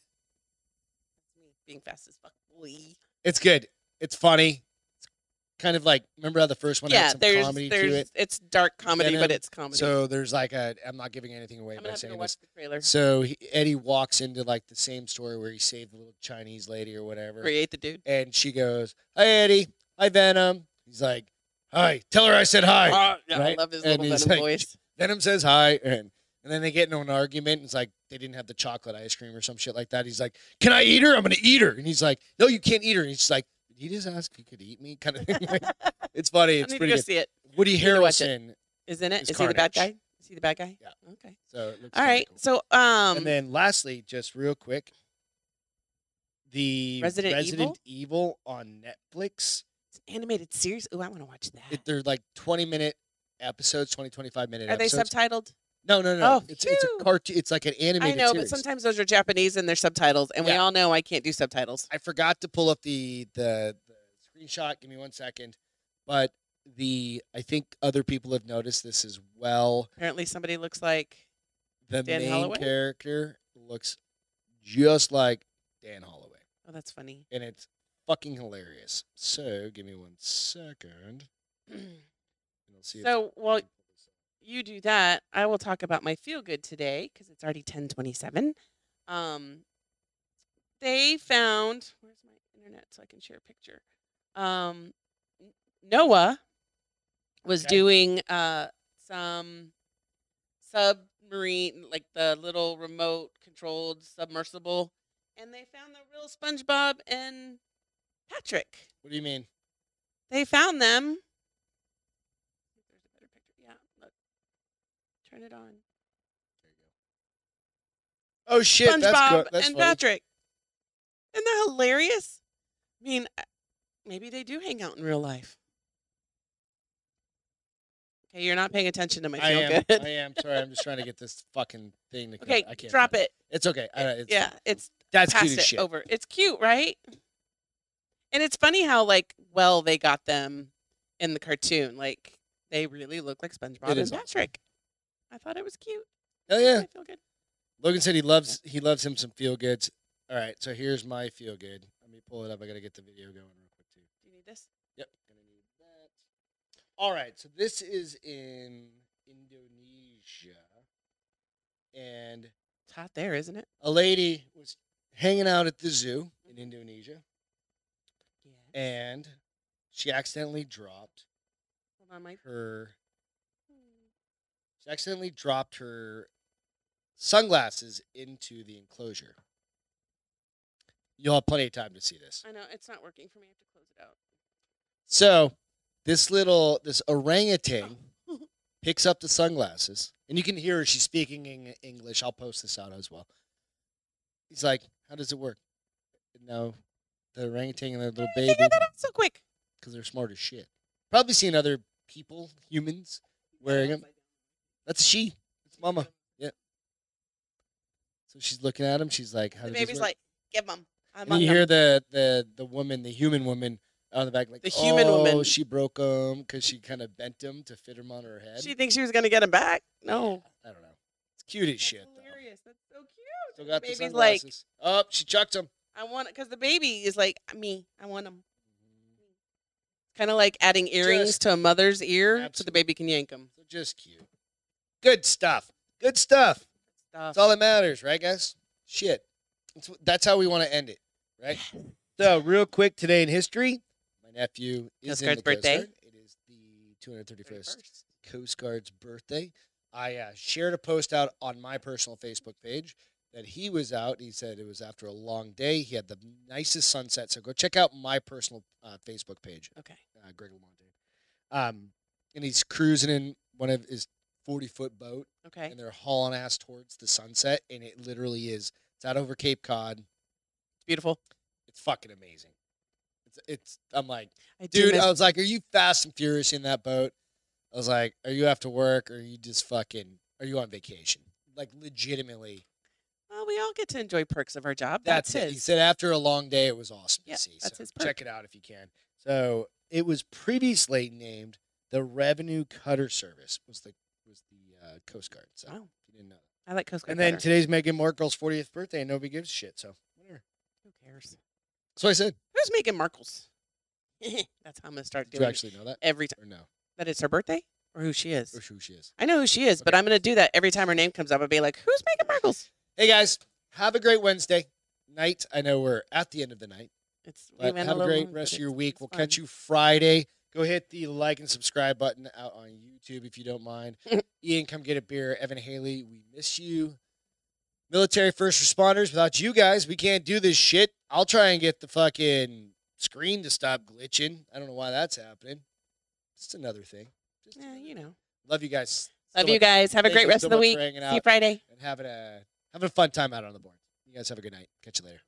Speaker 1: me being fast as fuck, boy.
Speaker 2: it's good. It's funny. It's kind of like remember how the first one had
Speaker 1: yeah,
Speaker 2: some
Speaker 1: there's
Speaker 2: comedy
Speaker 1: there's
Speaker 2: to it.
Speaker 1: it's dark comedy,
Speaker 2: Venom.
Speaker 1: but it's comedy.
Speaker 2: So there's like a I'm not giving anything away
Speaker 1: I'm
Speaker 2: by
Speaker 1: gonna have to
Speaker 2: saying
Speaker 1: go
Speaker 2: this.
Speaker 1: watch the trailer.
Speaker 2: So he, Eddie walks into like the same store where he saved the little Chinese lady or whatever,
Speaker 1: Create the dude.
Speaker 2: and she goes, "Hi, Eddie. Hi, Venom." He's like, "Hi. Tell her I said hi."
Speaker 1: Ah, yeah, I
Speaker 2: right?
Speaker 1: love his
Speaker 2: And
Speaker 1: little
Speaker 2: he's
Speaker 1: Venom
Speaker 2: like, [LAUGHS]
Speaker 1: voice. [LAUGHS]
Speaker 2: Venom says hi, and and then they get into an argument. And it's like they didn't have the chocolate ice cream or some shit like that. He's like, "Can I eat her? I'm gonna eat her." And he's like, "No, you can't eat her." And he's like, "Did he just ask if he could eat me?" [LAUGHS] Kind of thing. it's funny.
Speaker 1: I
Speaker 2: It's
Speaker 1: need to go
Speaker 2: pretty good.
Speaker 1: see it.
Speaker 2: Woody
Speaker 1: to watch it.
Speaker 2: Harrelson.
Speaker 1: Is in it?
Speaker 2: It's
Speaker 1: Is he the bad
Speaker 2: Carnage.
Speaker 1: guy? Is he the bad guy?
Speaker 2: Yeah.
Speaker 1: Okay.
Speaker 2: So it looks
Speaker 1: All
Speaker 2: kinda
Speaker 1: right.
Speaker 2: cool.
Speaker 1: So um,
Speaker 2: and then lastly, just real quick, the
Speaker 1: Resident
Speaker 2: Evil on Netflix.
Speaker 1: it's an animated series. Ooh, I want to watch that.
Speaker 2: It, they're like 20 minute episodes, 20, 25 minute
Speaker 1: Are they
Speaker 2: episodes.
Speaker 1: subtitled?
Speaker 2: no, no, no.
Speaker 1: Oh,
Speaker 2: it's it's
Speaker 1: phew.
Speaker 2: a cartoon. It's like an
Speaker 1: I
Speaker 2: animated.
Speaker 1: know,
Speaker 2: series.
Speaker 1: but sometimes those are Japanese and they're subtitles, and we
Speaker 2: Yeah.
Speaker 1: all know I can't do subtitles.
Speaker 2: I forgot to pull up the, the the screenshot. Give me one second. But the I think other people have noticed this as well.
Speaker 1: Apparently, somebody looks like
Speaker 2: The
Speaker 1: Dan
Speaker 2: main
Speaker 1: Holloway?
Speaker 2: character looks just like Dan Holloway,
Speaker 1: Oh, that's funny.
Speaker 2: and it's fucking hilarious. So give me one second, and I'll see. if I
Speaker 1: so, well,
Speaker 2: can pull this up.
Speaker 1: you do that. I will talk about my feel good today because it's already ten twenty seven. Um, they found where's my internet so I can share a picture. Um, N- Noah was
Speaker 2: Okay.
Speaker 1: doing uh some submarine like the little remote controlled submersible, and they found the real SpongeBob and Patrick
Speaker 2: what do you mean?
Speaker 1: they found them. There's a better picture. Yeah, look. Turn it on.
Speaker 2: Oh shit!
Speaker 1: SpongeBob
Speaker 2: Oh, that's cool. That's
Speaker 1: and
Speaker 2: funny.
Speaker 1: Patrick. Isn't that hilarious? I mean, uh, maybe they do hang out in real life. Okay, you're not paying attention to my
Speaker 2: I
Speaker 1: feel
Speaker 2: am.
Speaker 1: good.
Speaker 2: I am. Sorry, I'm just trying to get this fucking thing to.
Speaker 1: [LAUGHS] okay,
Speaker 2: I can't
Speaker 1: drop
Speaker 2: find
Speaker 1: it.
Speaker 2: It's okay. I, it's,
Speaker 1: yeah, it's
Speaker 2: that's
Speaker 1: past
Speaker 2: cute as
Speaker 1: it
Speaker 2: shit.
Speaker 1: over. It's cute, right? And it's funny how like well they got them in the cartoon. Like they really look like SpongeBob and
Speaker 2: is awesome.
Speaker 1: Patrick. I thought it was cute.
Speaker 2: Oh yeah.
Speaker 1: I feel good.
Speaker 2: Logan said he loves he loves him some feel goods. All right, so here's my feel good. Let me pull it up. I gotta get the video going real quick too.
Speaker 1: Do you need this?
Speaker 2: Yep, gonna need that. All right, so this is in Indonesia, and
Speaker 1: It's hot there, isn't it?
Speaker 2: a lady was hanging out at the zoo in Indonesia,
Speaker 1: Yeah.
Speaker 2: and she accidentally dropped
Speaker 1: Hold on, Mike.
Speaker 2: her she accidentally dropped her sunglasses into the enclosure. You'll have plenty of time to see this.
Speaker 1: I know it's not working for me. I have to close it out.
Speaker 2: So this little this
Speaker 1: [LAUGHS]
Speaker 2: orangutan picks up the sunglasses, and you can hear her. She's speaking in English. I'll post this out as well. He's like, "How does it work?" No, the orangutan and their little
Speaker 1: They
Speaker 2: baby
Speaker 1: figured that out so quick.
Speaker 2: because they're smart as shit. Probably seen other people, humans, wearing them. That's she. It's mama. So she's looking at him. She's like, "How
Speaker 1: The
Speaker 2: does this
Speaker 1: baby's
Speaker 2: work?"
Speaker 1: like, give them. I'm
Speaker 2: And then
Speaker 1: on
Speaker 2: you
Speaker 1: them.
Speaker 2: hear the the the woman, the human woman, out of the back, like
Speaker 1: The human
Speaker 2: oh,
Speaker 1: woman.
Speaker 2: She broke them because she kind of bent them to fit them on her head.
Speaker 1: She thinks she was gonna get him back. No.
Speaker 2: I don't know. It's cute as shit.
Speaker 1: That's
Speaker 2: Though.
Speaker 1: hilarious. That's so cute.
Speaker 2: Still got the
Speaker 1: Baby's like-
Speaker 2: sunglasses. Oh, she chucked them.
Speaker 1: I want because the baby is like me. I want them. Kind of like adding earrings
Speaker 2: Just-
Speaker 1: to a mother's ear so the
Speaker 2: Absolutely.
Speaker 1: baby can yank them.
Speaker 2: So just cute. Good stuff. Good stuff. That's all that matters, right, guys? Shit. That's, wh- that's how we want to end it, [LAUGHS] right? So, real quick, today in history, my nephew
Speaker 1: Coast
Speaker 2: is in
Speaker 1: Guard's
Speaker 2: the
Speaker 1: birthday.
Speaker 2: Coast Guard. It is the 231st Coast Guard's birthday. I uh, shared a post out on my personal Facebook page that he was out. He said it was after a long day. He had the nicest sunset. So go check out my personal uh, Facebook page,
Speaker 1: Okay.
Speaker 2: uh, Greg Lamontagne. Um, and he's cruising in one of his 40 foot boat,
Speaker 1: Okay.
Speaker 2: and they're hauling ass towards the sunset. And it literally is. It's out over Cape Cod.
Speaker 1: It's beautiful.
Speaker 2: It's fucking amazing. It's, it's I'm like,
Speaker 1: I do
Speaker 2: dude, uh,
Speaker 1: miss-
Speaker 2: I was like, "Are you fast and furious in that boat?" I was like, "Are you after work? Or are you just fucking? Are you on vacation?" Like, legitimately,
Speaker 1: well, we all get to enjoy perks of our job.
Speaker 2: that's,
Speaker 1: That's,
Speaker 2: it. He
Speaker 1: his.
Speaker 2: said after a long day, it was awesome
Speaker 1: Yeah,
Speaker 2: to see.
Speaker 1: that's
Speaker 2: so
Speaker 1: his perk.
Speaker 2: check it out if you can. So it was previously named the Revenue Cutter Service. Was the was the uh, Coast Guard. So
Speaker 1: Wow.
Speaker 2: if you didn't know.
Speaker 1: I like Coast Guard.
Speaker 2: And then
Speaker 1: better.
Speaker 2: today's Megan Markle's 40th birthday, and nobody gives a shit. So whatever.
Speaker 1: who cares?
Speaker 2: So I said,
Speaker 1: Who's Megan Markles? [LAUGHS] That's how I'm gonna start
Speaker 2: "Do you
Speaker 1: doing
Speaker 2: actually know that?"
Speaker 1: it every time
Speaker 2: Or no?
Speaker 1: that it's her birthday or who she is.
Speaker 2: Or who she is?
Speaker 1: I know who she is, but I'm gonna do that every time her name comes up. I'll be like, "Who's Megan Markles?"
Speaker 2: Hey guys, have a great Wednesday night. I know we're at the end of the night.
Speaker 1: It's we
Speaker 2: But
Speaker 1: went a
Speaker 2: have a
Speaker 1: little
Speaker 2: great
Speaker 1: long,
Speaker 2: rest
Speaker 1: but
Speaker 2: of your
Speaker 1: it's-
Speaker 2: week.
Speaker 1: it's
Speaker 2: We'll
Speaker 1: fun.
Speaker 2: catch you Friday. Go hit the like and subscribe button out on YouTube if you
Speaker 1: [LAUGHS]
Speaker 2: don't mind. Ian, come get a beer. Evan Haley, we miss you. Military first responders, without you guys, we can't do this shit. I'll try and get the fucking screen to stop glitching. I don't know why that's happening. Just another thing. Just
Speaker 1: Yeah,
Speaker 2: another-
Speaker 1: you know.
Speaker 2: Love you guys. so
Speaker 1: Love you
Speaker 2: much.
Speaker 1: guys. Have a
Speaker 2: Thank
Speaker 1: great
Speaker 2: you
Speaker 1: rest
Speaker 2: so
Speaker 1: of the
Speaker 2: much
Speaker 1: week.
Speaker 2: for hanging
Speaker 1: See you
Speaker 2: out
Speaker 1: Friday.
Speaker 2: and having a having a fun time out on the board. You guys have a good night. Catch you later.